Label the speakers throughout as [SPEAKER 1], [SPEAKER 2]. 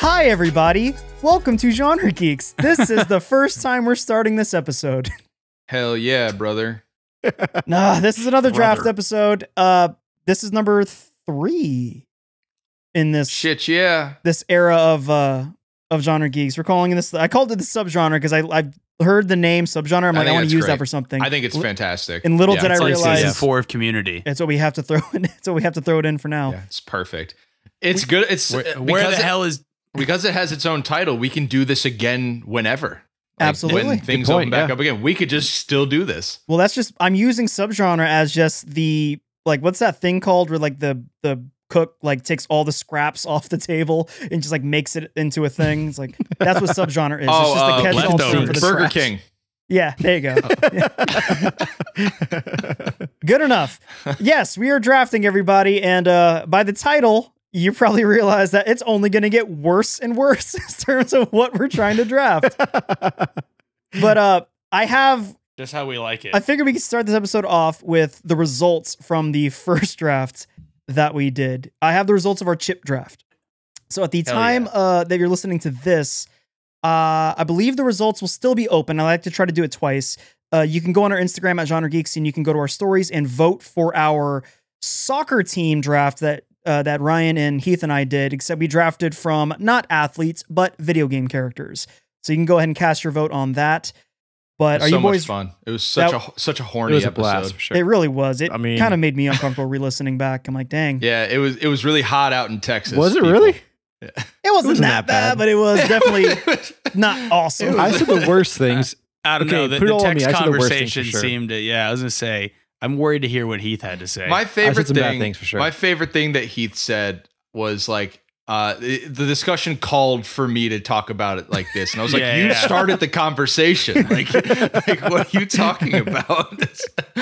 [SPEAKER 1] Hi, everybody. Welcome to Genre Geeks. This is the first time we're starting this episode.
[SPEAKER 2] Hell yeah, brother.
[SPEAKER 1] nah, this is another draft
[SPEAKER 3] Brother.
[SPEAKER 1] episode. Uh, this is number three in this
[SPEAKER 2] Shit yeah.
[SPEAKER 1] this era of uh of genre geeks. We're calling this. I called it the subgenre because I I heard the name subgenre. I'm
[SPEAKER 2] I
[SPEAKER 1] like, I,
[SPEAKER 2] think
[SPEAKER 1] want
[SPEAKER 2] it's
[SPEAKER 1] to use that
[SPEAKER 2] great.
[SPEAKER 1] for something.
[SPEAKER 2] I think it's
[SPEAKER 1] Li-
[SPEAKER 2] fantastic.
[SPEAKER 1] And little
[SPEAKER 2] yeah,
[SPEAKER 1] did I
[SPEAKER 3] it's like season
[SPEAKER 1] realize
[SPEAKER 3] four of Community.
[SPEAKER 1] it's what we have to throw in. It's what we have to throw it in for now.
[SPEAKER 2] Yeah, it's perfect. It's good. It's
[SPEAKER 3] Where,
[SPEAKER 2] uh,
[SPEAKER 3] where the
[SPEAKER 2] because it-
[SPEAKER 3] hell is?
[SPEAKER 2] because it has its own title, we can do this again whenever. Like,
[SPEAKER 1] Absolutely.
[SPEAKER 2] When
[SPEAKER 1] Good
[SPEAKER 2] things
[SPEAKER 4] point,
[SPEAKER 2] open back
[SPEAKER 4] yeah.
[SPEAKER 2] up again, we could just still do this.
[SPEAKER 1] Well, that's just I'm using subgenre as just the like what's that thing called where like the the cook like takes all the scraps off the table and just like makes it into a thing. It's like that's what subgenre is. it's just
[SPEAKER 2] uh,
[SPEAKER 1] the catch-all term for
[SPEAKER 2] leftovers.
[SPEAKER 1] the
[SPEAKER 2] Burger
[SPEAKER 1] scraps.
[SPEAKER 2] King.
[SPEAKER 1] Yeah, there you go. Good enough. Yes, we are drafting everybody, and uh, by the title, you probably realize that it's only going to get worse and worse in terms of what we're trying to draft. but uh, I have
[SPEAKER 3] Just how we like it.
[SPEAKER 1] I figured we could start this episode off with the results from the first draft that we did. I have the results of our chip draft. So at the
[SPEAKER 3] Hell
[SPEAKER 1] time uh, that you're listening to this, uh, I believe the results will still be open. I like to try to do it twice. Uh, you can go on our Instagram at Genre Geeks and you can go to our stories and vote for our soccer team draft that uh, that Ryan and Heath and I did. Except we drafted from not athletes but video game characters. So you can go ahead and cast your vote on that. But
[SPEAKER 2] It was
[SPEAKER 1] are
[SPEAKER 2] so
[SPEAKER 1] you boys
[SPEAKER 2] much fun. It was such
[SPEAKER 1] That-
[SPEAKER 2] a such a
[SPEAKER 4] It
[SPEAKER 2] horny
[SPEAKER 4] was a
[SPEAKER 2] episode.
[SPEAKER 4] blast for sure.
[SPEAKER 1] it really was. It
[SPEAKER 4] I mean-
[SPEAKER 1] kind of made me uncomfortable re-listening back. I'm like, dang,
[SPEAKER 2] Yeah, it was it was really hot out in Texas.
[SPEAKER 4] was it
[SPEAKER 2] people.
[SPEAKER 4] really?
[SPEAKER 1] it wasn't,
[SPEAKER 4] wasn't
[SPEAKER 1] that,
[SPEAKER 4] that
[SPEAKER 1] bad,
[SPEAKER 4] bad.
[SPEAKER 1] but it was definitely not
[SPEAKER 2] It
[SPEAKER 1] awesome.
[SPEAKER 2] was-
[SPEAKER 4] I said the worst things.
[SPEAKER 3] I don't
[SPEAKER 4] Okay,
[SPEAKER 3] know. The,
[SPEAKER 4] put it
[SPEAKER 3] the
[SPEAKER 4] all on me.
[SPEAKER 3] text
[SPEAKER 4] I said the worst things for
[SPEAKER 3] conversation
[SPEAKER 4] sure.
[SPEAKER 3] seemed to. Yeah, I was gonna say. I'm worried to hear what Heath had to say.
[SPEAKER 2] My favorite
[SPEAKER 4] some
[SPEAKER 2] thing,
[SPEAKER 4] bad things for sure.
[SPEAKER 2] my favorite thing that Heath said was like, uh, the the discussion called for me to talk about it like this, and I was like,
[SPEAKER 3] Yeah,
[SPEAKER 2] "You
[SPEAKER 3] yeah.
[SPEAKER 2] started the conversation. Like, like, what are you talking about?"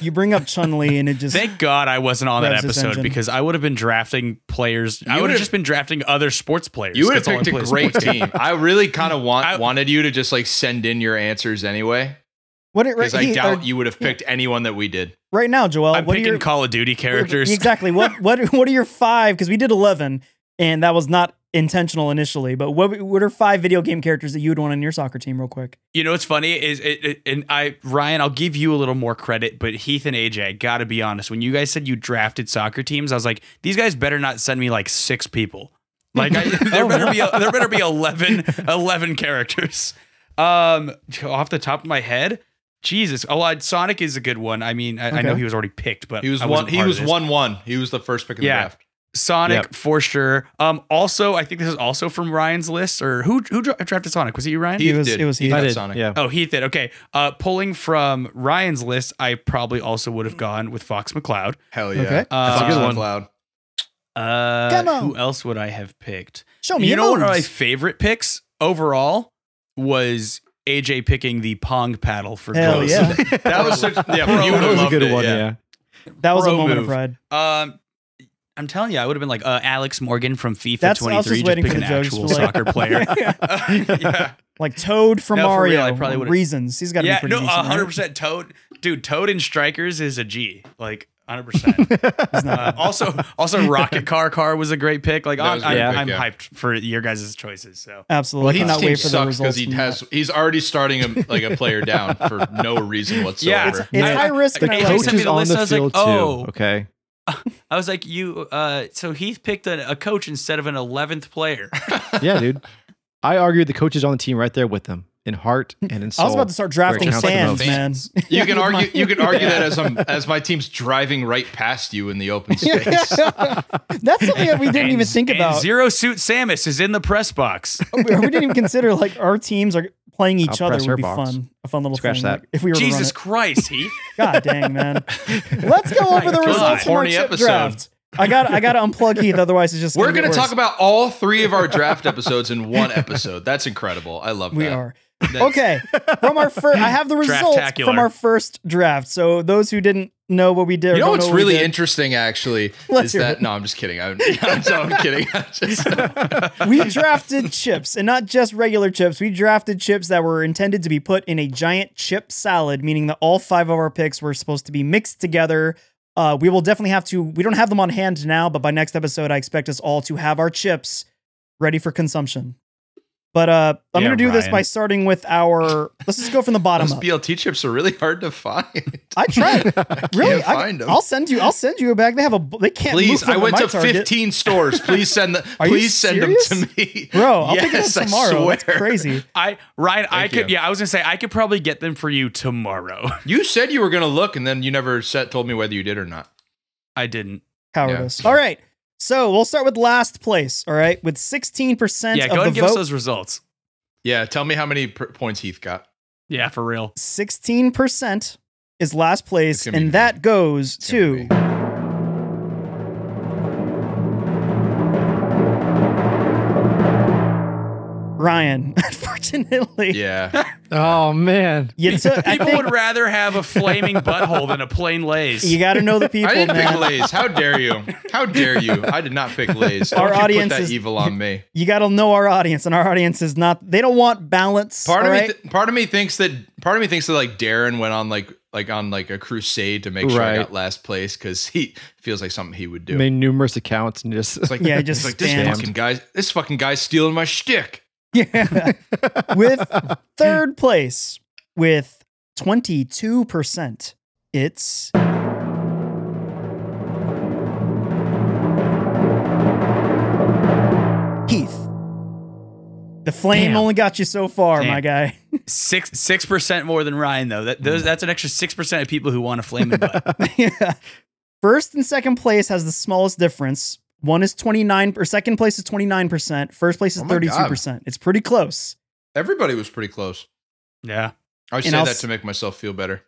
[SPEAKER 1] you bring up Chun Li, and it just
[SPEAKER 3] Thank God I wasn't on that
[SPEAKER 1] Revs this engine.
[SPEAKER 3] episode because I would have been drafting players. I would
[SPEAKER 2] would've-
[SPEAKER 3] have just been drafting other sports players.
[SPEAKER 2] you would have
[SPEAKER 3] 'cause all I
[SPEAKER 2] picked
[SPEAKER 3] play
[SPEAKER 2] a
[SPEAKER 3] is
[SPEAKER 2] great
[SPEAKER 3] sports games.
[SPEAKER 2] team. I really kind of want
[SPEAKER 3] I-
[SPEAKER 2] wanted you to just like send in your answers anyway,
[SPEAKER 1] what it right,
[SPEAKER 2] because I
[SPEAKER 1] he- uh,
[SPEAKER 2] doubt
[SPEAKER 1] or-
[SPEAKER 2] you would have picked anyone that we did.
[SPEAKER 1] right now, Joel.
[SPEAKER 3] I'm
[SPEAKER 1] what are
[SPEAKER 3] picking
[SPEAKER 1] your
[SPEAKER 3] Call of Duty characters.
[SPEAKER 1] exactly? What what what are your five? Because we did eleven, and that was not intentional initially. But what what are five video game characters that you would want on your soccer team, real quick?
[SPEAKER 3] You know what's funny is it, it and I Ryan, I'll give you a little more credit, but Heath and AJ, I gotta be honest. When you guys said you drafted soccer teams, I was like, these guys better not send me like six people. Like I, there
[SPEAKER 2] Oh,
[SPEAKER 3] better be there better be 11, 11 characters. Um, off the top of my head, Jesus. Oh, uh, Sonic is a good one. I mean, I, I know
[SPEAKER 1] Okay.
[SPEAKER 3] he was already picked, but
[SPEAKER 2] He was
[SPEAKER 3] I
[SPEAKER 2] one.
[SPEAKER 3] wasn't
[SPEAKER 2] He
[SPEAKER 3] part of
[SPEAKER 2] was
[SPEAKER 3] this.
[SPEAKER 2] one one. He was the first pick in
[SPEAKER 3] Yeah.
[SPEAKER 2] the draft.
[SPEAKER 3] Sonic
[SPEAKER 4] Yep.
[SPEAKER 3] for sure. Um, also, I think this is also from Ryan's list. Or who who dra- drafted Sonic? Was it you, Ryan?
[SPEAKER 2] Heath
[SPEAKER 1] was-
[SPEAKER 2] did.
[SPEAKER 1] it was
[SPEAKER 2] Heath
[SPEAKER 1] Heath.
[SPEAKER 2] got
[SPEAKER 4] I did.
[SPEAKER 2] Sonic.
[SPEAKER 4] Yeah.
[SPEAKER 3] Oh, Heath did. Okay. Uh, pulling from Ryan's list, I probably also would have
[SPEAKER 1] Mm.
[SPEAKER 3] gone with Fox McCloud.
[SPEAKER 2] Hell yeah.
[SPEAKER 1] Okay.
[SPEAKER 3] That's a
[SPEAKER 2] Fox
[SPEAKER 3] good one.
[SPEAKER 2] McCloud.
[SPEAKER 3] Uh,
[SPEAKER 1] Come on.
[SPEAKER 3] Who else would I have picked?
[SPEAKER 1] Show me
[SPEAKER 3] You
[SPEAKER 1] your
[SPEAKER 3] know, one of
[SPEAKER 1] moves.
[SPEAKER 3] my favorite picks overall was AJ picking the Pong paddle for
[SPEAKER 1] Hell
[SPEAKER 3] Ghost.
[SPEAKER 1] yeah,
[SPEAKER 2] That was such, yeah. you would
[SPEAKER 4] that
[SPEAKER 2] have
[SPEAKER 4] was a
[SPEAKER 2] loved
[SPEAKER 4] good
[SPEAKER 2] it,
[SPEAKER 4] one.
[SPEAKER 2] yeah.
[SPEAKER 4] Yeah.
[SPEAKER 1] that was a
[SPEAKER 3] Pro
[SPEAKER 1] moment of
[SPEAKER 3] move.
[SPEAKER 1] pride.
[SPEAKER 3] Um, I'm telling you, I would have been like uh, Alex Morgan from FIFA
[SPEAKER 1] That's- I was
[SPEAKER 3] 23.
[SPEAKER 1] just waiting
[SPEAKER 3] pick
[SPEAKER 1] for
[SPEAKER 3] an
[SPEAKER 1] the jokes
[SPEAKER 3] actual
[SPEAKER 1] for, like-
[SPEAKER 3] soccer player. yeah.
[SPEAKER 1] Like Toad from
[SPEAKER 3] No, for
[SPEAKER 1] Mario.
[SPEAKER 3] real, I probably would've-
[SPEAKER 1] reasons he's got to
[SPEAKER 3] yeah,
[SPEAKER 1] be pretty
[SPEAKER 3] no,
[SPEAKER 1] decent, right?
[SPEAKER 3] 100 percent Toad, dude. Toad in Strikers is a G, like 100. percent uh, Also, also Rocket Car Car was a great pick. Like
[SPEAKER 2] That
[SPEAKER 3] I'm,
[SPEAKER 2] was a
[SPEAKER 3] I'm,
[SPEAKER 2] great
[SPEAKER 4] pick,
[SPEAKER 3] I'm
[SPEAKER 2] yeah.
[SPEAKER 3] hyped for your guys' choices. So
[SPEAKER 2] Well,
[SPEAKER 1] Absolutely,
[SPEAKER 2] Heath's
[SPEAKER 1] cannot
[SPEAKER 2] team
[SPEAKER 1] wait for the
[SPEAKER 2] sucks because
[SPEAKER 1] results.
[SPEAKER 2] he
[SPEAKER 1] from
[SPEAKER 2] has
[SPEAKER 1] that.
[SPEAKER 2] he's already starting a, like a player down for no reason whatsoever.
[SPEAKER 1] It's
[SPEAKER 3] I-
[SPEAKER 1] high risk.
[SPEAKER 4] The
[SPEAKER 1] and I
[SPEAKER 3] Alex
[SPEAKER 1] like
[SPEAKER 3] sent
[SPEAKER 4] coach
[SPEAKER 1] it.
[SPEAKER 3] me
[SPEAKER 4] is
[SPEAKER 3] the
[SPEAKER 4] on
[SPEAKER 3] list,
[SPEAKER 4] the
[SPEAKER 3] I was like,
[SPEAKER 4] field
[SPEAKER 3] oh.
[SPEAKER 4] too. Okay.
[SPEAKER 3] I was like, you. Uh, so Heath picked a, a coach instead of an 11th player.
[SPEAKER 4] Yeah, dude. I argued the coach is on the team right there with them in heart and in soul.
[SPEAKER 1] I was about to start drafting
[SPEAKER 4] counts the
[SPEAKER 1] fans,
[SPEAKER 4] most.
[SPEAKER 1] man.
[SPEAKER 2] You can argue you can argue that as I'm, as my team's driving right past you in the open space.
[SPEAKER 1] That's something that we didn't even think
[SPEAKER 3] And
[SPEAKER 1] about.
[SPEAKER 3] Zero Suit Samus is in the press box.
[SPEAKER 1] we didn't even consider like our teams are playing each
[SPEAKER 4] I'll
[SPEAKER 1] other
[SPEAKER 4] press
[SPEAKER 1] would
[SPEAKER 4] her
[SPEAKER 1] be
[SPEAKER 4] box.
[SPEAKER 1] fun. A fun little
[SPEAKER 4] Scratch
[SPEAKER 1] thing.
[SPEAKER 4] that.
[SPEAKER 1] like, if we were
[SPEAKER 3] Jesus
[SPEAKER 1] to
[SPEAKER 3] Christ, Heath.
[SPEAKER 1] run it. God dang, man. Let's go over the
[SPEAKER 3] God.
[SPEAKER 1] results from our
[SPEAKER 2] Horny
[SPEAKER 1] chip
[SPEAKER 2] episode.
[SPEAKER 1] draft. I got I got to unplug Heath, otherwise it's just.
[SPEAKER 2] We're
[SPEAKER 1] gonna
[SPEAKER 2] gonna
[SPEAKER 1] get
[SPEAKER 2] talk
[SPEAKER 1] worse.
[SPEAKER 2] about all three of our draft episodes in one episode. That's incredible. I love
[SPEAKER 1] We
[SPEAKER 2] that.
[SPEAKER 1] are. Okay. From our first, I have the results
[SPEAKER 3] Draftacular.
[SPEAKER 1] from our first draft. So those who didn't know what we did, or
[SPEAKER 2] You know
[SPEAKER 1] don't
[SPEAKER 2] what's
[SPEAKER 1] what we
[SPEAKER 2] really
[SPEAKER 1] did,
[SPEAKER 2] interesting, actually,
[SPEAKER 1] Let's
[SPEAKER 2] is
[SPEAKER 1] hear
[SPEAKER 2] that
[SPEAKER 1] it.
[SPEAKER 2] no, I'm just kidding. I'm, I'm kidding. I'm just-
[SPEAKER 1] we drafted chips and not just regular chips. We drafted chips that were intended to be put in a giant chip salad, meaning that all five of our picks were supposed to be mixed together. Uh, we will definitely have to, we don't have them on hand now, but by next episode, I expect us all to have our chips ready for consumption. But uh, I'm
[SPEAKER 3] Yeah,
[SPEAKER 1] going to do this
[SPEAKER 3] Ryan.
[SPEAKER 1] by starting with our. Let's just go from the bottom
[SPEAKER 2] Those
[SPEAKER 1] up.
[SPEAKER 2] BLT chips are really hard to find.
[SPEAKER 1] I tried.
[SPEAKER 2] I
[SPEAKER 1] Really,
[SPEAKER 2] can't
[SPEAKER 1] I,
[SPEAKER 2] find 'em.
[SPEAKER 1] will send you. I'll send you a bag. They have a. bu- They can't.
[SPEAKER 2] Please,
[SPEAKER 1] move
[SPEAKER 2] I went to
[SPEAKER 1] target.
[SPEAKER 2] 15 stores. Please send the,
[SPEAKER 1] Are you
[SPEAKER 2] please send them to
[SPEAKER 1] serious?
[SPEAKER 2] me,
[SPEAKER 1] Bro, I'll pick
[SPEAKER 2] Yes,
[SPEAKER 1] it up tomorrow.
[SPEAKER 2] I
[SPEAKER 1] That's
[SPEAKER 2] swear.
[SPEAKER 1] crazy.
[SPEAKER 3] I Ryan, I
[SPEAKER 2] Thank
[SPEAKER 3] could
[SPEAKER 2] you.
[SPEAKER 3] yeah, I was gonna say I could probably get them for you tomorrow.
[SPEAKER 2] You said you were gonna look, and then you never said told me whether you did or not.
[SPEAKER 3] I didn't.
[SPEAKER 1] Cowardice.
[SPEAKER 2] Yeah.
[SPEAKER 1] All right. So we'll start with last place. All right, with 16%
[SPEAKER 3] yeah,
[SPEAKER 1] of
[SPEAKER 3] go
[SPEAKER 1] the
[SPEAKER 3] ahead and give
[SPEAKER 1] vote.
[SPEAKER 3] us those results.
[SPEAKER 2] Yeah, tell me how many per- points Heath got.
[SPEAKER 3] Yeah, for real.
[SPEAKER 1] 16% is last place,
[SPEAKER 2] It's gonna be me.
[SPEAKER 1] and that goes
[SPEAKER 2] It's gonna
[SPEAKER 1] to
[SPEAKER 2] be me.
[SPEAKER 1] Ryan. Unfortunately,
[SPEAKER 2] yeah,
[SPEAKER 4] Oh man.
[SPEAKER 1] you took. I
[SPEAKER 3] People
[SPEAKER 1] think
[SPEAKER 3] would rather have a flaming butthole than a plain lace.
[SPEAKER 1] you got to know the people,
[SPEAKER 2] I didn't
[SPEAKER 1] man.
[SPEAKER 2] pick Lay's. How dare you? How dare you? I did not pick Lay's. Don't
[SPEAKER 1] Our
[SPEAKER 2] you
[SPEAKER 1] audience
[SPEAKER 2] put that
[SPEAKER 1] is-
[SPEAKER 2] evil on me.
[SPEAKER 1] you got to know our audience, and our audience is not. They don't want balance.
[SPEAKER 2] Part
[SPEAKER 1] all
[SPEAKER 2] of
[SPEAKER 1] right?
[SPEAKER 2] me, th- part of me thinks that part of me thinks that like Darren went on like like on like a crusade to make sure I
[SPEAKER 4] Right.
[SPEAKER 2] got last place because he feels like something he would do.
[SPEAKER 4] Made numerous accounts and just
[SPEAKER 2] It's like
[SPEAKER 1] Yeah,
[SPEAKER 2] yeah,
[SPEAKER 1] he
[SPEAKER 2] just
[SPEAKER 1] just
[SPEAKER 2] like this
[SPEAKER 1] spammed.
[SPEAKER 2] fucking guy. This fucking guy's stealing my shtick.
[SPEAKER 1] Yeah. with third place with 22%. It's Heath. The flame
[SPEAKER 3] Damn.
[SPEAKER 1] only got you so far,
[SPEAKER 3] Damn.
[SPEAKER 1] my guy.
[SPEAKER 3] six six percent more than Ryan though. That those, that's an extra six percent of people who want a flaming butt.
[SPEAKER 1] yeah. First and second place has the smallest difference. One is 29 or second place is 29%, first place is
[SPEAKER 2] Oh my God.
[SPEAKER 1] 32%. It's pretty close.
[SPEAKER 2] Everybody was pretty close.
[SPEAKER 3] yeah.
[SPEAKER 2] I say
[SPEAKER 1] And I'll
[SPEAKER 2] that
[SPEAKER 1] s-
[SPEAKER 2] to make myself feel better.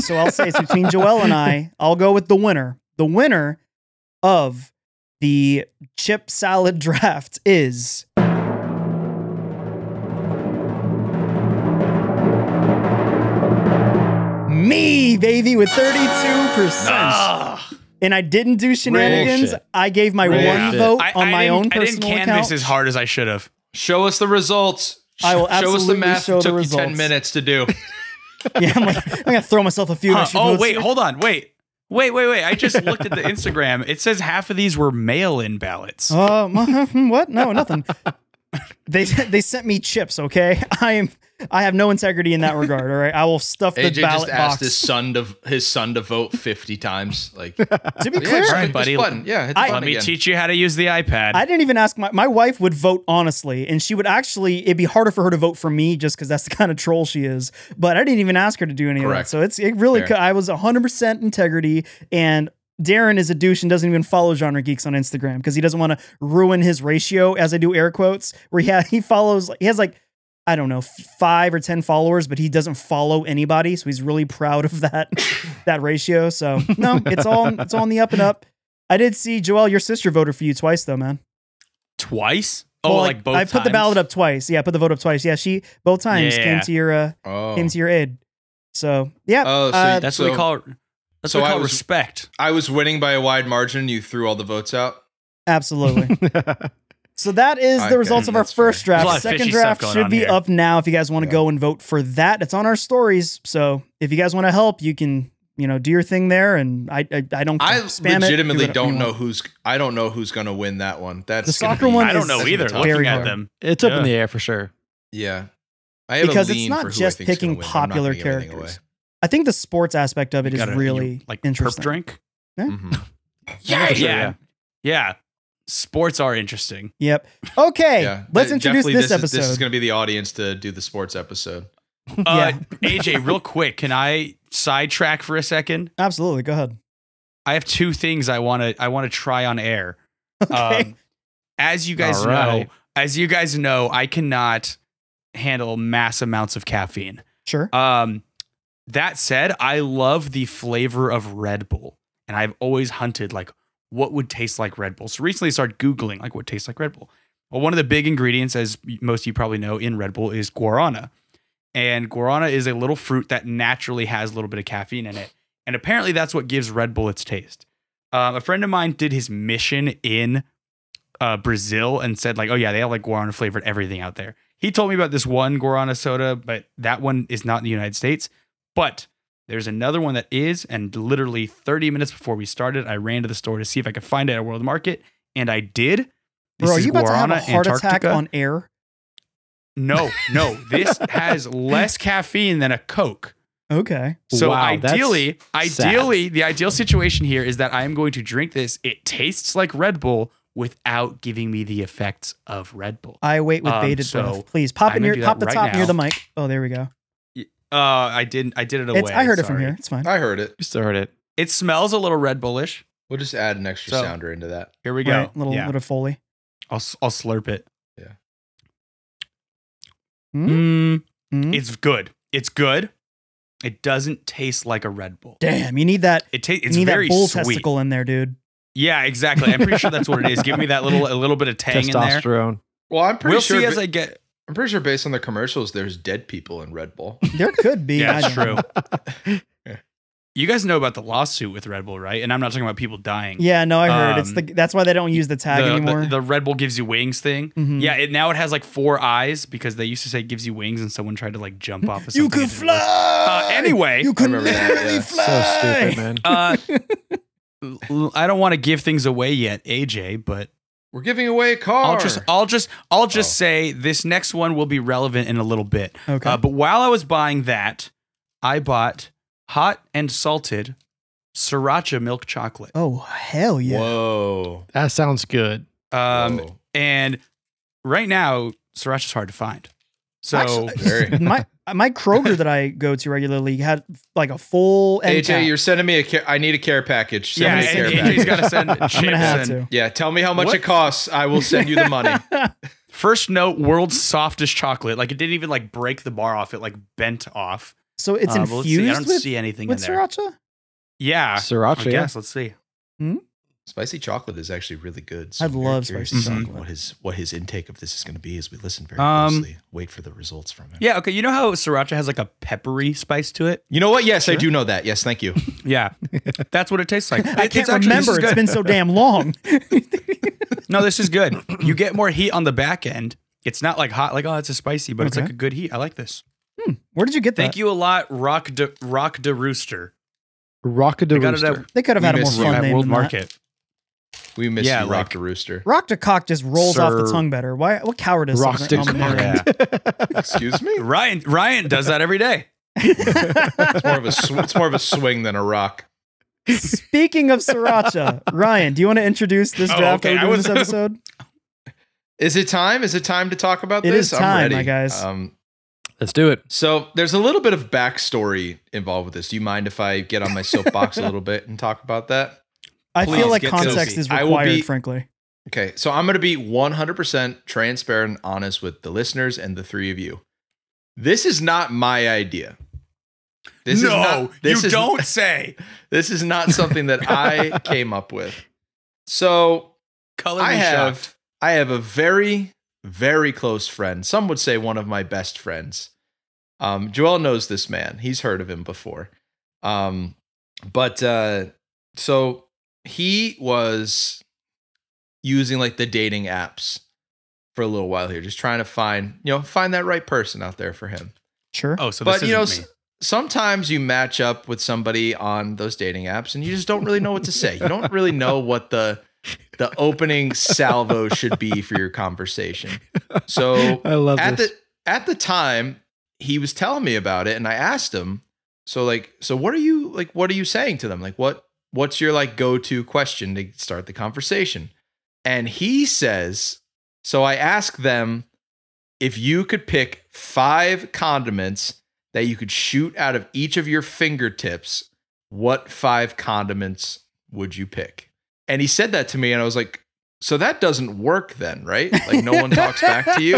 [SPEAKER 1] So I'll say it's between Joel and I. I'll go with the winner. The winner of the chip salad draft is me, baby, with 32%.
[SPEAKER 3] Ah.
[SPEAKER 1] And I didn't do shenanigans.
[SPEAKER 4] Bullshit.
[SPEAKER 1] I gave my one
[SPEAKER 4] Bullshit.
[SPEAKER 1] vote
[SPEAKER 3] I,
[SPEAKER 1] on
[SPEAKER 3] I
[SPEAKER 1] my
[SPEAKER 3] didn't-
[SPEAKER 1] own
[SPEAKER 3] I didn't
[SPEAKER 1] personal
[SPEAKER 3] canvas
[SPEAKER 1] account.
[SPEAKER 3] as hard as I should have.
[SPEAKER 2] Show us the results.
[SPEAKER 1] I will
[SPEAKER 2] Sh- show us the
[SPEAKER 1] absolutely
[SPEAKER 2] math.
[SPEAKER 1] show
[SPEAKER 2] it
[SPEAKER 1] the
[SPEAKER 2] took you ten
[SPEAKER 1] results.
[SPEAKER 2] minutes to do.
[SPEAKER 1] yeah, I'm, like, I'm gonna throw myself a few.
[SPEAKER 3] Huh.
[SPEAKER 1] extra
[SPEAKER 3] Oh
[SPEAKER 1] votes
[SPEAKER 3] wait,
[SPEAKER 1] here.
[SPEAKER 3] hold on, wait, wait, wait, wait. I just looked at the Instagram. It says half of these were mail-in ballots.
[SPEAKER 1] Uh, m- what? No, nothing. They they sent me chips. Okay, I am I have no integrity in that regard. All right, I will stuff the
[SPEAKER 2] AJ
[SPEAKER 1] ballot
[SPEAKER 2] just asked
[SPEAKER 1] box.
[SPEAKER 2] his son to his son to vote fifty times. Like,
[SPEAKER 1] To be
[SPEAKER 2] yeah,
[SPEAKER 1] clear,
[SPEAKER 2] just
[SPEAKER 3] Alright,
[SPEAKER 2] click this
[SPEAKER 3] buddy.
[SPEAKER 2] button. Yeah, hit the
[SPEAKER 1] I-
[SPEAKER 2] button
[SPEAKER 3] Let me
[SPEAKER 2] again.
[SPEAKER 3] teach you how to use the iPad.
[SPEAKER 1] I didn't even ask my my wife would vote honestly, and she would actually it'd be harder for her to vote for me just because that's the kind of troll she is. But I didn't even ask her to do any
[SPEAKER 2] Correct.
[SPEAKER 1] of that. So it's it really
[SPEAKER 2] Fair.
[SPEAKER 1] could, I was hundred percent integrity and. Darren is a douche and doesn't even follow genre geeks on Instagram because he doesn't want to ruin his ratio, as I do air quotes, where he, ha- he follows, he has like, I don't know, f- five or 10 followers, but he doesn't follow anybody. So he's really proud of that, that ratio. So no, it's all, it's all on the up and up. I did see Joel, your sister voted for you twice though, man.
[SPEAKER 3] Twice? Oh,
[SPEAKER 1] Well,
[SPEAKER 3] like, both.
[SPEAKER 1] I put the ballot up twice. Yeah, I put the vote up twice. Yeah, she both times
[SPEAKER 3] Yeah.
[SPEAKER 1] came to your uh,
[SPEAKER 2] Oh,
[SPEAKER 1] came to your aid. So yeah,
[SPEAKER 2] oh, so
[SPEAKER 1] uh,
[SPEAKER 3] That's what we
[SPEAKER 2] so
[SPEAKER 3] call. That's
[SPEAKER 2] so
[SPEAKER 3] what we
[SPEAKER 2] I
[SPEAKER 3] call
[SPEAKER 2] was-
[SPEAKER 3] respect.
[SPEAKER 2] I was winning by a wide margin. You threw all the votes out.
[SPEAKER 1] absolutely. so that is the
[SPEAKER 2] Okay,
[SPEAKER 1] results of our
[SPEAKER 2] that's fair.
[SPEAKER 1] first
[SPEAKER 3] There's a lot
[SPEAKER 1] draft.
[SPEAKER 3] of
[SPEAKER 1] Second
[SPEAKER 3] fishy stuff
[SPEAKER 1] draft
[SPEAKER 3] going
[SPEAKER 1] should
[SPEAKER 3] on
[SPEAKER 1] be
[SPEAKER 3] here.
[SPEAKER 1] up now if you guys want to
[SPEAKER 2] Yeah.
[SPEAKER 1] go and vote for that. It's on our stories. So if you guys want to help, you can you know do your thing there. And I I, I don't
[SPEAKER 2] I
[SPEAKER 1] spam it, do
[SPEAKER 2] legitimately
[SPEAKER 1] whatever you want.
[SPEAKER 2] don't know who's. I don't know who's gonna win that one. That's
[SPEAKER 1] The
[SPEAKER 2] gonna
[SPEAKER 1] soccer
[SPEAKER 2] be-
[SPEAKER 1] one
[SPEAKER 3] I
[SPEAKER 1] is
[SPEAKER 3] don't know
[SPEAKER 2] that's
[SPEAKER 3] either.
[SPEAKER 2] gonna
[SPEAKER 1] very
[SPEAKER 2] be
[SPEAKER 3] Looking at
[SPEAKER 1] hard.
[SPEAKER 3] them.
[SPEAKER 4] it's up
[SPEAKER 3] Yeah.
[SPEAKER 4] in the air for sure.
[SPEAKER 2] Yeah, I have
[SPEAKER 1] Because
[SPEAKER 2] a
[SPEAKER 1] it's
[SPEAKER 2] lean
[SPEAKER 1] not
[SPEAKER 2] for who I
[SPEAKER 1] just
[SPEAKER 2] think's gonna
[SPEAKER 1] picking
[SPEAKER 2] win, but I'm not
[SPEAKER 1] popular
[SPEAKER 2] gonna give anything
[SPEAKER 1] characters. I think the sports aspect of it
[SPEAKER 3] You
[SPEAKER 1] is
[SPEAKER 3] gotta- you-
[SPEAKER 1] really
[SPEAKER 3] like perp
[SPEAKER 1] interesting.
[SPEAKER 3] drink.
[SPEAKER 2] away. Mhm.
[SPEAKER 3] Yeah,
[SPEAKER 4] sure,
[SPEAKER 3] yeah, yeah. Sports are interesting.
[SPEAKER 1] Yep. Okay.
[SPEAKER 2] Yeah.
[SPEAKER 1] Let's
[SPEAKER 2] Uh,
[SPEAKER 1] introduce
[SPEAKER 2] Jeff Lee,
[SPEAKER 1] this,
[SPEAKER 2] is-
[SPEAKER 1] episode.
[SPEAKER 2] this is gonna be the audience to do the sports episode.
[SPEAKER 3] Uh, AJ, real quick, can I sidetrack for a second?
[SPEAKER 1] Absolutely. Go ahead.
[SPEAKER 3] I have two things I want to I want to try on air. Um,
[SPEAKER 1] Okay.
[SPEAKER 3] as you guys
[SPEAKER 4] All right.
[SPEAKER 3] know, as you guys know, I cannot handle mass amounts of caffeine.
[SPEAKER 1] Sure.
[SPEAKER 3] Um, that said, I love the flavor of Red Bull, and I've always hunted like what would taste like Red Bull. So recently, I started googling like what tastes like Red Bull. Well, one of the big ingredients, as most of you probably know, in Red Bull is guarana, and guarana is a little fruit that naturally has a little bit of caffeine in it, and apparently that's what gives Red Bull its taste. Um, a friend of mine did his mission in uh, Brazil and said like, oh yeah, they have like guarana flavored everything out there. He told me about this one guarana soda, but that one is not in the United States. But there's another one that is, and literally 30 minutes before we started, I ran to the store to see if I could find it at World Market, and I did. This
[SPEAKER 1] Bro, are
[SPEAKER 3] is
[SPEAKER 1] you about to have a
[SPEAKER 3] guarana,
[SPEAKER 1] heart attack
[SPEAKER 3] Antarctica.
[SPEAKER 1] on air?
[SPEAKER 3] No, no. This has less caffeine than a Coke.
[SPEAKER 1] Okay.
[SPEAKER 3] So
[SPEAKER 4] Wow, that's
[SPEAKER 3] ideally,
[SPEAKER 4] sad.
[SPEAKER 3] ideally, the ideal situation here is that I am going to drink this. It tastes like Red Bull without giving me the effects of Red Bull.
[SPEAKER 1] I wait with
[SPEAKER 3] Um,
[SPEAKER 1] bated
[SPEAKER 3] so,
[SPEAKER 1] breath. Please pop
[SPEAKER 3] I'm
[SPEAKER 1] in
[SPEAKER 3] gonna
[SPEAKER 1] your
[SPEAKER 3] do that
[SPEAKER 1] pop the
[SPEAKER 3] right
[SPEAKER 1] top near
[SPEAKER 3] now.
[SPEAKER 1] the mic. Oh, there we go.
[SPEAKER 3] Uh, I didn't. I did it away.
[SPEAKER 1] It's, I heard it from
[SPEAKER 3] sorry.
[SPEAKER 1] here. It's fine.
[SPEAKER 2] I heard it.
[SPEAKER 4] Just heard it.
[SPEAKER 3] It smells a little Red Bullish.
[SPEAKER 2] We'll just add an extra
[SPEAKER 3] So-
[SPEAKER 2] sounder into that.
[SPEAKER 3] Here we go.
[SPEAKER 1] Right, little
[SPEAKER 3] yeah.
[SPEAKER 1] little foley.
[SPEAKER 3] I'll s- I'll slurp it.
[SPEAKER 2] Yeah.
[SPEAKER 1] Hmm?
[SPEAKER 3] Mm,
[SPEAKER 1] Mm.
[SPEAKER 3] It's good. It's good. It doesn't taste like a Red Bull.
[SPEAKER 1] Damn, you need that.
[SPEAKER 3] It tastes.
[SPEAKER 1] You
[SPEAKER 3] It's
[SPEAKER 1] need
[SPEAKER 3] very
[SPEAKER 1] that bull
[SPEAKER 3] sweet.
[SPEAKER 1] testicle in there, dude.
[SPEAKER 3] Yeah, exactly. I'm pretty sure that's what it is. Give me that little a little bit of tang in there.
[SPEAKER 4] Testosterone.
[SPEAKER 2] Well, I'm pretty
[SPEAKER 3] We'll
[SPEAKER 2] sure.
[SPEAKER 3] see as
[SPEAKER 2] ba-
[SPEAKER 3] I get.
[SPEAKER 2] I'm pretty sure based on the commercials, there's dead people in Red Bull.
[SPEAKER 1] There could be.
[SPEAKER 3] Yeah,
[SPEAKER 1] I
[SPEAKER 3] that's
[SPEAKER 1] don't
[SPEAKER 3] true.
[SPEAKER 1] know.
[SPEAKER 3] You guys know about the lawsuit with Red Bull, right? And I'm not talking about people dying.
[SPEAKER 1] Yeah, no, I heard. it's
[SPEAKER 3] Um,
[SPEAKER 1] the that's why they don't use the tag
[SPEAKER 3] the, the-
[SPEAKER 1] anymore.
[SPEAKER 3] The, Red Bull gives you wings thing.
[SPEAKER 1] Mhm.
[SPEAKER 3] Yeah, it, now it has like four eyes because they used to say it gives you wings, and someone tried to like jump off. Of
[SPEAKER 1] you
[SPEAKER 3] something
[SPEAKER 1] could
[SPEAKER 3] and it didn't work.
[SPEAKER 1] fly.
[SPEAKER 3] Uh, anyway,
[SPEAKER 1] you could
[SPEAKER 2] remember that,
[SPEAKER 1] literally
[SPEAKER 2] yeah. So
[SPEAKER 4] So
[SPEAKER 1] fly.
[SPEAKER 4] stupid, man.
[SPEAKER 3] uh, l- I don't want to give things away yet, AJ, but
[SPEAKER 2] We're giving away a car.
[SPEAKER 3] I'll just, I'll just, I'll just
[SPEAKER 2] Oh.
[SPEAKER 3] say this next one will be relevant in a little bit.
[SPEAKER 1] Okay.
[SPEAKER 3] Uh, but while I was buying that, I bought hot and salted sriracha milk chocolate.
[SPEAKER 1] oh hell yeah!
[SPEAKER 2] Whoa.
[SPEAKER 4] That sounds good.
[SPEAKER 3] Um,
[SPEAKER 2] Whoa.
[SPEAKER 3] and right now, sriracha's hard to find. So
[SPEAKER 2] Very.
[SPEAKER 1] my my Kroger that I go to regularly had like a full end cap.
[SPEAKER 2] AJ, you're sending me a. Care, I need a care package. Send
[SPEAKER 3] yeah,
[SPEAKER 2] me a care
[SPEAKER 3] and
[SPEAKER 2] package.
[SPEAKER 3] AJ's got to send chips.
[SPEAKER 1] I'm gonna have
[SPEAKER 3] and-
[SPEAKER 1] to.
[SPEAKER 2] yeah, tell me how much
[SPEAKER 3] What?
[SPEAKER 2] it costs. I will send you the money.
[SPEAKER 3] First note: world's softest chocolate. Like it didn't even like break the bar off; it like bent off.
[SPEAKER 1] so it's
[SPEAKER 3] Uh, but let's see. I
[SPEAKER 1] infused
[SPEAKER 3] don't
[SPEAKER 1] with,
[SPEAKER 3] see anything in
[SPEAKER 1] with
[SPEAKER 3] there.
[SPEAKER 1] sriracha.
[SPEAKER 3] Yeah,
[SPEAKER 4] Sriracha.
[SPEAKER 3] I
[SPEAKER 4] yeah.
[SPEAKER 3] guess. Let's see.
[SPEAKER 2] Spicy chocolate is actually really good.
[SPEAKER 1] I
[SPEAKER 2] I'm very
[SPEAKER 1] love
[SPEAKER 2] curious
[SPEAKER 1] spicy
[SPEAKER 2] to see
[SPEAKER 1] chocolate.
[SPEAKER 2] What his what his intake of this is going to be as we listen very
[SPEAKER 3] Um,
[SPEAKER 2] closely. Wait for the results from it.
[SPEAKER 3] Yeah. Okay. You know how sriracha has like a peppery spice to it?
[SPEAKER 2] You know what? Yes, I
[SPEAKER 3] Sure.
[SPEAKER 2] do know that. Yes, thank you.
[SPEAKER 3] Yeah, that's what it tastes like.
[SPEAKER 1] I
[SPEAKER 3] It-
[SPEAKER 1] can't
[SPEAKER 3] it's actually- this
[SPEAKER 1] remember.
[SPEAKER 3] is
[SPEAKER 1] It's
[SPEAKER 3] good.
[SPEAKER 1] been so damn long.
[SPEAKER 3] no, this is good. You get more heat on the back end. It's not like hot, like oh, it's a spicy, but it's
[SPEAKER 1] Okay.
[SPEAKER 3] like a good heat. I like this.
[SPEAKER 1] Where did you get that?
[SPEAKER 3] Thank you a lot, Rock de Rock de Rooster.
[SPEAKER 4] Rocket
[SPEAKER 3] I
[SPEAKER 4] the
[SPEAKER 3] got it
[SPEAKER 4] rooster.
[SPEAKER 3] at-
[SPEAKER 1] They could have
[SPEAKER 2] We
[SPEAKER 1] had a more
[SPEAKER 2] missed you.
[SPEAKER 1] fun
[SPEAKER 3] at
[SPEAKER 1] name
[SPEAKER 3] World
[SPEAKER 1] than that.
[SPEAKER 3] Market.
[SPEAKER 2] We miss
[SPEAKER 3] Yeah,
[SPEAKER 2] you,
[SPEAKER 3] like-
[SPEAKER 2] Rock the Rooster.
[SPEAKER 1] Rock to cock just rolls off the
[SPEAKER 3] Sir-
[SPEAKER 1] tongue better. Why? What cowardice? is
[SPEAKER 4] Rock
[SPEAKER 1] there
[SPEAKER 4] to
[SPEAKER 1] on there?
[SPEAKER 3] Yeah.
[SPEAKER 2] Excuse me.
[SPEAKER 3] Ryan Ryan does that every day.
[SPEAKER 2] It's more of a sw- it's more of a swing than a rock.
[SPEAKER 1] Speaking of sriracha, Ryan, do you want to introduce this
[SPEAKER 3] Oh,
[SPEAKER 1] draft
[SPEAKER 3] okay,
[SPEAKER 1] that
[SPEAKER 3] I
[SPEAKER 1] we're doing
[SPEAKER 3] was-
[SPEAKER 1] this episode?
[SPEAKER 2] Is it time? Is it time to talk about
[SPEAKER 1] It
[SPEAKER 2] this?
[SPEAKER 1] is time,
[SPEAKER 2] I'm ready.
[SPEAKER 1] my guys.
[SPEAKER 2] Um,
[SPEAKER 4] Let's do it.
[SPEAKER 2] so there's a little bit of backstory involved with this. Do you mind if I get on my soapbox a little bit and talk about that?
[SPEAKER 1] I
[SPEAKER 2] Please
[SPEAKER 1] feel like
[SPEAKER 3] get
[SPEAKER 1] context
[SPEAKER 2] Sophie.
[SPEAKER 1] is
[SPEAKER 2] I will
[SPEAKER 1] required,
[SPEAKER 2] be-
[SPEAKER 1] frankly.
[SPEAKER 2] Okay, so I'm going to be 100% transparent and honest with the listeners and the three of you. This is not my idea. This
[SPEAKER 3] no,
[SPEAKER 2] is not, this
[SPEAKER 3] you
[SPEAKER 2] is-
[SPEAKER 3] don't say.
[SPEAKER 2] This is not something that I came up with. So
[SPEAKER 3] Color
[SPEAKER 2] I
[SPEAKER 3] me
[SPEAKER 2] have
[SPEAKER 3] shocked.
[SPEAKER 2] I have a very very close friend. Some would say one of my best friends. Um, Joel knows this man. He's heard of him before. Um, but uh, so he was using like the dating apps for a little while here, just trying to find you know find that right person out there for him
[SPEAKER 1] Sure.
[SPEAKER 3] Oh, so this
[SPEAKER 2] but
[SPEAKER 3] is
[SPEAKER 2] you know, s-
[SPEAKER 3] me.
[SPEAKER 2] sometimes you match up with somebody on those dating apps, and you just don't really know what to say. You don't really know what the the opening salvo should be for your conversation. So
[SPEAKER 4] I love
[SPEAKER 2] at
[SPEAKER 4] this.
[SPEAKER 2] the at the time he was telling me about it and i asked him so like so what are you like what are you saying to them like what what's your like go-to question to start the conversation and he says so i asked them if you could pick five condiments that you could shoot out of each of your fingertips what five condiments would you pick and he said that to me and i was like so that doesn't work then right like no one talks back to you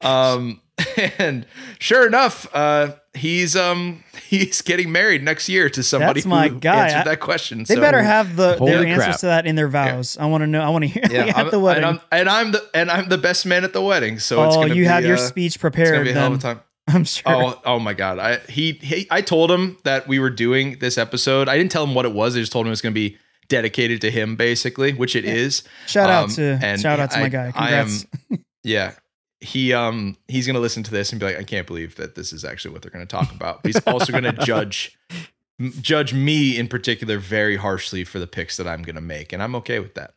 [SPEAKER 2] um, and sure enough, uh, he's um he's getting married next year to somebody
[SPEAKER 1] That's my
[SPEAKER 2] who
[SPEAKER 1] guy.
[SPEAKER 2] answered
[SPEAKER 1] I-
[SPEAKER 2] that question.
[SPEAKER 1] They
[SPEAKER 2] so,
[SPEAKER 1] better have the their
[SPEAKER 4] Holy
[SPEAKER 1] answers
[SPEAKER 4] crap.
[SPEAKER 1] to that in their vows. I want to know. I want to hear
[SPEAKER 2] yeah. I'm,
[SPEAKER 1] at the wedding.
[SPEAKER 2] And I'm, and I'm the and I'm the best man at the wedding. So it's
[SPEAKER 1] oh,
[SPEAKER 2] gonna
[SPEAKER 1] you
[SPEAKER 2] be,
[SPEAKER 1] have your
[SPEAKER 2] uh,
[SPEAKER 1] speech
[SPEAKER 2] it's gonna
[SPEAKER 1] prepared.
[SPEAKER 2] be a hell of a
[SPEAKER 1] Then
[SPEAKER 2] time.
[SPEAKER 1] I'm sure.
[SPEAKER 2] Oh, oh my God! I he, he I told him that we were doing this episode. I didn't tell him what it was. I just told him it was going to be dedicated to him, basically, which it is.
[SPEAKER 1] shout out
[SPEAKER 2] Um,
[SPEAKER 1] to
[SPEAKER 2] and
[SPEAKER 1] shout out to my
[SPEAKER 2] I-
[SPEAKER 1] guy.
[SPEAKER 2] I am-
[SPEAKER 1] Congrats.
[SPEAKER 2] Yeah. He um he's gonna listen to this and be like, I can't believe that this is actually what they're gonna talk about. But he's also gonna judge m- judge me in particular very harshly for the picks that I'm gonna make, and I'm okay with that.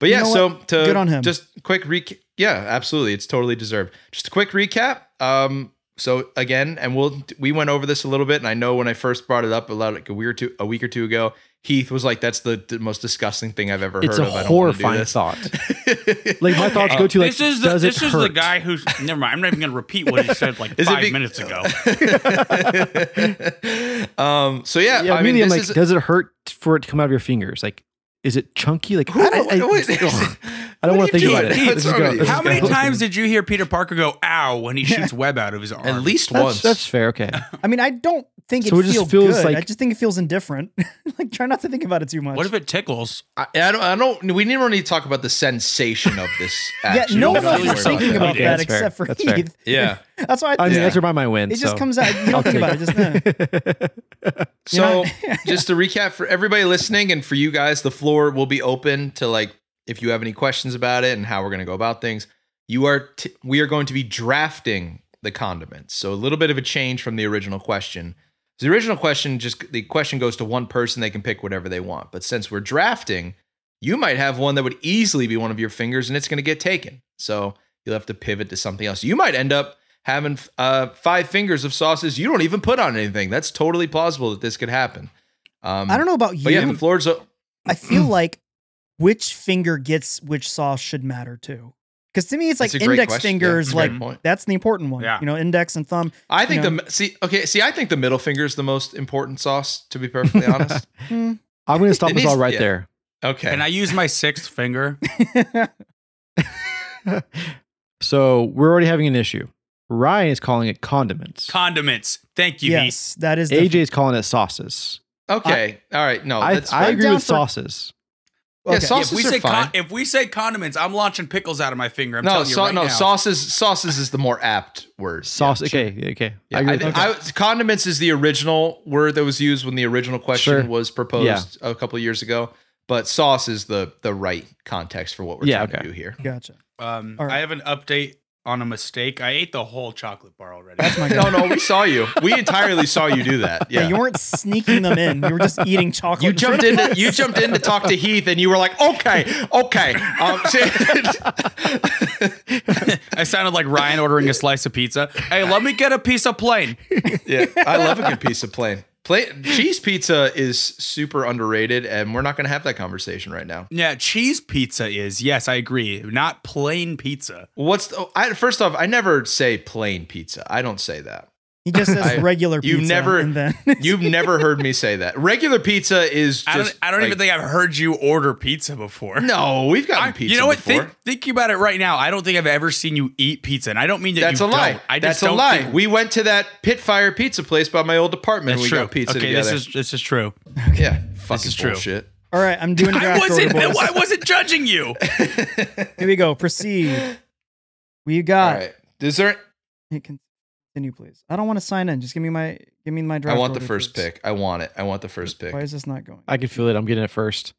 [SPEAKER 2] But
[SPEAKER 1] You
[SPEAKER 2] yeah,
[SPEAKER 1] know
[SPEAKER 2] so to
[SPEAKER 1] Good on him.
[SPEAKER 2] just quick recap. Yeah, absolutely. It's totally deserved. Just a quick recap. Um, so again, and we'll we went over this a little bit, and I know when I first brought it up about like a week or two a week or two ago, Heath was like, "That's the, the most disgusting thing I've ever
[SPEAKER 4] It's
[SPEAKER 2] heard
[SPEAKER 4] a
[SPEAKER 2] of." I don't wanna do
[SPEAKER 4] horrifying
[SPEAKER 2] this."
[SPEAKER 4] thought. Like my
[SPEAKER 2] Uh,
[SPEAKER 4] thoughts go to like,
[SPEAKER 3] Uh, this is the
[SPEAKER 4] does
[SPEAKER 3] this
[SPEAKER 4] it
[SPEAKER 3] is the
[SPEAKER 4] hurt?
[SPEAKER 3] guy who's never mind. I'm not even gonna repeat what he said like
[SPEAKER 2] Is it
[SPEAKER 3] five
[SPEAKER 2] be-
[SPEAKER 3] minutes ago.
[SPEAKER 2] um. So yeah,
[SPEAKER 4] Yeah,
[SPEAKER 2] I mean,
[SPEAKER 4] really, I'm
[SPEAKER 2] this
[SPEAKER 4] like,
[SPEAKER 2] is.
[SPEAKER 4] does it hurt for it to come out of your fingers? Like, is it chunky? Like, I don't, I,
[SPEAKER 2] what-
[SPEAKER 4] ugh, I
[SPEAKER 2] what
[SPEAKER 4] don't want
[SPEAKER 2] are
[SPEAKER 4] to think
[SPEAKER 2] you doing?
[SPEAKER 4] about it.
[SPEAKER 2] What's
[SPEAKER 4] Let's just
[SPEAKER 2] wrong
[SPEAKER 4] go.
[SPEAKER 2] with you?
[SPEAKER 4] Let's
[SPEAKER 3] How
[SPEAKER 4] just
[SPEAKER 3] many
[SPEAKER 4] go.
[SPEAKER 3] times did you hear Peter Parker go "ow" when he shoots web out of his arm?
[SPEAKER 2] At least
[SPEAKER 4] That's,
[SPEAKER 2] once.
[SPEAKER 4] that's fair. Okay.
[SPEAKER 1] I mean, I don't think
[SPEAKER 4] So
[SPEAKER 1] it,
[SPEAKER 4] it just
[SPEAKER 1] feels
[SPEAKER 4] feels
[SPEAKER 1] good. I
[SPEAKER 4] like-
[SPEAKER 1] just think it feels indifferent. like, try not to think about it too much.
[SPEAKER 3] What if it tickles?
[SPEAKER 2] I, I don't. I don't. We don't need to talk about the sensation of this.
[SPEAKER 1] yeah,
[SPEAKER 2] Action.
[SPEAKER 1] no
[SPEAKER 2] We
[SPEAKER 1] one
[SPEAKER 2] don't
[SPEAKER 1] else
[SPEAKER 2] need to
[SPEAKER 1] is
[SPEAKER 2] worry
[SPEAKER 1] thinking
[SPEAKER 3] that.
[SPEAKER 1] about
[SPEAKER 3] Okay,
[SPEAKER 1] that
[SPEAKER 4] that's fair.
[SPEAKER 1] except for
[SPEAKER 4] That's fair.
[SPEAKER 1] Heath.
[SPEAKER 2] Yeah.
[SPEAKER 1] That's why
[SPEAKER 4] I mean,
[SPEAKER 2] Yeah.
[SPEAKER 4] that's where my mind went.
[SPEAKER 1] it just
[SPEAKER 4] so.
[SPEAKER 1] comes out. You don't think about it. Just eh.
[SPEAKER 2] So, just to recap for everybody listening and for you guys, the floor will be open to like if you have any questions about it and how we're going to go about things. You are t- we are going to be drafting the condiments. So, a little bit of a change from the original question. The original question just the question goes to one person, they can pick whatever they want. But since we're drafting, you might have one that would easily be one of your fingers and it's going to get taken. So, you'll have to pivot to something else. You might end up having uh, five fingers of sauces you don't even put on anything. That's totally plausible that this could happen. Um,
[SPEAKER 1] I don't know about you.
[SPEAKER 2] But yeah, the floor's o-
[SPEAKER 1] I feel like which finger gets which sauce should matter too. Because to me, it's like
[SPEAKER 2] That's a great
[SPEAKER 1] index
[SPEAKER 2] question. Yeah, Mm-hmm.
[SPEAKER 1] finger
[SPEAKER 2] that's
[SPEAKER 1] is
[SPEAKER 2] a great
[SPEAKER 1] like
[SPEAKER 2] point.
[SPEAKER 1] that's the important one.
[SPEAKER 3] Yeah.
[SPEAKER 1] You know, index and thumb.
[SPEAKER 2] I think
[SPEAKER 1] you
[SPEAKER 2] the see okay see I think the middle finger is the most important sauce to be perfectly honest.
[SPEAKER 1] Hmm.
[SPEAKER 4] I'm going to stop
[SPEAKER 2] It
[SPEAKER 4] us all
[SPEAKER 2] needs-
[SPEAKER 4] right
[SPEAKER 2] yeah.
[SPEAKER 4] there.
[SPEAKER 2] Okay,
[SPEAKER 3] And I use my sixth finger.
[SPEAKER 4] So we're already having an issue. Ryan is calling it condiments.
[SPEAKER 3] Condiments. Thank you, Heath.
[SPEAKER 1] yes, that is
[SPEAKER 4] AJ is calling it sauces.
[SPEAKER 2] okay, all right. No,
[SPEAKER 4] I,
[SPEAKER 2] Oh, that's
[SPEAKER 4] I
[SPEAKER 2] fine.
[SPEAKER 1] I'm
[SPEAKER 4] agree
[SPEAKER 1] down
[SPEAKER 4] with
[SPEAKER 1] for-
[SPEAKER 4] sauces.
[SPEAKER 2] Yeah,
[SPEAKER 1] okay.
[SPEAKER 2] sauces
[SPEAKER 3] if we
[SPEAKER 2] are
[SPEAKER 3] say
[SPEAKER 2] fine.
[SPEAKER 3] con- if we say condiments, I'm launching pickles out of my finger. I'm
[SPEAKER 2] no,
[SPEAKER 3] telling you
[SPEAKER 2] sau-
[SPEAKER 3] right
[SPEAKER 2] no
[SPEAKER 3] now.
[SPEAKER 2] sauces sauces is the more apt word.
[SPEAKER 4] Sauce.
[SPEAKER 2] Yeah, sure.
[SPEAKER 4] okay. Okay.
[SPEAKER 2] Yeah,
[SPEAKER 4] I
[SPEAKER 2] I
[SPEAKER 4] agree with
[SPEAKER 2] think
[SPEAKER 4] that.
[SPEAKER 2] I, condiments is the original word that was used when the original question
[SPEAKER 4] Sure.
[SPEAKER 2] was proposed a couple of years ago. But sauce is the the right context for what we're
[SPEAKER 4] Yeah,
[SPEAKER 2] trying to
[SPEAKER 4] okay.
[SPEAKER 2] do here.
[SPEAKER 1] Gotcha.
[SPEAKER 3] Um,
[SPEAKER 1] All right.
[SPEAKER 3] I have an update on a mistake. I ate the whole chocolate bar already.
[SPEAKER 4] Oh
[SPEAKER 1] That's my
[SPEAKER 2] No,
[SPEAKER 1] guy.
[SPEAKER 2] no, we saw you. We entirely saw you do that.
[SPEAKER 1] Yeah.
[SPEAKER 2] Yeah,
[SPEAKER 1] you weren't sneaking them in. You were just eating chocolate.
[SPEAKER 2] you
[SPEAKER 1] in front
[SPEAKER 2] jumped
[SPEAKER 1] of
[SPEAKER 2] in.
[SPEAKER 1] us.
[SPEAKER 2] You jumped in to talk to Heath, and you were like, "Okay, okay." Um,
[SPEAKER 3] I sounded like Ryan ordering a slice of pizza. Hey, let me get a piece of plain.
[SPEAKER 2] yeah, I love a good piece of plain. Plain cheese pizza is super underrated, and we're not going to have that conversation right now.
[SPEAKER 3] Yeah, cheese pizza is yes, I agree. Not plain pizza.
[SPEAKER 2] What's the, I, first off? I never say plain pizza. I don't say that.
[SPEAKER 1] He just says
[SPEAKER 2] I-
[SPEAKER 1] regular
[SPEAKER 2] you've
[SPEAKER 1] pizza.
[SPEAKER 2] never-
[SPEAKER 1] And then
[SPEAKER 2] You've never heard me say that. Regular pizza is. Just
[SPEAKER 3] I don't. I don't even
[SPEAKER 2] like-
[SPEAKER 3] think I've heard you order pizza before.
[SPEAKER 2] No, we've gotten
[SPEAKER 3] I,
[SPEAKER 2] pizza.
[SPEAKER 3] you know what?
[SPEAKER 2] Before.
[SPEAKER 3] Think, think about it right now. I don't think I've ever seen you eat pizza, and I don't mean that
[SPEAKER 2] That's a
[SPEAKER 3] you
[SPEAKER 2] lie.
[SPEAKER 3] don't. I just
[SPEAKER 2] That's a
[SPEAKER 3] don't
[SPEAKER 2] lie.
[SPEAKER 3] think-
[SPEAKER 2] we went to that pit fire pizza place by my old apartment.
[SPEAKER 3] that's
[SPEAKER 2] and we
[SPEAKER 3] true.
[SPEAKER 2] got pizza
[SPEAKER 3] okay,
[SPEAKER 2] together.
[SPEAKER 3] this is this is true.
[SPEAKER 2] yeah, fucking
[SPEAKER 3] is true.
[SPEAKER 2] bullshit.
[SPEAKER 1] all right, I'm doing a
[SPEAKER 3] I
[SPEAKER 1] draft order,
[SPEAKER 3] wasn't.
[SPEAKER 1] boys.
[SPEAKER 3] I wasn't judging you.
[SPEAKER 1] Here we go. Proceed. We
[SPEAKER 2] All
[SPEAKER 1] got.
[SPEAKER 2] right. Is there?
[SPEAKER 1] Hey, con- Continue, please. I don't want to sign in. Just give me my give me my
[SPEAKER 2] I
[SPEAKER 1] draft.
[SPEAKER 2] want the
[SPEAKER 1] order,
[SPEAKER 2] first
[SPEAKER 1] please.
[SPEAKER 2] pick. I want it. I want the first pick.
[SPEAKER 1] Why is this not going?
[SPEAKER 4] I can feel it. I'm getting it first.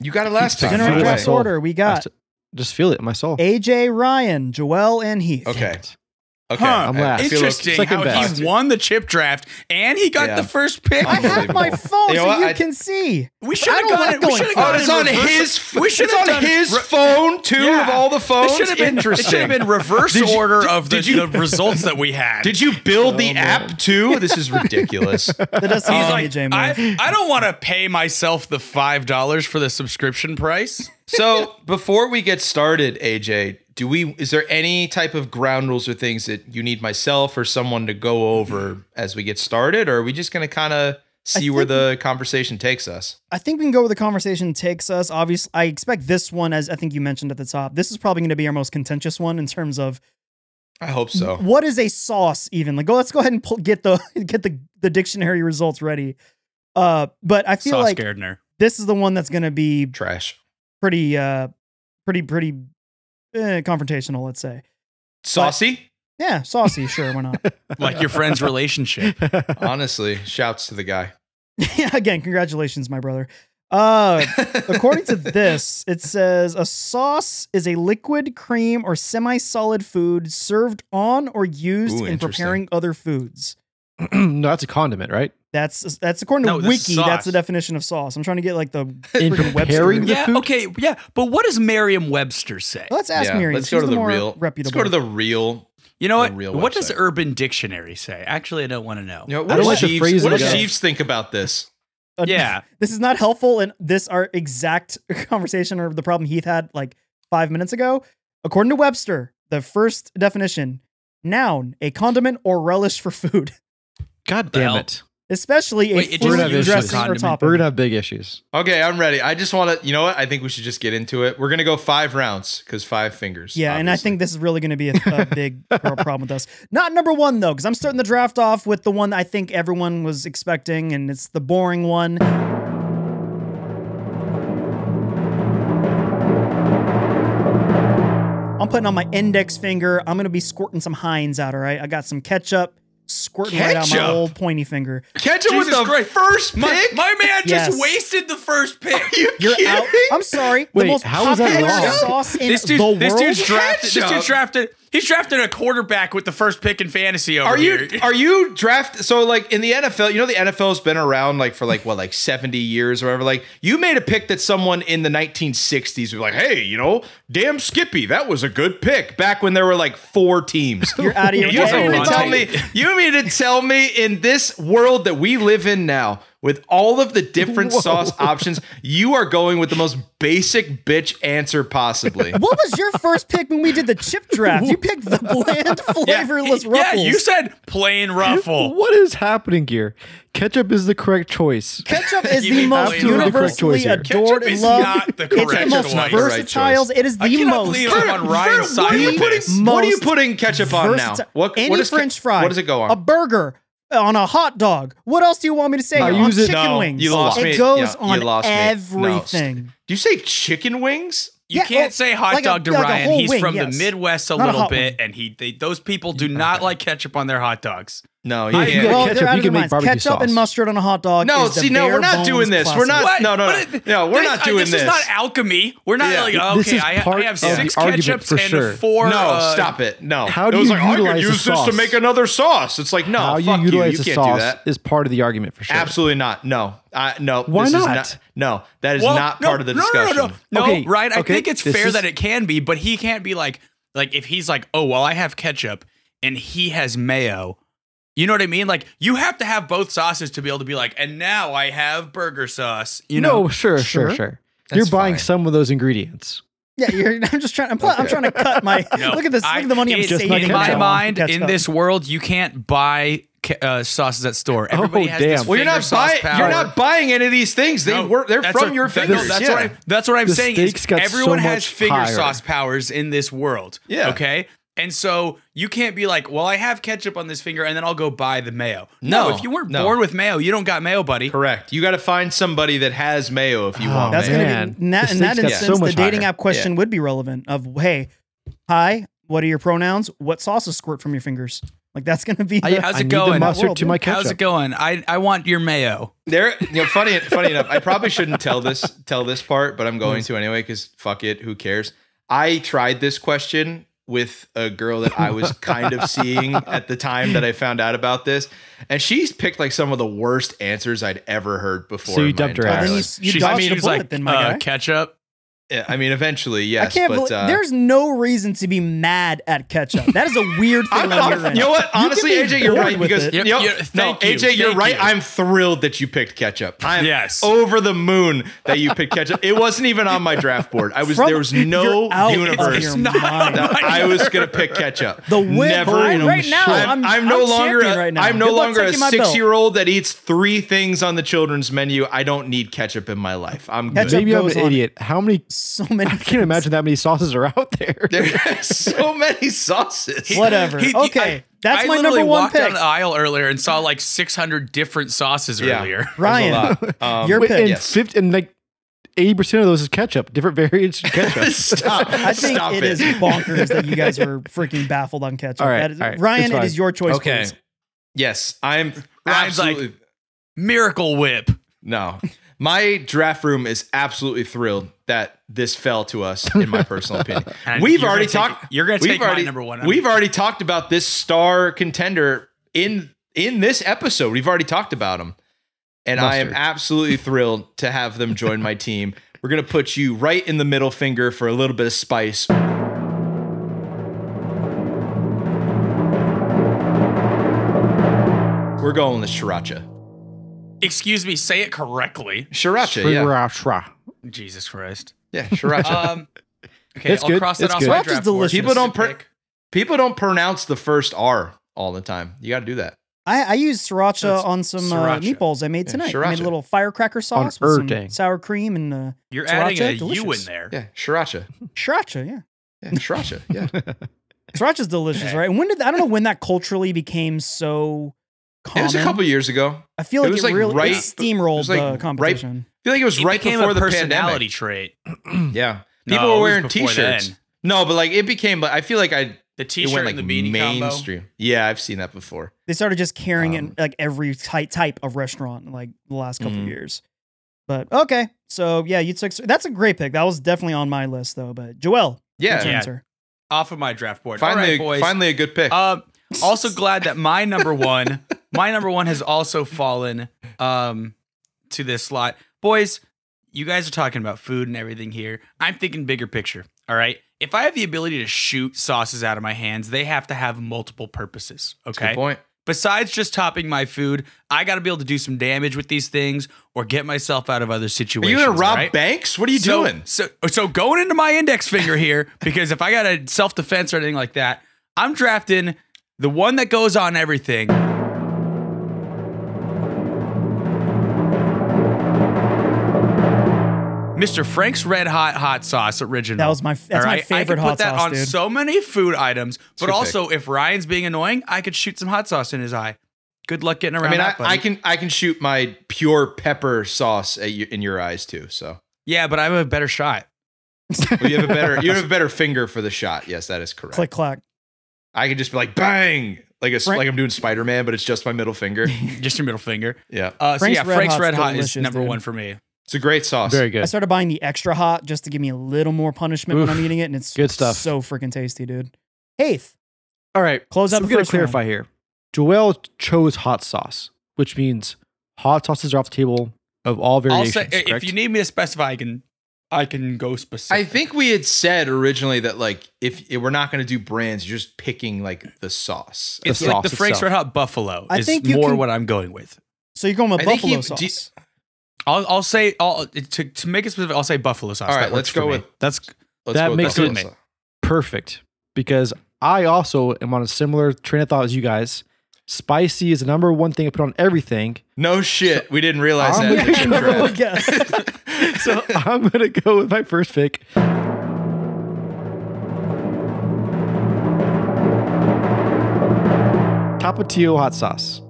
[SPEAKER 2] You got it last
[SPEAKER 4] Pizza
[SPEAKER 2] time.
[SPEAKER 4] General
[SPEAKER 1] Generate
[SPEAKER 2] by the
[SPEAKER 4] feel my
[SPEAKER 1] draft
[SPEAKER 2] way.
[SPEAKER 4] soul.
[SPEAKER 1] order. We
[SPEAKER 4] I
[SPEAKER 1] got
[SPEAKER 4] s- just feel it in my soul.
[SPEAKER 1] AJ Ryan, Joel, and Heath.
[SPEAKER 2] Okay.
[SPEAKER 4] It's
[SPEAKER 2] Okay.
[SPEAKER 3] Huh.
[SPEAKER 4] I'm last.
[SPEAKER 2] I feel okay.
[SPEAKER 3] Interesting
[SPEAKER 4] Second
[SPEAKER 3] how
[SPEAKER 4] best.
[SPEAKER 3] he won the chip draft and he got
[SPEAKER 2] Yeah.
[SPEAKER 3] the first pick.
[SPEAKER 1] I have my
[SPEAKER 2] Unbelievable.
[SPEAKER 1] phone
[SPEAKER 2] You know
[SPEAKER 1] so
[SPEAKER 2] what?
[SPEAKER 1] you
[SPEAKER 2] I-
[SPEAKER 1] can see.
[SPEAKER 3] We should have
[SPEAKER 1] don't
[SPEAKER 3] gone.
[SPEAKER 1] like
[SPEAKER 3] it- We
[SPEAKER 1] going
[SPEAKER 3] should have
[SPEAKER 2] Oh,
[SPEAKER 3] gone.
[SPEAKER 2] it's
[SPEAKER 3] in
[SPEAKER 2] on
[SPEAKER 3] reverse-
[SPEAKER 2] his. ph-
[SPEAKER 3] We should
[SPEAKER 2] it's
[SPEAKER 3] have
[SPEAKER 2] on
[SPEAKER 3] done
[SPEAKER 2] his
[SPEAKER 3] re-
[SPEAKER 2] phone too.
[SPEAKER 3] Yeah.
[SPEAKER 2] Of all the phones,
[SPEAKER 3] This should have been. It
[SPEAKER 2] interesting.
[SPEAKER 3] should have been reverse
[SPEAKER 2] Did you-
[SPEAKER 3] order of the,
[SPEAKER 2] did you-
[SPEAKER 3] the results that we had.
[SPEAKER 2] Did you build the
[SPEAKER 4] Oh, man.
[SPEAKER 2] app too? This is ridiculous.
[SPEAKER 1] That does sound
[SPEAKER 3] He's
[SPEAKER 1] like
[SPEAKER 3] like,
[SPEAKER 1] AJ. man.
[SPEAKER 3] I, I don't want to pay myself the five dollars for the subscription price.
[SPEAKER 2] so before we get started, AJ, do we? Is there any type of ground rules or things that you need myself or someone to go over as we get started, or are we just going to kind of see where the conversation takes us?
[SPEAKER 1] I think we can go where the conversation takes us. Obviously, I expect this one, as I think you mentioned at the top, this is probably going to be our most contentious one in terms of
[SPEAKER 2] I hope so.
[SPEAKER 1] what is a sauce even. Like, go, let's go ahead and pull, get the get the the dictionary results ready. Uh, but I feel
[SPEAKER 3] Sauce
[SPEAKER 1] like
[SPEAKER 3] Gardner.
[SPEAKER 1] this is the one that's going to be
[SPEAKER 2] Trash.
[SPEAKER 1] pretty, uh, pretty, pretty eh, confrontational. Let's say,
[SPEAKER 2] Saucy.
[SPEAKER 1] yeah, saucy. Sure, why not?
[SPEAKER 3] Like your friend's relationship.
[SPEAKER 2] Honestly, shouts to the guy.
[SPEAKER 1] Yeah, again, congratulations, my brother. Uh, according to this, it says a sauce is a liquid, cream, or semi solid food served on or used
[SPEAKER 2] Ooh,
[SPEAKER 1] in
[SPEAKER 2] interesting.
[SPEAKER 1] preparing other foods.
[SPEAKER 4] no, that's a condiment, right?
[SPEAKER 1] That's that's according to
[SPEAKER 3] No, that's
[SPEAKER 1] Wiki.
[SPEAKER 3] sauce.
[SPEAKER 1] That's the definition of sauce. I'm trying to get like the
[SPEAKER 4] In
[SPEAKER 1] freaking
[SPEAKER 4] preparing
[SPEAKER 1] Webster.
[SPEAKER 4] the
[SPEAKER 3] yeah,
[SPEAKER 4] food?
[SPEAKER 3] okay, yeah. But what does Merriam-Webster say?
[SPEAKER 1] Let's ask
[SPEAKER 2] yeah,
[SPEAKER 1] Miriam.
[SPEAKER 2] let's go to
[SPEAKER 1] She's
[SPEAKER 2] the,
[SPEAKER 1] more
[SPEAKER 2] real.
[SPEAKER 1] reputable.
[SPEAKER 2] Let's go to the real.
[SPEAKER 3] You know
[SPEAKER 2] The
[SPEAKER 3] what?
[SPEAKER 2] real
[SPEAKER 3] What does
[SPEAKER 2] website.
[SPEAKER 3] Urban Dictionary say? Actually, I don't want to know.
[SPEAKER 2] You know,
[SPEAKER 4] I
[SPEAKER 2] what
[SPEAKER 4] don't
[SPEAKER 2] does
[SPEAKER 4] like the
[SPEAKER 2] Jeeves-
[SPEAKER 4] phrase
[SPEAKER 2] what
[SPEAKER 1] of
[SPEAKER 2] does
[SPEAKER 1] it.
[SPEAKER 2] Jeeves think about this?
[SPEAKER 1] Uh,
[SPEAKER 3] Yeah.
[SPEAKER 1] this is not helpful in this our exact conversation or the problem Heath had like five minutes ago. According to Webster, the first definition: noun, a condiment or relish for food,
[SPEAKER 4] God
[SPEAKER 3] The
[SPEAKER 4] damn
[SPEAKER 3] hell?
[SPEAKER 4] it.
[SPEAKER 1] especially a
[SPEAKER 3] Wait, it
[SPEAKER 4] just
[SPEAKER 1] fruit
[SPEAKER 4] used
[SPEAKER 1] dressing or
[SPEAKER 3] condiment.
[SPEAKER 1] topping.
[SPEAKER 4] We're gonna have big issues.
[SPEAKER 2] Okay, I'm ready. I just want to. You know what? I think we should just get into it. We're gonna go five rounds because five fingers.
[SPEAKER 1] Yeah, and I
[SPEAKER 2] obviously.
[SPEAKER 1] think this is really going to be a, a big pro- problem with us. Not number one though, because I'm starting the draft off with the one I think everyone was expecting, and it's the boring one. I'm putting on my index finger. I'm going to be squirting some Heinz out. All right, I got some ketchup squirting right out my
[SPEAKER 2] Ketchup?
[SPEAKER 1] old pointy finger.
[SPEAKER 2] Ketchup was
[SPEAKER 3] Jesus
[SPEAKER 2] the
[SPEAKER 3] Christ.
[SPEAKER 2] first pick.
[SPEAKER 3] My, my man
[SPEAKER 1] Yes.
[SPEAKER 3] just wasted the first pick.
[SPEAKER 2] you
[SPEAKER 1] You're
[SPEAKER 2] kidding?
[SPEAKER 1] out. I'm sorry.
[SPEAKER 4] Wait,
[SPEAKER 1] the most
[SPEAKER 4] how is that
[SPEAKER 1] popular
[SPEAKER 4] wrong?
[SPEAKER 1] sauce in
[SPEAKER 3] This dude,
[SPEAKER 1] the
[SPEAKER 3] this
[SPEAKER 1] world.
[SPEAKER 3] dude's drafted. This
[SPEAKER 2] Ketchup.
[SPEAKER 3] dude's drafted. He's drafted a quarterback with the first pick in fantasy over
[SPEAKER 2] Are you
[SPEAKER 3] here.
[SPEAKER 2] are you draft so like in the NFL, you know the NFL's been around like for like what like 70 years or whatever. Like you made a pick that someone in the 1960s was like, "Hey, you know, damn Skippy, that was a good pick." Back when there were like four teams.
[SPEAKER 1] You're out of your
[SPEAKER 2] You mean
[SPEAKER 1] head.
[SPEAKER 2] to
[SPEAKER 3] Everyone.
[SPEAKER 2] tell me? You mean to tell me in this world that we live in now, with all of the different sauce options, you are going with the most basic bitch answer possibly?
[SPEAKER 1] What was your first pick when we did the chip draft? You picked the bland, flavorless
[SPEAKER 3] yeah,
[SPEAKER 1] ruffles.
[SPEAKER 3] you said plain ruffle.
[SPEAKER 4] What is happening here? Ketchup is the correct choice.
[SPEAKER 1] ketchup is
[SPEAKER 3] You
[SPEAKER 1] the
[SPEAKER 3] mean
[SPEAKER 1] most
[SPEAKER 3] absolutely the correct
[SPEAKER 1] universally
[SPEAKER 4] choice here.
[SPEAKER 1] adored
[SPEAKER 3] Ketchup
[SPEAKER 1] and
[SPEAKER 3] is
[SPEAKER 1] loved.
[SPEAKER 3] not the
[SPEAKER 1] it's the
[SPEAKER 3] correct
[SPEAKER 1] most
[SPEAKER 3] choice.
[SPEAKER 1] versatile. it is the
[SPEAKER 3] I cannot
[SPEAKER 1] most.
[SPEAKER 3] believe I'm on Ryan's
[SPEAKER 2] What
[SPEAKER 3] side.
[SPEAKER 2] are you
[SPEAKER 3] with
[SPEAKER 2] putting?
[SPEAKER 3] this.
[SPEAKER 2] What are you
[SPEAKER 1] Most
[SPEAKER 2] putting ketchup on now?
[SPEAKER 1] versatile-
[SPEAKER 2] What,
[SPEAKER 1] Any
[SPEAKER 2] what is
[SPEAKER 1] French fry?
[SPEAKER 2] What does it go on?
[SPEAKER 1] A burger. On a hot dog. What else do you want me to say?
[SPEAKER 4] No,
[SPEAKER 1] on
[SPEAKER 4] use it-
[SPEAKER 1] chicken
[SPEAKER 2] No,
[SPEAKER 1] wings.
[SPEAKER 2] you lost
[SPEAKER 1] it
[SPEAKER 2] me.
[SPEAKER 1] goes
[SPEAKER 2] Yeah, you
[SPEAKER 1] on
[SPEAKER 2] lost me. No,
[SPEAKER 1] everything.
[SPEAKER 2] Do you say chicken wings?
[SPEAKER 3] You
[SPEAKER 1] Yeah,
[SPEAKER 3] can't
[SPEAKER 1] well,
[SPEAKER 3] say hot
[SPEAKER 1] like a-
[SPEAKER 3] dog to
[SPEAKER 1] like a
[SPEAKER 3] Ryan.
[SPEAKER 1] whole
[SPEAKER 3] He's
[SPEAKER 1] wing,
[SPEAKER 3] from
[SPEAKER 1] yes.
[SPEAKER 3] the Midwest a
[SPEAKER 1] Not a
[SPEAKER 3] little
[SPEAKER 1] hot
[SPEAKER 3] bit,
[SPEAKER 1] wing.
[SPEAKER 3] and he they, those people do not like ketchup on their hot dogs.
[SPEAKER 2] No,
[SPEAKER 4] I-
[SPEAKER 2] you
[SPEAKER 4] Yeah,
[SPEAKER 1] well,
[SPEAKER 2] can't.
[SPEAKER 4] ketchup,
[SPEAKER 1] they're out
[SPEAKER 4] you
[SPEAKER 1] of their
[SPEAKER 4] can make
[SPEAKER 1] minds.
[SPEAKER 4] barbecue
[SPEAKER 1] Ketchup and
[SPEAKER 4] sauce.
[SPEAKER 1] mustard on a hot dog.
[SPEAKER 2] No,
[SPEAKER 1] is the
[SPEAKER 2] see, no,
[SPEAKER 1] bare
[SPEAKER 2] we're not
[SPEAKER 1] bones
[SPEAKER 2] doing this. We're
[SPEAKER 1] classic.
[SPEAKER 2] not- no, no,
[SPEAKER 3] What
[SPEAKER 2] no.
[SPEAKER 3] is-
[SPEAKER 2] No, we're not doing
[SPEAKER 3] This is
[SPEAKER 2] this.
[SPEAKER 3] not alchemy. We're not
[SPEAKER 2] Yeah.
[SPEAKER 3] like
[SPEAKER 4] This
[SPEAKER 3] oh, okay.
[SPEAKER 4] is
[SPEAKER 3] I, I
[SPEAKER 4] part
[SPEAKER 3] have
[SPEAKER 4] of
[SPEAKER 3] six
[SPEAKER 4] the argument
[SPEAKER 3] ketchups
[SPEAKER 4] for
[SPEAKER 3] and
[SPEAKER 4] sure.
[SPEAKER 3] four.
[SPEAKER 2] No,
[SPEAKER 3] uh,
[SPEAKER 2] stop it. No.
[SPEAKER 4] How do
[SPEAKER 2] it was
[SPEAKER 4] you
[SPEAKER 2] like, I could
[SPEAKER 4] utilize the
[SPEAKER 2] use this to
[SPEAKER 4] sauce?
[SPEAKER 2] make another sauce. It's like, no, oh,
[SPEAKER 4] How
[SPEAKER 2] fuck
[SPEAKER 4] you
[SPEAKER 2] you. You,
[SPEAKER 4] utilize the
[SPEAKER 2] can't do
[SPEAKER 4] sauce
[SPEAKER 2] that.
[SPEAKER 4] is part of the argument for sure.
[SPEAKER 2] Absolutely not. No. I no.
[SPEAKER 4] Why
[SPEAKER 2] this is
[SPEAKER 4] not?
[SPEAKER 2] no, that is
[SPEAKER 3] Well,
[SPEAKER 2] not
[SPEAKER 3] no,
[SPEAKER 2] part of the
[SPEAKER 3] no,
[SPEAKER 2] discussion.
[SPEAKER 3] No, no, no, no.
[SPEAKER 4] Okay,
[SPEAKER 3] no Ryan, I
[SPEAKER 4] okay,
[SPEAKER 3] think it's
[SPEAKER 4] this
[SPEAKER 3] fair
[SPEAKER 4] is-
[SPEAKER 3] that it can be, but he can't be like like if he's like, oh well, I have ketchup and he has mayo. You know what I mean? Like you have to have both sauces to be able to be like, and now I have burger sauce. You know,
[SPEAKER 4] no, sure, sure,
[SPEAKER 1] Sure.
[SPEAKER 4] sure. You're
[SPEAKER 2] That's
[SPEAKER 4] buying
[SPEAKER 2] fine.
[SPEAKER 4] some of those ingredients.
[SPEAKER 1] Yeah, you're, I'm just trying. I'm, pl- I'm trying to cut my.
[SPEAKER 3] No,
[SPEAKER 1] look at this.
[SPEAKER 3] I-
[SPEAKER 1] look at the money I'm
[SPEAKER 3] it's-
[SPEAKER 4] just not
[SPEAKER 1] saving.
[SPEAKER 4] Ketchup.
[SPEAKER 3] In my
[SPEAKER 4] on
[SPEAKER 3] mind, in
[SPEAKER 1] Ketchup.
[SPEAKER 3] this world, you can't buy ca- uh, sauces at store.
[SPEAKER 1] Oh,
[SPEAKER 3] Everybody has this
[SPEAKER 4] damn. Well,
[SPEAKER 2] Well, you're
[SPEAKER 3] finger
[SPEAKER 2] not
[SPEAKER 3] sauce
[SPEAKER 2] buying.
[SPEAKER 3] power.
[SPEAKER 2] You're not buying any of these things. They
[SPEAKER 3] No,
[SPEAKER 2] were. They're
[SPEAKER 3] that's
[SPEAKER 2] from
[SPEAKER 3] a-
[SPEAKER 2] your
[SPEAKER 3] that-
[SPEAKER 2] fingers.
[SPEAKER 3] No, that's
[SPEAKER 2] yeah.
[SPEAKER 3] what I, that's what I'm
[SPEAKER 4] The
[SPEAKER 3] saying. Is
[SPEAKER 4] stakes got so
[SPEAKER 3] everyone has
[SPEAKER 4] much
[SPEAKER 3] finger
[SPEAKER 4] higher.
[SPEAKER 3] sauce powers in this world.
[SPEAKER 2] Yeah.
[SPEAKER 3] Okay. And so you can't be like, well, I have ketchup on this finger, and then I'll go buy the mayo.
[SPEAKER 2] No,
[SPEAKER 3] if you weren't
[SPEAKER 2] no.
[SPEAKER 3] born with mayo, you don't got mayo, buddy.
[SPEAKER 2] Correct. You got to find somebody that has mayo if you
[SPEAKER 4] Oh,
[SPEAKER 2] want.
[SPEAKER 1] That's
[SPEAKER 2] mayo.
[SPEAKER 1] going to
[SPEAKER 4] Man,
[SPEAKER 1] be in that,
[SPEAKER 4] the
[SPEAKER 1] in that
[SPEAKER 4] stakes got so
[SPEAKER 1] instance, the
[SPEAKER 4] much
[SPEAKER 1] dating
[SPEAKER 4] higher.
[SPEAKER 1] app question would be relevant. Of hey, hi, what are your pronouns? What sauces squirt from your fingers? Like that's going to be. the-
[SPEAKER 3] how's
[SPEAKER 4] I
[SPEAKER 3] it
[SPEAKER 4] need
[SPEAKER 3] going?
[SPEAKER 4] The mustard
[SPEAKER 1] World,
[SPEAKER 4] to my ketchup.
[SPEAKER 3] How's it going? I, I want your mayo.
[SPEAKER 2] There, you know, funny, funny enough, I probably shouldn't tell this tell this part, but I'm going
[SPEAKER 4] Mm.
[SPEAKER 2] to anyway because fuck it, who cares? I tried this question with a girl that I was kind of seeing at the time that I found out about this, and she's picked like some of the worst answers I'd ever heard before.
[SPEAKER 4] So you
[SPEAKER 2] in my
[SPEAKER 4] dumped her
[SPEAKER 2] entire
[SPEAKER 1] Well, then you,
[SPEAKER 2] life.
[SPEAKER 1] s- you
[SPEAKER 3] She's-
[SPEAKER 1] dodged
[SPEAKER 3] I mean,
[SPEAKER 1] a
[SPEAKER 3] he's
[SPEAKER 1] bullet,
[SPEAKER 3] like,
[SPEAKER 1] then my
[SPEAKER 3] uh,
[SPEAKER 1] guy.
[SPEAKER 3] ketchup.
[SPEAKER 2] Yeah, I mean, eventually, yes.
[SPEAKER 1] I can't
[SPEAKER 2] but,
[SPEAKER 1] believe
[SPEAKER 2] uh,
[SPEAKER 1] there's no reason to be mad at ketchup. That is a weird thing.
[SPEAKER 2] I'm
[SPEAKER 1] on your
[SPEAKER 2] not,
[SPEAKER 1] end.
[SPEAKER 2] you know what?
[SPEAKER 1] can
[SPEAKER 2] Honestly,
[SPEAKER 1] be
[SPEAKER 2] AJ, you're
[SPEAKER 1] bored
[SPEAKER 2] right
[SPEAKER 1] with
[SPEAKER 2] because
[SPEAKER 1] it.
[SPEAKER 2] you
[SPEAKER 3] Yep,
[SPEAKER 2] know,
[SPEAKER 3] you're-
[SPEAKER 2] no,
[SPEAKER 3] thank you,
[SPEAKER 2] AJ, you're
[SPEAKER 3] thank
[SPEAKER 2] right.
[SPEAKER 3] you.
[SPEAKER 2] I'm thrilled that you picked ketchup. I'm
[SPEAKER 3] Yes.
[SPEAKER 2] over the moon that you picked ketchup. It wasn't even on my draft board. I was
[SPEAKER 1] From-
[SPEAKER 2] there was no
[SPEAKER 1] you're out of
[SPEAKER 2] universe
[SPEAKER 1] your
[SPEAKER 2] that
[SPEAKER 1] mind.
[SPEAKER 2] I was gonna pick ketchup.
[SPEAKER 1] The win
[SPEAKER 2] Never.
[SPEAKER 1] I,
[SPEAKER 4] in
[SPEAKER 1] right
[SPEAKER 4] them
[SPEAKER 1] now.
[SPEAKER 4] shit.
[SPEAKER 2] I'm,
[SPEAKER 1] I'm,
[SPEAKER 2] I'm no
[SPEAKER 1] I'm
[SPEAKER 2] longer
[SPEAKER 1] champion
[SPEAKER 2] a-
[SPEAKER 1] right now.
[SPEAKER 2] I'm no
[SPEAKER 1] Good luck
[SPEAKER 2] longer a
[SPEAKER 1] taking my
[SPEAKER 2] six
[SPEAKER 1] belt.
[SPEAKER 2] year old that eats three things on the children's menu. I don't need ketchup in my life. I'm good.
[SPEAKER 1] Ketchup
[SPEAKER 4] Maybe I'm
[SPEAKER 1] goes
[SPEAKER 4] an
[SPEAKER 1] on
[SPEAKER 4] idiot. How many?
[SPEAKER 1] So many.
[SPEAKER 4] I can't imagine that many sauces are out there.
[SPEAKER 2] There's so many sauces.
[SPEAKER 1] Whatever.
[SPEAKER 3] He- he-
[SPEAKER 1] okay,
[SPEAKER 3] I-
[SPEAKER 1] that's
[SPEAKER 3] I
[SPEAKER 1] my
[SPEAKER 3] literally
[SPEAKER 1] number one
[SPEAKER 3] walked
[SPEAKER 1] pick.
[SPEAKER 3] down the aisle earlier and saw like 600 different sauces
[SPEAKER 2] Yeah.
[SPEAKER 3] earlier.
[SPEAKER 2] There's a
[SPEAKER 1] Ryan,
[SPEAKER 2] lot. Um,
[SPEAKER 1] your
[SPEAKER 4] Wait,
[SPEAKER 1] pick.
[SPEAKER 4] and
[SPEAKER 2] Yes.
[SPEAKER 4] fifty and like eighty percent of those is ketchup. Different variants of ketchup.
[SPEAKER 2] Stop.
[SPEAKER 1] I think
[SPEAKER 2] Stop
[SPEAKER 1] it is bonkers that you guys were freaking baffled on ketchup.
[SPEAKER 4] All right,
[SPEAKER 1] That is-
[SPEAKER 4] all right,
[SPEAKER 1] Ryan,
[SPEAKER 4] it's
[SPEAKER 1] it
[SPEAKER 4] fine.
[SPEAKER 1] is your choice.
[SPEAKER 2] Okay.
[SPEAKER 1] please.
[SPEAKER 2] Yes, I'm
[SPEAKER 3] Ryan's like-
[SPEAKER 2] absolutely
[SPEAKER 3] Miracle Whip.
[SPEAKER 2] no. My draft room is absolutely thrilled that this fell to us, in my personal opinion.
[SPEAKER 3] And
[SPEAKER 2] we've
[SPEAKER 3] you're
[SPEAKER 2] already
[SPEAKER 3] gonna take-
[SPEAKER 2] talked.
[SPEAKER 3] you're gonna
[SPEAKER 2] we've
[SPEAKER 3] take my
[SPEAKER 2] already-
[SPEAKER 3] number one.
[SPEAKER 2] We've already talked about this star contender in in this episode. We've already talked about them. And I am
[SPEAKER 4] Mustard.
[SPEAKER 2] absolutely thrilled to have them join my team. We're going to put you right in the middle finger for a little bit of spice. We're going with Sriracha.
[SPEAKER 3] Excuse me, say it correctly.
[SPEAKER 2] Sriracha, yeah.
[SPEAKER 4] Sriracha.
[SPEAKER 3] Jesus Christ.
[SPEAKER 2] Yeah, Sriracha.
[SPEAKER 3] Um, okay,
[SPEAKER 4] It's
[SPEAKER 3] I'll
[SPEAKER 4] good,
[SPEAKER 3] cross that
[SPEAKER 4] it's
[SPEAKER 3] off
[SPEAKER 4] good.
[SPEAKER 3] my
[SPEAKER 1] Sriracha's
[SPEAKER 3] draft.
[SPEAKER 1] delicious.
[SPEAKER 2] People don't per-
[SPEAKER 3] pick.
[SPEAKER 2] People don't pronounce the first R all the time. You got to do that.
[SPEAKER 1] I, I used sriracha
[SPEAKER 3] That's
[SPEAKER 1] on some uh,
[SPEAKER 3] sriracha.
[SPEAKER 1] meatballs I made
[SPEAKER 2] Yeah,
[SPEAKER 1] tonight. I made
[SPEAKER 2] sriracha.
[SPEAKER 1] a little firecracker sauce with some
[SPEAKER 4] Erdang.
[SPEAKER 1] sour cream and uh,
[SPEAKER 3] You're
[SPEAKER 1] Sriracha,
[SPEAKER 3] adding a U
[SPEAKER 1] delicious.
[SPEAKER 3] in there.
[SPEAKER 2] Yeah, Sriracha.
[SPEAKER 1] sriracha. Yeah,
[SPEAKER 2] Yeah, Sriracha. Yeah.
[SPEAKER 1] sriracha's delicious,
[SPEAKER 3] Okay.
[SPEAKER 1] right? And when did I don't know when that culturally became so
[SPEAKER 2] It
[SPEAKER 1] common?
[SPEAKER 2] was a couple years ago.
[SPEAKER 1] I
[SPEAKER 2] I
[SPEAKER 1] feel
[SPEAKER 2] it
[SPEAKER 1] like it,
[SPEAKER 2] was, like,
[SPEAKER 1] really it
[SPEAKER 2] right-
[SPEAKER 1] steamrolled
[SPEAKER 2] it was, like,
[SPEAKER 1] the
[SPEAKER 2] right-
[SPEAKER 1] competition.
[SPEAKER 2] feel like it was
[SPEAKER 3] It
[SPEAKER 2] right
[SPEAKER 3] became
[SPEAKER 2] before
[SPEAKER 3] a
[SPEAKER 2] the
[SPEAKER 3] personality
[SPEAKER 2] pandemic.
[SPEAKER 3] trait.
[SPEAKER 2] Yeah.
[SPEAKER 3] No,
[SPEAKER 2] People
[SPEAKER 3] it
[SPEAKER 2] were
[SPEAKER 3] was
[SPEAKER 2] wearing
[SPEAKER 3] before
[SPEAKER 2] t-shirts.
[SPEAKER 3] then.
[SPEAKER 2] No, but like it became like I feel like I
[SPEAKER 3] The
[SPEAKER 2] it
[SPEAKER 3] T-shirt
[SPEAKER 2] went like
[SPEAKER 3] and the beanie combo.
[SPEAKER 2] mainstream. Yeah, I've seen that before.
[SPEAKER 1] They started just carrying it in
[SPEAKER 2] Um,
[SPEAKER 1] like every type type of restaurant in, like the last couple
[SPEAKER 2] Mhm.
[SPEAKER 1] years. But okay, so yeah, you took that's a great pick. That was definitely on my list though. But Joel,
[SPEAKER 2] Yeah.
[SPEAKER 1] your turn,
[SPEAKER 3] Yeah.
[SPEAKER 1] sir.
[SPEAKER 3] off of my draft board. All
[SPEAKER 2] Finally
[SPEAKER 3] right, boys.
[SPEAKER 2] finally a good pick.
[SPEAKER 3] Um, also glad that my number one, my number one has also fallen um to this slot. Boys, you guys are talking about food and everything here. I'm thinking bigger picture. All right. If I have the ability to shoot sauces out of my hands, they have to have multiple purposes.
[SPEAKER 2] That's a
[SPEAKER 3] Okay
[SPEAKER 2] Good point.
[SPEAKER 3] besides just topping my food, I got to be able to do some damage with these things or get myself out of other
[SPEAKER 2] Are
[SPEAKER 3] situations.
[SPEAKER 2] you gonna rob
[SPEAKER 3] right?
[SPEAKER 2] banks? What are you
[SPEAKER 3] so,
[SPEAKER 2] doing?
[SPEAKER 3] So, so going into my index finger here, because if I got a self defense or anything like that, I'm drafting the one that goes on everything. Mr. Frank's Red Hot Hot Sauce original.
[SPEAKER 1] That was my- that's my
[SPEAKER 3] All
[SPEAKER 1] favorite
[SPEAKER 3] I could
[SPEAKER 1] hot
[SPEAKER 3] put that
[SPEAKER 1] sauce,
[SPEAKER 3] on
[SPEAKER 1] dude.
[SPEAKER 3] so many food items,
[SPEAKER 2] good
[SPEAKER 3] but
[SPEAKER 2] pick.
[SPEAKER 3] also if Ryan's being annoying, I could shoot some hot sauce in his eye. Good luck getting around
[SPEAKER 2] I mean, I,
[SPEAKER 3] that, buddy.
[SPEAKER 2] I can I can shoot my pure pepper sauce at you, in your eyes too. So
[SPEAKER 3] yeah, but I have a better shot.
[SPEAKER 2] Well, you have a better you have a better finger for the shot. Yes, that is correct.
[SPEAKER 1] Click clack.
[SPEAKER 2] I can just be like bang, like a,
[SPEAKER 1] Frank-
[SPEAKER 2] like I'm doing Spider Man, but it's just my middle finger.
[SPEAKER 3] Just your middle finger.
[SPEAKER 2] yeah,
[SPEAKER 3] Uh, so
[SPEAKER 1] Frank's
[SPEAKER 3] yeah,
[SPEAKER 1] Red
[SPEAKER 3] Frank's
[SPEAKER 1] Hot's
[SPEAKER 3] Red Hot is
[SPEAKER 1] delicious,
[SPEAKER 3] number
[SPEAKER 1] dude.
[SPEAKER 3] one for me.
[SPEAKER 2] it's a great sauce.
[SPEAKER 4] Very
[SPEAKER 1] I
[SPEAKER 4] good.
[SPEAKER 1] started buying the extra hot just to give me a little more punishment when
[SPEAKER 4] Oof.
[SPEAKER 1] I'm eating it, and it's
[SPEAKER 4] Good stuff.
[SPEAKER 1] So freaking tasty, dude. Eighth,
[SPEAKER 4] All right.
[SPEAKER 1] close
[SPEAKER 4] So
[SPEAKER 1] out
[SPEAKER 4] I'm
[SPEAKER 1] the
[SPEAKER 4] going
[SPEAKER 1] first
[SPEAKER 4] to clarify
[SPEAKER 1] round.
[SPEAKER 4] here. Joel chose hot sauce, which means hot sauces are off the table of all
[SPEAKER 3] I'll
[SPEAKER 4] variations.
[SPEAKER 3] say if
[SPEAKER 4] correct?
[SPEAKER 3] you need me to specify, I can I can go
[SPEAKER 2] I
[SPEAKER 3] specific.
[SPEAKER 2] think we had said originally that like if, if we're not going to do brands, you're just picking like the sauce.
[SPEAKER 3] it's
[SPEAKER 4] the
[SPEAKER 3] like the
[SPEAKER 4] sauce
[SPEAKER 3] Frank's
[SPEAKER 4] itself.
[SPEAKER 3] Red Hot Buffalo
[SPEAKER 1] I
[SPEAKER 3] is
[SPEAKER 1] think you
[SPEAKER 3] more
[SPEAKER 1] can-
[SPEAKER 3] what I'm going with.
[SPEAKER 1] So you're going with
[SPEAKER 2] I think
[SPEAKER 1] buffalo
[SPEAKER 2] he-
[SPEAKER 1] sauce.
[SPEAKER 2] do you-
[SPEAKER 3] I'll I'll say I'll to to make it specific. I'll say buffalo sauce.
[SPEAKER 2] All right,
[SPEAKER 3] That works
[SPEAKER 2] let's go
[SPEAKER 3] for me.
[SPEAKER 2] with-
[SPEAKER 3] that's
[SPEAKER 2] Let's
[SPEAKER 4] That
[SPEAKER 2] with
[SPEAKER 4] makes
[SPEAKER 2] buffalo
[SPEAKER 3] it-
[SPEAKER 2] sauce.
[SPEAKER 4] perfect because I also am on a similar train of thought as you guys. Spicy is the number one thing I put on everything.
[SPEAKER 2] No shit, we didn't realize
[SPEAKER 4] I'm
[SPEAKER 2] that. in the
[SPEAKER 4] gonna go
[SPEAKER 2] draft.
[SPEAKER 1] guess.
[SPEAKER 4] So I'm gonna go with my first pick. Tapatio hot sauce.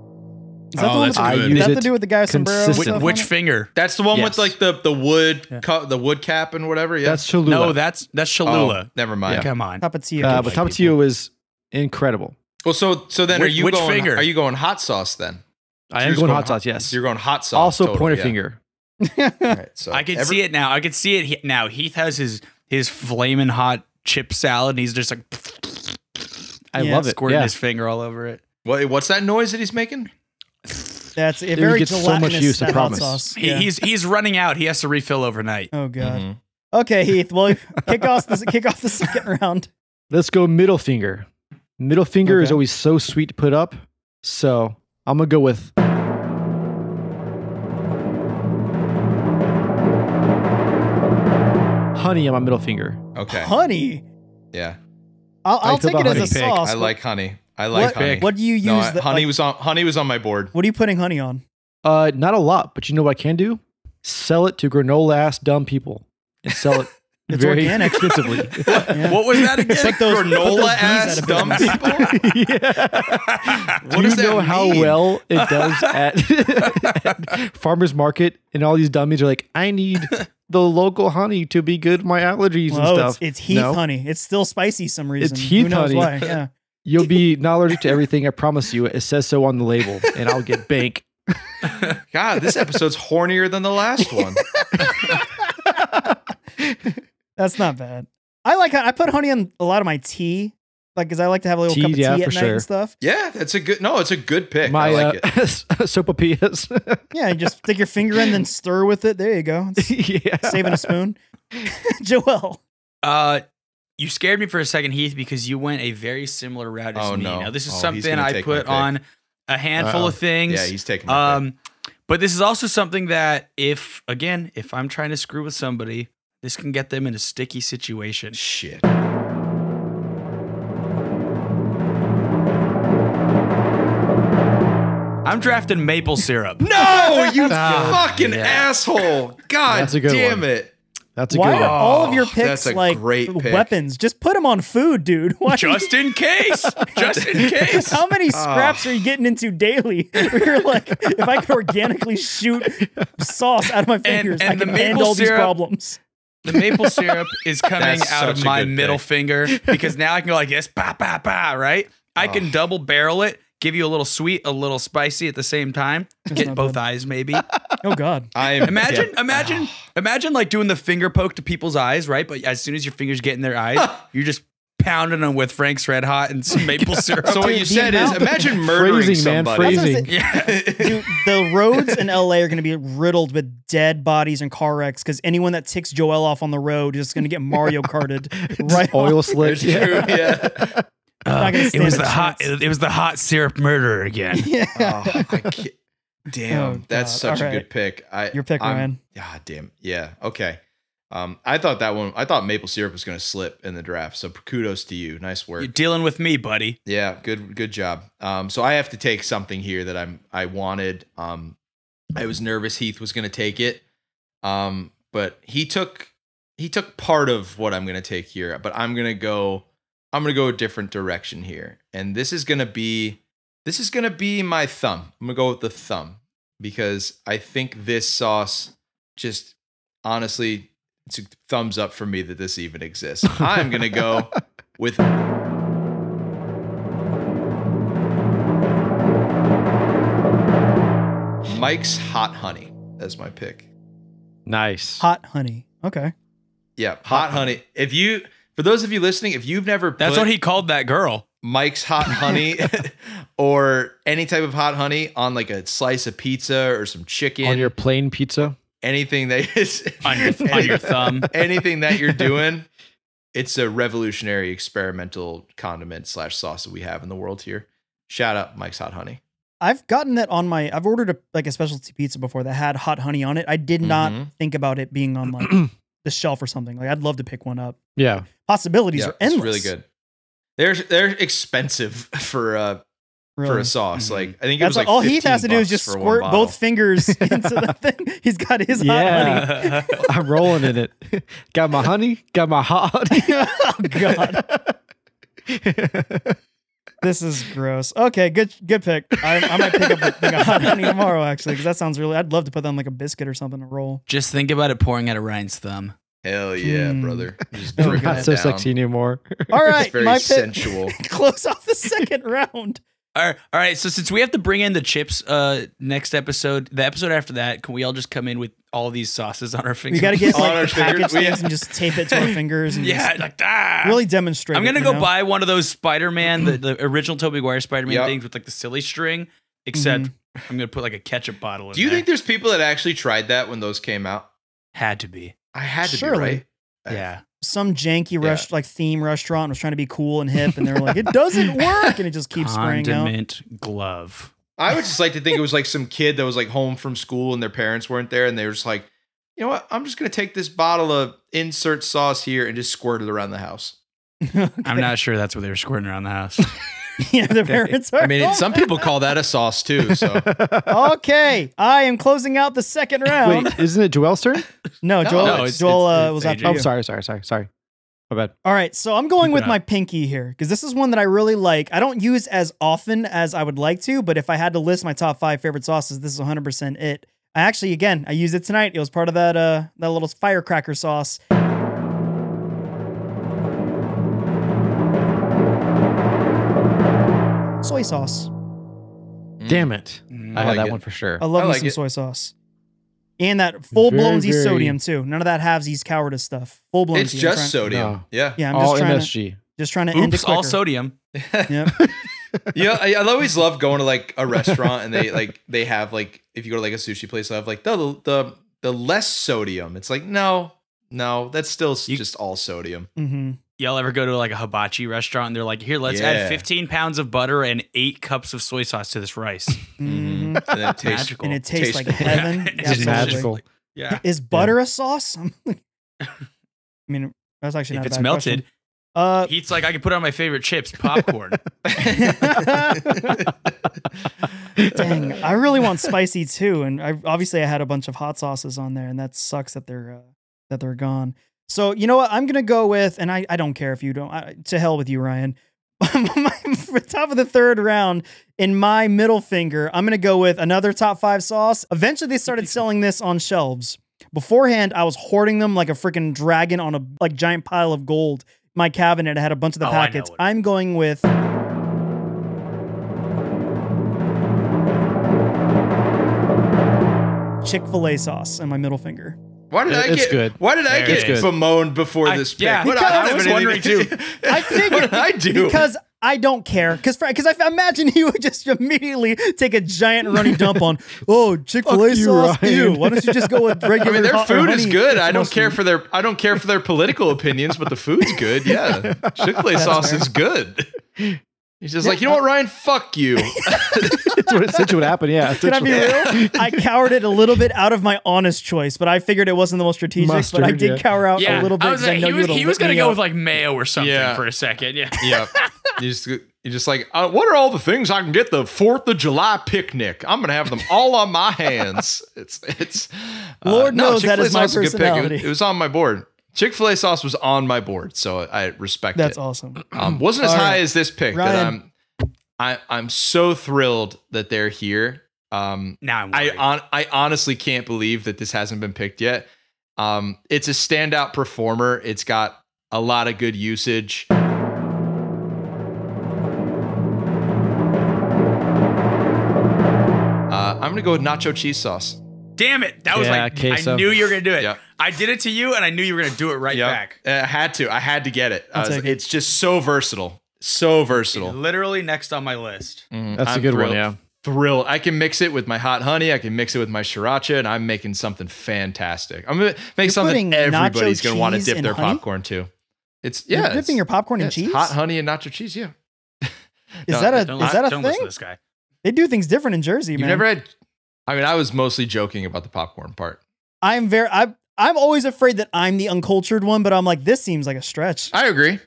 [SPEAKER 1] Is that
[SPEAKER 3] Oh,
[SPEAKER 1] the one
[SPEAKER 3] that's
[SPEAKER 1] with the,
[SPEAKER 4] good.
[SPEAKER 1] does that
[SPEAKER 4] I
[SPEAKER 1] have
[SPEAKER 4] use
[SPEAKER 1] to
[SPEAKER 4] it
[SPEAKER 1] do with the guy with sombrero?
[SPEAKER 4] consistent-
[SPEAKER 1] stuff
[SPEAKER 4] Wh-
[SPEAKER 1] on
[SPEAKER 3] which
[SPEAKER 1] it?
[SPEAKER 3] finger?
[SPEAKER 2] That's the one
[SPEAKER 4] Yes.
[SPEAKER 2] with like the the wood
[SPEAKER 1] Yeah.
[SPEAKER 2] cu- the wood cap and whatever. Yeah,
[SPEAKER 4] That's Cholula.
[SPEAKER 3] No, that's that's
[SPEAKER 2] Oh,
[SPEAKER 3] Cholula.
[SPEAKER 2] never mind.
[SPEAKER 3] Come on.
[SPEAKER 1] Tapatio.
[SPEAKER 4] uh, but
[SPEAKER 3] white
[SPEAKER 4] Tapatio is incredible.
[SPEAKER 2] Well, so so then
[SPEAKER 3] Which-
[SPEAKER 2] are you
[SPEAKER 3] which
[SPEAKER 2] going?
[SPEAKER 3] finger?
[SPEAKER 2] Are you going hot sauce then? So
[SPEAKER 4] I am
[SPEAKER 2] you're just
[SPEAKER 4] going hot sauce. Yes.
[SPEAKER 2] So you're going hot sauce.
[SPEAKER 4] also,
[SPEAKER 2] total,
[SPEAKER 4] pointer
[SPEAKER 2] yeah.
[SPEAKER 4] finger.
[SPEAKER 2] All right, so
[SPEAKER 3] I can
[SPEAKER 2] every-
[SPEAKER 3] see it now. I can see it he- now. Heath has his his flaming hot chip salad, and he's just like
[SPEAKER 4] I
[SPEAKER 1] Yeah.
[SPEAKER 4] love it.
[SPEAKER 3] squirting
[SPEAKER 4] yeah.
[SPEAKER 3] his finger all over it.
[SPEAKER 2] What, what's that noise that he's making?
[SPEAKER 1] That's it.
[SPEAKER 4] Dude,
[SPEAKER 1] Very
[SPEAKER 4] gets so much
[SPEAKER 1] gelatinous,
[SPEAKER 4] use, I
[SPEAKER 1] that hot
[SPEAKER 4] promise.
[SPEAKER 1] sauce.
[SPEAKER 3] He,
[SPEAKER 1] Yeah.
[SPEAKER 3] He's he's running out. He has to refill overnight.
[SPEAKER 1] oh god.
[SPEAKER 2] Mhm.
[SPEAKER 1] Okay, Heath. Well, kick off the kick off the second round.
[SPEAKER 4] Let's go middle finger. Middle finger is
[SPEAKER 1] Okay.
[SPEAKER 4] always so sweet to put up. So I'm gonna go with honey on my middle finger.
[SPEAKER 2] Okay.
[SPEAKER 1] Honey.
[SPEAKER 2] Yeah,
[SPEAKER 1] I'll,
[SPEAKER 4] I
[SPEAKER 1] I'll
[SPEAKER 4] feel
[SPEAKER 1] take it
[SPEAKER 4] about
[SPEAKER 1] as a
[SPEAKER 4] honey. Pick.
[SPEAKER 1] sauce.
[SPEAKER 2] I
[SPEAKER 1] but
[SPEAKER 2] like honey. I like
[SPEAKER 1] What,
[SPEAKER 2] honey.
[SPEAKER 1] what do you use?
[SPEAKER 2] no, I-
[SPEAKER 1] that,
[SPEAKER 2] honey
[SPEAKER 1] like,
[SPEAKER 2] was on honey was on my board.
[SPEAKER 1] what are you putting honey on?
[SPEAKER 4] Uh, not a lot, but you know what I can do? Sell it to granola ass dumb people and sell it
[SPEAKER 1] It's
[SPEAKER 4] very
[SPEAKER 1] organic.
[SPEAKER 4] expensively.
[SPEAKER 1] Yeah.
[SPEAKER 3] What was that again?
[SPEAKER 1] It's like those
[SPEAKER 2] granola
[SPEAKER 1] put those bees out
[SPEAKER 2] ass
[SPEAKER 1] of
[SPEAKER 2] dumb
[SPEAKER 1] business.
[SPEAKER 2] people.
[SPEAKER 4] yeah.
[SPEAKER 2] What
[SPEAKER 4] do
[SPEAKER 2] does that
[SPEAKER 4] you know how
[SPEAKER 2] mean?
[SPEAKER 4] well it does at, at farmers market? And all these dummies are like, I need the local honey to be good for my allergies
[SPEAKER 1] Well,
[SPEAKER 4] and
[SPEAKER 1] it's,
[SPEAKER 4] stuff.
[SPEAKER 1] it's Heath
[SPEAKER 4] No.
[SPEAKER 1] honey. It's still spicy some reason. Who
[SPEAKER 4] Heath
[SPEAKER 1] knows
[SPEAKER 4] honey.
[SPEAKER 1] why? Yeah.
[SPEAKER 4] You'll be not allergic to everything. I promise you. It says so on the label, and I'll get bank.
[SPEAKER 2] God, this episode's hornier than the last one.
[SPEAKER 1] That's not bad. I like. I put honey on a lot of my tea. Like, cause I like to have a little
[SPEAKER 4] Tea,
[SPEAKER 1] cup of tea
[SPEAKER 4] yeah,
[SPEAKER 1] at
[SPEAKER 4] for
[SPEAKER 1] night
[SPEAKER 4] sure.
[SPEAKER 1] and stuff.
[SPEAKER 2] Yeah, that's a good. No, it's a good pick.
[SPEAKER 4] My
[SPEAKER 2] I like
[SPEAKER 4] uh,
[SPEAKER 2] it.
[SPEAKER 4] sopapillas.
[SPEAKER 1] Yeah, you just stick your finger in, then stir with it. There you go. It's
[SPEAKER 4] yeah.
[SPEAKER 1] saving a spoon. Joel.
[SPEAKER 3] Uh, you scared me for a second, Heath, because you went a very similar route as
[SPEAKER 2] Oh,
[SPEAKER 3] me.
[SPEAKER 2] no.
[SPEAKER 3] Now, this is
[SPEAKER 2] Oh, he's
[SPEAKER 3] something
[SPEAKER 2] gonna
[SPEAKER 3] I
[SPEAKER 2] take my
[SPEAKER 3] put
[SPEAKER 2] pick.
[SPEAKER 3] on a handful
[SPEAKER 2] Uh-oh.
[SPEAKER 3] of things.
[SPEAKER 2] Yeah, he's taking. My pick.
[SPEAKER 3] um, but this is also something that if again, if I'm trying to screw with somebody, this can get them in a sticky situation.
[SPEAKER 2] shit.
[SPEAKER 3] I'm drafting maple syrup.
[SPEAKER 2] No, you
[SPEAKER 4] Ah,
[SPEAKER 2] fucking
[SPEAKER 3] yeah.
[SPEAKER 2] asshole! God
[SPEAKER 4] That's a good
[SPEAKER 2] damn
[SPEAKER 4] one.
[SPEAKER 2] it!
[SPEAKER 4] That's a
[SPEAKER 1] Why
[SPEAKER 4] good
[SPEAKER 1] are
[SPEAKER 4] one.
[SPEAKER 1] all of your
[SPEAKER 2] Oh,
[SPEAKER 1] picks
[SPEAKER 2] that's a
[SPEAKER 1] like
[SPEAKER 2] great pick.
[SPEAKER 1] weapons? Just put them on food, dude. Why
[SPEAKER 3] just in case. Just in case.
[SPEAKER 1] How many scraps are you getting into daily? Where you're like, if I could organically shoot sauce out of my fingers,
[SPEAKER 3] and
[SPEAKER 1] I
[SPEAKER 3] the
[SPEAKER 1] could end
[SPEAKER 3] maple
[SPEAKER 1] all these
[SPEAKER 3] syrup-
[SPEAKER 1] problems.
[SPEAKER 3] The maple syrup is coming
[SPEAKER 2] That's
[SPEAKER 3] out
[SPEAKER 2] such
[SPEAKER 3] of
[SPEAKER 2] a
[SPEAKER 3] my
[SPEAKER 2] good
[SPEAKER 3] middle
[SPEAKER 2] pick.
[SPEAKER 3] finger because now I can go like this, pa pa pa, right? I can double barrel it, give you a little sweet, a little spicy at the same time. Get
[SPEAKER 1] not
[SPEAKER 3] both eyes, maybe.
[SPEAKER 1] Oh God,
[SPEAKER 2] I am
[SPEAKER 3] Imagine,
[SPEAKER 2] dead.
[SPEAKER 3] imagine, imagine like doing the finger poke to people's eyes, right? But as soon as your fingers get in their eyes, you're just pounding them with Frank's Red Hot and some maple syrup.
[SPEAKER 2] So what you said is,
[SPEAKER 1] amount-
[SPEAKER 2] imagine murdering
[SPEAKER 4] Phrasing, man,
[SPEAKER 2] somebody.
[SPEAKER 4] phrasing.
[SPEAKER 1] That's what I'm
[SPEAKER 4] Amazing.
[SPEAKER 1] saying. Dude, the roads in LA are going to be riddled with dead bodies and car wrecks because anyone that ticks Joel off on the road is going to get Mario carted right off.
[SPEAKER 4] Oil slick.
[SPEAKER 2] It's true. Yeah.
[SPEAKER 1] not gonna
[SPEAKER 3] it
[SPEAKER 1] stand
[SPEAKER 3] was
[SPEAKER 1] a
[SPEAKER 3] the hot,
[SPEAKER 1] chance.
[SPEAKER 3] it, was the hot syrup murderer again.
[SPEAKER 2] Oh, I can't- damn,
[SPEAKER 1] Oh,
[SPEAKER 2] that's
[SPEAKER 1] God.
[SPEAKER 2] such
[SPEAKER 1] All
[SPEAKER 2] a
[SPEAKER 1] right.
[SPEAKER 2] good pick. I,
[SPEAKER 1] Your pick,
[SPEAKER 2] I'm-
[SPEAKER 1] Ryan.
[SPEAKER 2] God damn. Yeah. Okay. Um, I thought that one. I thought maple syrup was going to slip in the draft. So kudos to you. Nice work.
[SPEAKER 3] You're dealing with me, buddy.
[SPEAKER 2] Yeah, good good job. Um, so I have to take something here that I'm I wanted. Um, I was nervous Heath was going to take it, um, but he took he took part of what I'm going to take here. But I'm going to go I'm going to go a different direction here, and this is going to be this is going to be my thumb. I'm going to go with the thumb because I think this sauce just honestly it's a thumbs up for me that this even exists. I'm going to go with Mike's Hot Honey as my pick.
[SPEAKER 4] Nice.
[SPEAKER 1] Hot honey. Okay.
[SPEAKER 2] Yeah, Hot Honey. If you, for those of you listening, if you've never
[SPEAKER 3] That's
[SPEAKER 2] put
[SPEAKER 3] what he called that girl.
[SPEAKER 2] Mike's Hot Honey or any type of hot honey on like a slice of pizza or some chicken,
[SPEAKER 4] On your plain pizza.
[SPEAKER 2] anything that is
[SPEAKER 3] on your, on your thumb.
[SPEAKER 2] anything that you're doing, it's a revolutionary experimental condiment slash sauce that we have in the world here. Shout out Mike's Hot Honey.
[SPEAKER 1] I've gotten that on my. I've ordered a like a specialty pizza before that had hot honey on it. I did not
[SPEAKER 2] Mhm.
[SPEAKER 1] think about it being on like the shelf or something. Like I'd love to pick one up.
[SPEAKER 4] Yeah.
[SPEAKER 1] Possibilities
[SPEAKER 2] Yeah,
[SPEAKER 1] are endless.
[SPEAKER 2] It's really good. They're they're expensive for uh for
[SPEAKER 1] Really.
[SPEAKER 2] a sauce.
[SPEAKER 3] Mhm.
[SPEAKER 2] Like I think it
[SPEAKER 1] That's
[SPEAKER 2] was like
[SPEAKER 1] all he
[SPEAKER 2] 15
[SPEAKER 1] has to do is
[SPEAKER 2] bucks
[SPEAKER 1] just
[SPEAKER 2] for one
[SPEAKER 1] squirt
[SPEAKER 2] bottle.
[SPEAKER 1] both fingers into the thing. He's got his hot
[SPEAKER 4] Yeah. I'm rolling in it. Got my honey. Got my hot honey.
[SPEAKER 1] honey. oh god, this is gross. Okay, good good pick. I, I might pick up a thing of hot honey tomorrow actually because that sounds really. I'd love to put that on like a biscuit or something to roll.
[SPEAKER 3] Just think about it pouring out of Ryan's thumb.
[SPEAKER 2] Hell yeah,
[SPEAKER 1] Mm.
[SPEAKER 2] brother! Just
[SPEAKER 1] Oh,
[SPEAKER 2] dripping
[SPEAKER 1] God.
[SPEAKER 2] it
[SPEAKER 4] Not so
[SPEAKER 2] down.
[SPEAKER 4] sexy anymore.
[SPEAKER 1] All right,
[SPEAKER 2] It's very
[SPEAKER 1] my pick.
[SPEAKER 2] sensual.
[SPEAKER 1] Close off the second round.
[SPEAKER 3] All right, all right. So since we have to bring in the chips uh next episode, the episode after that, can we all just come in with all these sauces on our fingers?
[SPEAKER 1] We got to get
[SPEAKER 2] On our
[SPEAKER 1] like the
[SPEAKER 2] fingers,
[SPEAKER 1] package
[SPEAKER 2] we-
[SPEAKER 1] things and just tape it to our fingers and
[SPEAKER 3] yeah,
[SPEAKER 1] just
[SPEAKER 3] like that.
[SPEAKER 1] really demonstrate.
[SPEAKER 3] I'm
[SPEAKER 1] it,
[SPEAKER 3] gonna
[SPEAKER 1] you
[SPEAKER 3] go
[SPEAKER 1] know?
[SPEAKER 3] buy one of those Spider-Man, the, the original Tobey Maguire Spider-Man
[SPEAKER 2] Yep.
[SPEAKER 3] things with like the silly string, except
[SPEAKER 1] Mm-hmm.
[SPEAKER 3] I'm gonna put like a ketchup bottle. in
[SPEAKER 2] do you
[SPEAKER 3] there.
[SPEAKER 2] think there's people that actually tried that when those came out?
[SPEAKER 3] had to be?
[SPEAKER 2] I had to
[SPEAKER 1] Surely.
[SPEAKER 2] be right.
[SPEAKER 3] Yeah.
[SPEAKER 1] some janky rest like theme restaurant was trying to be cool and hip, and they're like, it doesn't work, and it just keeps spraying out.
[SPEAKER 3] Condiment glove.
[SPEAKER 2] I would just like to think it was like some kid that was like home from school and their parents weren't there, and they were just like, you know what? I'm just gonna take this bottle of insert sauce here and just squirt it around the house.
[SPEAKER 3] I'm not sure that's what they were squirting around the house.
[SPEAKER 1] yeah, the parents are.
[SPEAKER 2] I mean, it- some people call that a sauce too. So
[SPEAKER 1] okay, I am closing out the second round.
[SPEAKER 4] Wait, isn't it Joel's turn?
[SPEAKER 1] no,
[SPEAKER 2] No,
[SPEAKER 1] Joel,
[SPEAKER 2] no,
[SPEAKER 3] it's-
[SPEAKER 1] Joel
[SPEAKER 3] it's-
[SPEAKER 1] uh, was
[SPEAKER 3] it's
[SPEAKER 1] after
[SPEAKER 3] AJ.
[SPEAKER 1] you.
[SPEAKER 4] Oh, I'm sorry, sorry, sorry, sorry. My bad.
[SPEAKER 1] All right, so I'm going
[SPEAKER 3] Keep it
[SPEAKER 1] with
[SPEAKER 3] up.
[SPEAKER 1] my pinky here because this is one that I really like. I don't use as often as I would like to, but if I had to list my top five favorite sauces, this is 100% it. I actually, again, I used it tonight. It was part of that uh, that little firecracker sauce. Soy sauce.
[SPEAKER 4] Damn it.
[SPEAKER 3] Mm.
[SPEAKER 4] I,
[SPEAKER 2] I
[SPEAKER 4] had
[SPEAKER 2] like
[SPEAKER 4] that
[SPEAKER 2] it.
[SPEAKER 4] one for sure.
[SPEAKER 1] I love
[SPEAKER 2] I
[SPEAKER 1] me
[SPEAKER 2] like
[SPEAKER 1] some
[SPEAKER 2] it.
[SPEAKER 1] soy sauce. And that full blown Z
[SPEAKER 4] Very, very-
[SPEAKER 1] sodium too. None of that halves East cowardice stuff. Full blown.
[SPEAKER 2] it's just sodium.
[SPEAKER 4] No.
[SPEAKER 2] Yeah.
[SPEAKER 1] Yeah, I'm just
[SPEAKER 4] All
[SPEAKER 1] trying to.
[SPEAKER 4] MSG.
[SPEAKER 1] Just trying to end it
[SPEAKER 3] Oops,
[SPEAKER 1] quicker.
[SPEAKER 3] all sodium.
[SPEAKER 1] Yep.
[SPEAKER 2] yeah, I, I always love going to like a restaurant and they like they have like if you go to like a sushi place, they have like the the the less sodium. It's like no, no, that's still s-
[SPEAKER 3] You-
[SPEAKER 2] just all sodium.
[SPEAKER 1] hmm
[SPEAKER 3] Y'all ever go to like a hibachi restaurant and they're like, here, let's
[SPEAKER 2] Yeah.
[SPEAKER 3] add 15 pounds of butter and eight cups of soy sauce to this rice.
[SPEAKER 2] Mm-hmm.
[SPEAKER 3] Mm-hmm.
[SPEAKER 1] hmm
[SPEAKER 2] And then it tastes
[SPEAKER 3] Magical.
[SPEAKER 1] And it tastes
[SPEAKER 2] Taste-
[SPEAKER 1] like heaven.
[SPEAKER 3] Yeah, it's
[SPEAKER 4] It's
[SPEAKER 1] Absolutely.
[SPEAKER 4] magical.
[SPEAKER 3] yeah.
[SPEAKER 1] Is butter a sauce? I mean, that's actually
[SPEAKER 3] If
[SPEAKER 1] not a
[SPEAKER 3] it's
[SPEAKER 1] bad
[SPEAKER 3] melted,
[SPEAKER 1] question. Uh,
[SPEAKER 3] He's like, I can put on my favorite chips, popcorn.
[SPEAKER 1] dang, I really want spicy too, and I obviously I had a bunch of hot sauces on there, and that sucks that they're uh, that they're gone. So you know what? I'm gonna go with, and I, I don't care if you don't. I, to hell with you, Ryan. My- for top of the third round, in my middle finger, I'm gonna go with another top five sauce. Eventually, they started selling this on shelves. Beforehand, I was hoarding them like a freaking dragon on a like giant pile of gold. My cabinet had a bunch of the
[SPEAKER 3] Oh, I know
[SPEAKER 1] packets.
[SPEAKER 3] what-
[SPEAKER 1] I'm going with Chick Fil A sauce on my middle finger.
[SPEAKER 2] Why did I
[SPEAKER 4] It's
[SPEAKER 2] get?
[SPEAKER 4] good.
[SPEAKER 2] Why did I
[SPEAKER 3] There it
[SPEAKER 2] get
[SPEAKER 3] is.
[SPEAKER 2] bemoaned before
[SPEAKER 3] I-
[SPEAKER 2] this pick?
[SPEAKER 3] yeah,
[SPEAKER 2] What-
[SPEAKER 3] because-
[SPEAKER 2] don't
[SPEAKER 3] I was
[SPEAKER 2] have
[SPEAKER 3] wondering
[SPEAKER 2] anything-
[SPEAKER 1] I figured
[SPEAKER 2] what did I do?
[SPEAKER 1] Because I don't care. Because because I f- imagine you would just immediately take a giant running dump on. Oh, Chick Fil A
[SPEAKER 4] Fuck you,
[SPEAKER 1] sauce.
[SPEAKER 4] Ryan."
[SPEAKER 1] Ew. Why don't you just go with
[SPEAKER 2] I
[SPEAKER 1] regular?
[SPEAKER 2] mean, their
[SPEAKER 1] hot- or
[SPEAKER 2] food is
[SPEAKER 1] honey
[SPEAKER 2] good. I don't
[SPEAKER 1] mustard?
[SPEAKER 2] care for their I don't care for their political opinions, but the food's good. Yeah, Chick Fil A sauce
[SPEAKER 1] fair.
[SPEAKER 2] is good. He's just like, you know what, Ryan? Fuck you.
[SPEAKER 4] That's what essentially what happened. Yeah.
[SPEAKER 1] Can I be real? I cowered it a little bit out of my honest choice, but I figured it wasn't the most strategic. but I
[SPEAKER 4] Mustard,
[SPEAKER 1] did
[SPEAKER 4] yeah.
[SPEAKER 1] cower out
[SPEAKER 3] yeah.
[SPEAKER 1] a little bit.
[SPEAKER 3] I was
[SPEAKER 1] 'cause I
[SPEAKER 3] like,
[SPEAKER 1] know
[SPEAKER 3] he
[SPEAKER 1] you
[SPEAKER 3] was,
[SPEAKER 1] would've
[SPEAKER 3] he was
[SPEAKER 1] lit
[SPEAKER 3] going to
[SPEAKER 1] me
[SPEAKER 3] go
[SPEAKER 1] up.
[SPEAKER 3] with like mayo or something
[SPEAKER 2] Yeah.
[SPEAKER 3] for a second. Yeah.
[SPEAKER 2] yeah, you just you just like, uh, what are all the things I can get the Fourth of July picnic? I'm gonna have them all on my hands. It's it's. uh,
[SPEAKER 1] Lord knows that
[SPEAKER 2] Chick-fil-A
[SPEAKER 1] is my
[SPEAKER 2] sauce a good pick. It was- It,
[SPEAKER 1] personality.
[SPEAKER 2] was on my board. Chick Fil A sauce was on my board, so I respect
[SPEAKER 1] That's
[SPEAKER 2] it.
[SPEAKER 1] awesome.
[SPEAKER 2] Um, wasn't as
[SPEAKER 1] All
[SPEAKER 2] high
[SPEAKER 1] right.
[SPEAKER 2] as this pick that
[SPEAKER 1] Ryan.
[SPEAKER 2] I'm. I, I'm so thrilled that they're here. Um,
[SPEAKER 3] Now I'm
[SPEAKER 2] I
[SPEAKER 3] worried.
[SPEAKER 2] on, I honestly can't believe that this hasn't been picked yet. Um, it's a standout performer. It's got a lot of good usage. Uh, I'm gonna go with nacho cheese sauce.
[SPEAKER 3] Damn it. That was
[SPEAKER 4] Yeah,
[SPEAKER 3] like, I
[SPEAKER 4] queso.
[SPEAKER 3] knew you were going to do it.
[SPEAKER 2] Yeah.
[SPEAKER 3] I did it to you and I knew you were going to do it right
[SPEAKER 2] Yep.
[SPEAKER 3] back.
[SPEAKER 2] Uh, I had to. I had to get it.
[SPEAKER 1] I'll
[SPEAKER 2] I was-
[SPEAKER 1] take it.
[SPEAKER 2] It's just so versatile. So versatile.
[SPEAKER 3] Literally next on my list.
[SPEAKER 2] Mm,
[SPEAKER 4] That's a
[SPEAKER 2] I'm
[SPEAKER 4] good one.
[SPEAKER 2] thrilled-
[SPEAKER 4] Yeah.
[SPEAKER 2] thrilled. I can mix it with my hot honey. I can mix it with my sriracha, and I'm making something fantastic. I'm gonna make
[SPEAKER 1] You're
[SPEAKER 2] something
[SPEAKER 1] putting
[SPEAKER 2] everybody's
[SPEAKER 1] nacho
[SPEAKER 2] gonna want to
[SPEAKER 1] cheese
[SPEAKER 2] dip
[SPEAKER 1] in
[SPEAKER 2] their
[SPEAKER 1] honey?
[SPEAKER 2] popcorn to. It's
[SPEAKER 1] You're
[SPEAKER 2] yeah, it's-
[SPEAKER 1] dipping your popcorn
[SPEAKER 2] yeah,
[SPEAKER 1] in
[SPEAKER 2] it's
[SPEAKER 1] cheese.
[SPEAKER 2] hot honey and nacho cheese. Yeah,
[SPEAKER 1] Is
[SPEAKER 2] No,
[SPEAKER 1] that a
[SPEAKER 3] Don't
[SPEAKER 1] is
[SPEAKER 3] listen-
[SPEAKER 1] that a
[SPEAKER 3] don't
[SPEAKER 1] thing?
[SPEAKER 3] listen to this guy.
[SPEAKER 1] They do things different in Jersey,
[SPEAKER 2] you
[SPEAKER 1] man.
[SPEAKER 2] never had. I mean, I was mostly joking about the popcorn part.
[SPEAKER 1] I'm very I I'm always afraid that I'm the uncultured one, but I'm like this seems like a stretch.
[SPEAKER 2] I agree.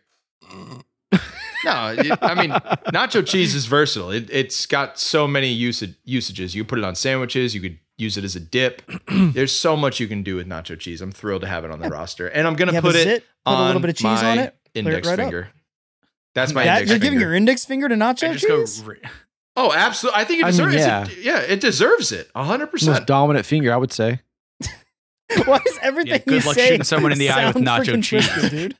[SPEAKER 2] no, it- I mean, nacho cheese is versatile. It, it's got so many usage, usages. You put it on sandwiches. You could use it as a dip. There's so much you can do with nacho cheese. I'm thrilled to have it on the roster, and I'm gonna
[SPEAKER 1] You have a
[SPEAKER 2] put it
[SPEAKER 1] zit, put a little
[SPEAKER 2] on
[SPEAKER 1] bit of cheese on
[SPEAKER 2] my
[SPEAKER 1] it.
[SPEAKER 2] Index
[SPEAKER 1] right up.
[SPEAKER 2] finger. That's my
[SPEAKER 1] That-
[SPEAKER 2] index
[SPEAKER 1] you're
[SPEAKER 2] finger.
[SPEAKER 1] giving your index finger to
[SPEAKER 3] I
[SPEAKER 1] nacho
[SPEAKER 3] just go
[SPEAKER 1] cheese.
[SPEAKER 3] re-
[SPEAKER 2] oh, absolutely. I think it
[SPEAKER 4] I mean,
[SPEAKER 2] deserves. yeah. It, yeah, it deserves it. hundred
[SPEAKER 4] Most
[SPEAKER 2] percent.
[SPEAKER 4] dominant finger, I would say.
[SPEAKER 1] Why is everything
[SPEAKER 3] Yeah, good
[SPEAKER 1] you
[SPEAKER 3] luck
[SPEAKER 1] say
[SPEAKER 3] shooting someone in the eye with
[SPEAKER 1] sound
[SPEAKER 3] nacho
[SPEAKER 1] freaking
[SPEAKER 3] cheese.
[SPEAKER 1] twisted,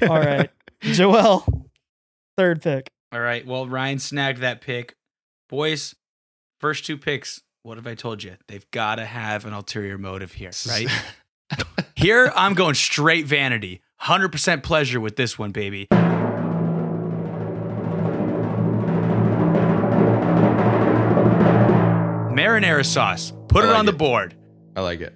[SPEAKER 1] dude? All right, Joel, third pick.
[SPEAKER 3] All right. Well, Ryan snagged that pick. Boys, first two picks. What have I told you? They've got to have an ulterior motive here, right? here, I'm going straight vanity. 100% pleasure with this one, baby. Marinara sauce. Put
[SPEAKER 2] I
[SPEAKER 3] it
[SPEAKER 2] like
[SPEAKER 3] on the
[SPEAKER 2] it.
[SPEAKER 3] board.
[SPEAKER 2] I like it.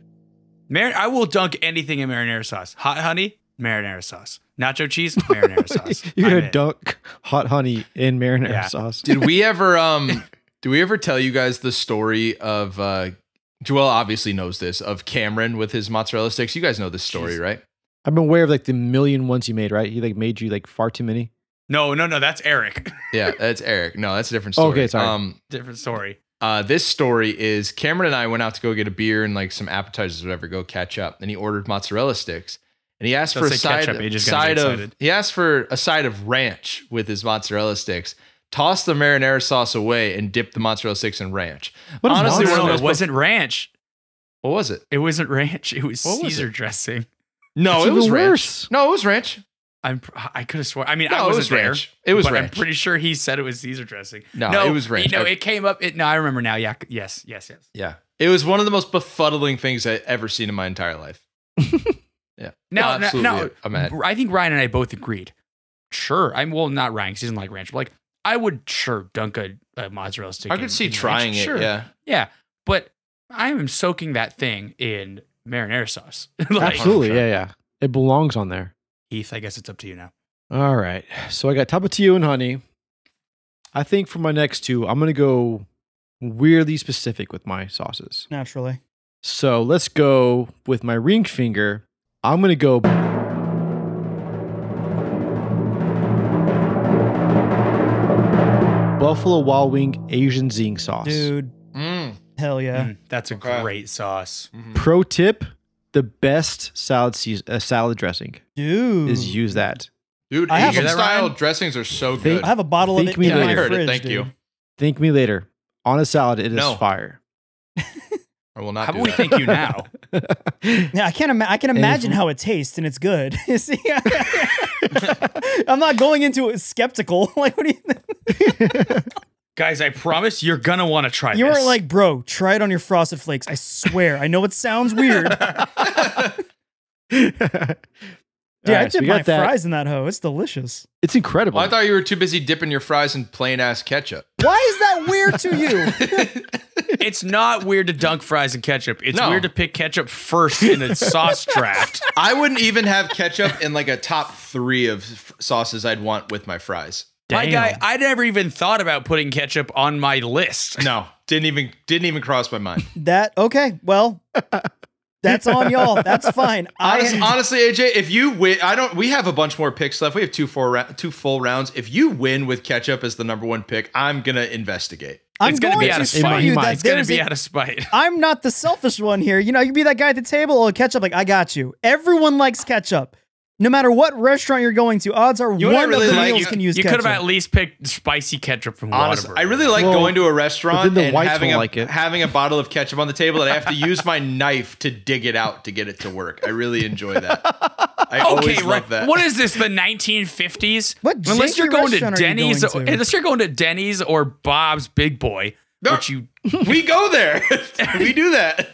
[SPEAKER 3] Marin- I will dunk anything in marinara sauce. Hot honey, marinara sauce. Nacho cheese, marinara sauce.
[SPEAKER 4] You're
[SPEAKER 3] I'm
[SPEAKER 4] gonna
[SPEAKER 3] in.
[SPEAKER 4] dunk hot honey in marinara
[SPEAKER 3] Yeah.
[SPEAKER 4] sauce.
[SPEAKER 2] Did we ever um do we ever tell you guys the story of uh Joel obviously knows this of Cameron with his mozzarella sticks. You guys know this story,
[SPEAKER 3] Jeez.
[SPEAKER 2] right?
[SPEAKER 4] I'm aware of like the million ones you made, right? He like made you like far too many.
[SPEAKER 3] No, no, no. That's Eric.
[SPEAKER 2] Yeah, that's Eric. No, that's a different story.
[SPEAKER 4] Okay, sorry.
[SPEAKER 2] Um
[SPEAKER 3] Different story.
[SPEAKER 2] uh this story is Cameron and I went out to go get a beer and like some appetizers or whatever, go catch up. And he ordered mozzarella sticks. And he asked
[SPEAKER 3] Don't
[SPEAKER 2] for a
[SPEAKER 3] say
[SPEAKER 2] side,
[SPEAKER 3] ketchup, he just got
[SPEAKER 2] side of
[SPEAKER 3] excited.
[SPEAKER 2] he asked for a side of ranch with his mozzarella sticks. Tossed the marinara sauce away and dipped the mozzarella sticks in ranch.
[SPEAKER 4] What a
[SPEAKER 2] Honestly,
[SPEAKER 4] monster.
[SPEAKER 2] one of
[SPEAKER 3] no,
[SPEAKER 2] those
[SPEAKER 3] it wasn't ranch.
[SPEAKER 2] What was it?
[SPEAKER 3] It wasn't ranch. It was
[SPEAKER 2] What was
[SPEAKER 3] Caesar dressing.
[SPEAKER 2] No,
[SPEAKER 4] It's
[SPEAKER 2] Oh, it was
[SPEAKER 4] even
[SPEAKER 2] ranch.
[SPEAKER 4] worse.
[SPEAKER 2] No, it was ranch.
[SPEAKER 3] I'm. pr- I could have sworn. I mean,
[SPEAKER 2] No,
[SPEAKER 3] I
[SPEAKER 2] it
[SPEAKER 3] wasn't
[SPEAKER 2] was
[SPEAKER 3] there,
[SPEAKER 2] ranch. It was
[SPEAKER 3] but
[SPEAKER 2] ranch.
[SPEAKER 3] I'm pretty sure he said it was Caesar dressing.
[SPEAKER 2] No, it was ranch.
[SPEAKER 3] No,
[SPEAKER 2] I-
[SPEAKER 3] it came up. It. No, I remember now. Yeah. Yes. Yes. Yes.
[SPEAKER 2] Yeah. It was one of the most befuddling things I've ever seen in my entire life. Yeah.
[SPEAKER 3] Now, now,
[SPEAKER 2] absolutely.
[SPEAKER 3] now,
[SPEAKER 2] I'm at.
[SPEAKER 3] I think Ryan and I both agreed. Sure, I'm well, not Ryan because he doesn't like ranch. But like, I would sure dunk a, a mozzarella stick.
[SPEAKER 2] I
[SPEAKER 3] in-
[SPEAKER 2] could see
[SPEAKER 3] in ranch.
[SPEAKER 2] trying it.
[SPEAKER 3] Sure.
[SPEAKER 2] Yeah.
[SPEAKER 3] yeah, but I am soaking that thing in marinara sauce. like,
[SPEAKER 4] Absolutely.
[SPEAKER 2] 100%.
[SPEAKER 4] Yeah, yeah. It belongs on there.
[SPEAKER 3] Heath, I guess it's up to you now.
[SPEAKER 4] All right. So I got Tapatio and honey. I think for my next two, I'm going to go weirdly specific with my sauces.
[SPEAKER 1] Naturally.
[SPEAKER 4] So let's go with my ring finger. I'm going to go. Buffalo Wild Wing Asian Zing sauce.
[SPEAKER 1] Dude,
[SPEAKER 2] Mm.
[SPEAKER 1] hell yeah.
[SPEAKER 3] Mm, that's a
[SPEAKER 2] Okay.
[SPEAKER 3] great sauce.
[SPEAKER 2] Mhm.
[SPEAKER 4] Pro tip the best salad, seas- uh, salad dressing
[SPEAKER 1] Dude.
[SPEAKER 4] is use that.
[SPEAKER 2] Dude,
[SPEAKER 1] I have
[SPEAKER 2] Asian
[SPEAKER 1] a-
[SPEAKER 2] style drressings are so
[SPEAKER 4] They-
[SPEAKER 2] good.
[SPEAKER 1] I have a bottle of
[SPEAKER 4] Think
[SPEAKER 1] it
[SPEAKER 4] me
[SPEAKER 1] in my
[SPEAKER 4] later.
[SPEAKER 2] Heard it,
[SPEAKER 1] fridge.
[SPEAKER 2] thank
[SPEAKER 1] dude.
[SPEAKER 2] you.
[SPEAKER 4] Think me later. On a salad, it is
[SPEAKER 2] No.
[SPEAKER 4] fire.
[SPEAKER 2] I will not
[SPEAKER 3] How
[SPEAKER 2] do
[SPEAKER 3] about we
[SPEAKER 2] that.
[SPEAKER 3] thank you now?
[SPEAKER 1] Yeah, I can't. Ima- I can
[SPEAKER 4] And if
[SPEAKER 1] imagine
[SPEAKER 4] we-
[SPEAKER 1] how it tastes, and it's good. See, I'm not going into it skeptical. Like, what do you? Think?
[SPEAKER 3] Guys, I promise you're gonna want to try
[SPEAKER 1] You
[SPEAKER 3] this.
[SPEAKER 1] were like, bro, try it on your frosted flakes. I swear. I know it sounds weird.
[SPEAKER 4] yeah,
[SPEAKER 1] Dude, I dip my fries in that hoe. It's delicious.
[SPEAKER 4] It's incredible.
[SPEAKER 2] Well, I thought you were too busy dipping your fries in plain ass ketchup.
[SPEAKER 1] Why is that weird to you?
[SPEAKER 3] it's not weird to dunk fries in ketchup. It's
[SPEAKER 2] No.
[SPEAKER 3] weird to pick ketchup first in a sauce draft.
[SPEAKER 2] I wouldn't even have ketchup in like a top three of f- sauces I'd want with my fries.
[SPEAKER 3] My guy, I never even thought about putting ketchup on my list.
[SPEAKER 2] No, didn't even didn't even cross my mind.
[SPEAKER 1] That okay? Well, that's on y'all. That's fine.
[SPEAKER 2] Honest,
[SPEAKER 1] I
[SPEAKER 2] honestly, AJ, if you win, I don't. We have a bunch more picks left. We have two four rou- two full rounds. If you win with ketchup as the number one pick, I'm gonna investigate.
[SPEAKER 1] I'm
[SPEAKER 3] it's
[SPEAKER 1] going
[SPEAKER 3] gonna be
[SPEAKER 1] to
[SPEAKER 3] out of
[SPEAKER 1] show
[SPEAKER 3] spite.
[SPEAKER 1] you
[SPEAKER 4] Mine.
[SPEAKER 1] that
[SPEAKER 3] It's gonna
[SPEAKER 1] there's
[SPEAKER 3] be
[SPEAKER 1] a-
[SPEAKER 3] out of spite.
[SPEAKER 1] I'm not the selfish one here. You know, you be that guy at the table. Oh, ketchup. Like I got you. Everyone likes ketchup. No matter what restaurant you're going to, odds are
[SPEAKER 2] You know what I
[SPEAKER 1] one
[SPEAKER 2] really
[SPEAKER 1] of the
[SPEAKER 2] like?
[SPEAKER 1] meals
[SPEAKER 2] You-
[SPEAKER 1] can use
[SPEAKER 3] You could
[SPEAKER 1] ketchup.
[SPEAKER 3] have at least picked spicy ketchup from
[SPEAKER 2] Honestly,
[SPEAKER 3] Whataburger.
[SPEAKER 2] I really like
[SPEAKER 4] Well,
[SPEAKER 2] going to a
[SPEAKER 4] but then
[SPEAKER 2] restaurant
[SPEAKER 4] the
[SPEAKER 2] and
[SPEAKER 4] whites
[SPEAKER 2] having a
[SPEAKER 4] won't like it.
[SPEAKER 2] having a bottle of ketchup on the table that I have to use my knife to dig it out to get it to work. I really enjoy that. I
[SPEAKER 3] Okay,
[SPEAKER 2] always
[SPEAKER 3] right.
[SPEAKER 2] love that.
[SPEAKER 3] What is this? The 1950s?
[SPEAKER 1] What
[SPEAKER 3] unless you're
[SPEAKER 1] janky
[SPEAKER 3] going to
[SPEAKER 1] restaurant are you
[SPEAKER 3] Denny's,
[SPEAKER 1] going to?
[SPEAKER 3] unless you're going to Denny's or Bob's Big Boy,
[SPEAKER 2] No.
[SPEAKER 3] which you
[SPEAKER 2] we go there. we do that.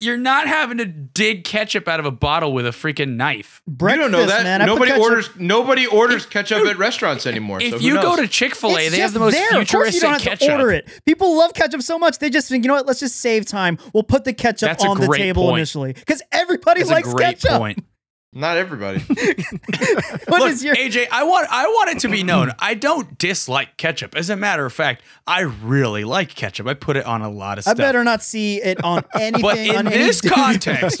[SPEAKER 3] you're not having to dig ketchup out of a bottle with a freaking knife.
[SPEAKER 1] breakfast,
[SPEAKER 2] you don't know that.
[SPEAKER 1] man. I put
[SPEAKER 2] nobody
[SPEAKER 1] ketchup-
[SPEAKER 2] orders. Nobody orders ketchup at restaurants anymore. so
[SPEAKER 3] if
[SPEAKER 2] who
[SPEAKER 3] you go
[SPEAKER 2] knows?
[SPEAKER 3] to Chick Fil A,
[SPEAKER 1] It's
[SPEAKER 3] they have
[SPEAKER 1] just
[SPEAKER 3] the most
[SPEAKER 1] there. Of course, you
[SPEAKER 3] futuristic
[SPEAKER 1] don't have
[SPEAKER 3] ketchup.
[SPEAKER 1] to order it. People love ketchup so much they just think, you know what? Let's just save time. We'll put the ketchup
[SPEAKER 3] That's a
[SPEAKER 1] on the
[SPEAKER 3] great
[SPEAKER 1] table
[SPEAKER 3] point.
[SPEAKER 1] initially because everybody
[SPEAKER 3] That's
[SPEAKER 1] likes
[SPEAKER 3] a great
[SPEAKER 1] ketchup.
[SPEAKER 3] point.
[SPEAKER 2] not everybody.
[SPEAKER 1] What
[SPEAKER 3] Look,
[SPEAKER 1] is your?
[SPEAKER 3] AJ, I want I want it to be known. I don't dislike ketchup. As a matter of fact, I really like ketchup. I put it on a lot of
[SPEAKER 1] I
[SPEAKER 3] stuff.
[SPEAKER 1] better not see it on anything.
[SPEAKER 3] but in
[SPEAKER 1] on any
[SPEAKER 3] this
[SPEAKER 1] dish.
[SPEAKER 3] context,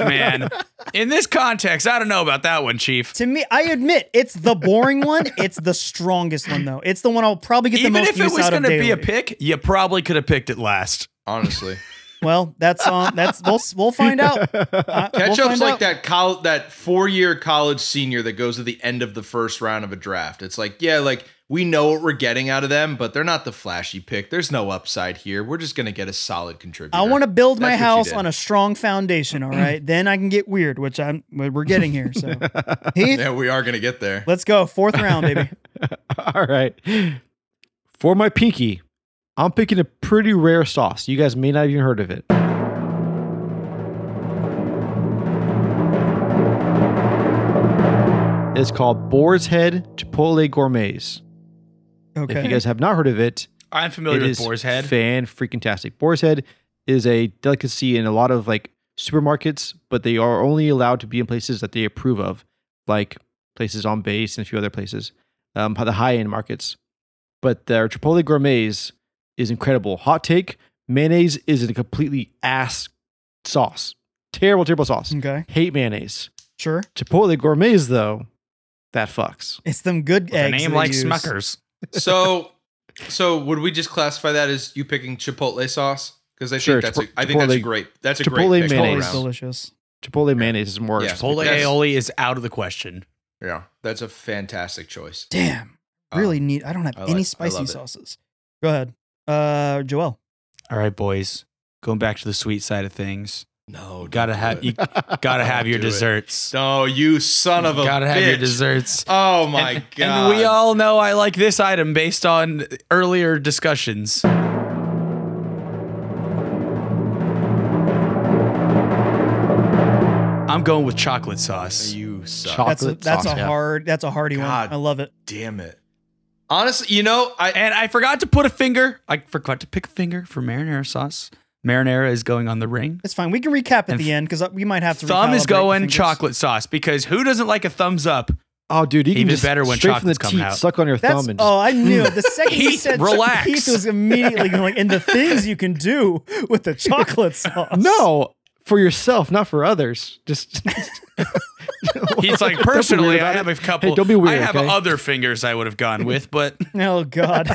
[SPEAKER 3] man, in this context, I don't know about that one, Chief.
[SPEAKER 1] To me, I admit it's the boring one. It's the strongest one though. It's the one I'll probably get the
[SPEAKER 3] Even
[SPEAKER 1] most
[SPEAKER 3] if it
[SPEAKER 1] use
[SPEAKER 3] was
[SPEAKER 1] out of
[SPEAKER 3] going to
[SPEAKER 1] daily.
[SPEAKER 3] be a pick, you probably could have picked it last.
[SPEAKER 2] Honestly,
[SPEAKER 1] Well, that's on. That's we'll we'll find out. Uh, we'll
[SPEAKER 2] ketchup's
[SPEAKER 1] find
[SPEAKER 2] like
[SPEAKER 1] out.
[SPEAKER 2] that col- that four year college senior that goes at the end of the first round of a draft. It's like yeah, like we know what we're getting out of them, but they're not the flashy pick. There's no upside here. We're just gonna get a solid contributor.
[SPEAKER 1] I want to build my
[SPEAKER 2] That's what you
[SPEAKER 1] house
[SPEAKER 2] did.
[SPEAKER 1] on a strong foundation. All right, then I can get weird, which I'm we're getting here. So, Heath,
[SPEAKER 2] Yeah, we are gonna get there.
[SPEAKER 1] let's go fourth round, baby.
[SPEAKER 4] All right. For my pinky, I'm picking a pretty rare sauce. You guys may not even heard of it. It's called Boar's Head Chipotle Gourmets.
[SPEAKER 1] Okay.
[SPEAKER 4] If you guys have not heard of it,
[SPEAKER 3] I'm familiar
[SPEAKER 4] it
[SPEAKER 3] with
[SPEAKER 4] is
[SPEAKER 3] Boar's Head.
[SPEAKER 4] Fan freaking tastic. Boar's head is a delicacy in a lot of like supermarkets, but they are only allowed to be in places that they approve of, like places on base and a few other places, um, the high end markets. But their Chipotle gourmets is incredible. Hot take: mayonnaise is a completely ass sauce. Terrible, terrible sauce.
[SPEAKER 1] okay.
[SPEAKER 4] Hate mayonnaise.
[SPEAKER 1] Sure.
[SPEAKER 4] Chipotle gourmets though, that fucks.
[SPEAKER 1] It's them good
[SPEAKER 3] with a
[SPEAKER 1] eggs.
[SPEAKER 3] name
[SPEAKER 1] they
[SPEAKER 3] like
[SPEAKER 1] use.
[SPEAKER 3] Smuckers.
[SPEAKER 2] So, so would we just classify that as you picking chipotle sauce? Because I think
[SPEAKER 4] Sure,
[SPEAKER 2] that's
[SPEAKER 4] Chipo-
[SPEAKER 2] a, I think that's a
[SPEAKER 4] Chipotle-
[SPEAKER 2] great that's a
[SPEAKER 4] Chipotle
[SPEAKER 2] great pick all
[SPEAKER 1] Always
[SPEAKER 4] mayonnaise.
[SPEAKER 2] around.
[SPEAKER 1] delicious.
[SPEAKER 4] Chipotle mayonnaise is more.
[SPEAKER 2] Yeah.
[SPEAKER 3] Chipotle
[SPEAKER 2] Yes.
[SPEAKER 3] aioli is out of the question.
[SPEAKER 2] Yeah, that's a fantastic choice.
[SPEAKER 1] Damn.
[SPEAKER 3] Oh.
[SPEAKER 2] Um,
[SPEAKER 1] Really neat. I don't have
[SPEAKER 2] I
[SPEAKER 1] any
[SPEAKER 2] like- I
[SPEAKER 1] spicy
[SPEAKER 2] love it.
[SPEAKER 1] sauces. Go ahead. Uh, Joel.
[SPEAKER 3] All right, boys. Going back to the sweet side of things.
[SPEAKER 2] Oh, No, don't
[SPEAKER 3] Gotta
[SPEAKER 2] do
[SPEAKER 3] have
[SPEAKER 2] it.
[SPEAKER 3] you gotta
[SPEAKER 2] Don't
[SPEAKER 3] have your
[SPEAKER 2] do it.
[SPEAKER 3] desserts.
[SPEAKER 2] No, you son of a
[SPEAKER 3] gotta have your
[SPEAKER 2] bitch.
[SPEAKER 3] desserts.
[SPEAKER 2] Oh my
[SPEAKER 3] and,
[SPEAKER 2] god!
[SPEAKER 3] And we all know I like this item based on earlier discussions. I'm going with chocolate sauce.
[SPEAKER 2] You suck.
[SPEAKER 1] That's
[SPEAKER 4] Chocolate.
[SPEAKER 1] a, that's
[SPEAKER 4] sauce,
[SPEAKER 1] a
[SPEAKER 4] yeah.
[SPEAKER 1] hard. That's a hardy
[SPEAKER 2] God.
[SPEAKER 1] one. I love it.
[SPEAKER 2] Damn it. Honestly, you know, I
[SPEAKER 3] And I forgot to put a finger. I forgot to pick a finger for marinara sauce. Marinara is going on the ring.
[SPEAKER 1] It's fine. We can recap at
[SPEAKER 3] And
[SPEAKER 1] the end because we might have to.
[SPEAKER 3] Thumb
[SPEAKER 1] recalibrate
[SPEAKER 3] is
[SPEAKER 1] the
[SPEAKER 3] going
[SPEAKER 1] fingers.
[SPEAKER 3] chocolate sauce because who doesn't like a thumbs up?
[SPEAKER 4] Oh, dude, you can
[SPEAKER 3] Even
[SPEAKER 4] just
[SPEAKER 3] better when
[SPEAKER 4] straight from the
[SPEAKER 3] chocolate's coming
[SPEAKER 4] teeth,
[SPEAKER 3] out.
[SPEAKER 4] suck on your
[SPEAKER 1] That's
[SPEAKER 4] thumb and just,
[SPEAKER 1] oh, I knew it. the second you
[SPEAKER 3] Heath,
[SPEAKER 1] said
[SPEAKER 3] relax.
[SPEAKER 1] Keith was immediately going and the things you can do with the chocolate sauce.
[SPEAKER 4] no for yourself, not for others. Just
[SPEAKER 3] He's like,
[SPEAKER 4] Don't be weird
[SPEAKER 3] personally,
[SPEAKER 4] about
[SPEAKER 3] I
[SPEAKER 4] it.
[SPEAKER 3] have a couple.
[SPEAKER 4] don't be
[SPEAKER 3] I
[SPEAKER 4] weird,
[SPEAKER 3] have
[SPEAKER 4] okay?
[SPEAKER 3] other fingers I would have gone with, but
[SPEAKER 1] oh god,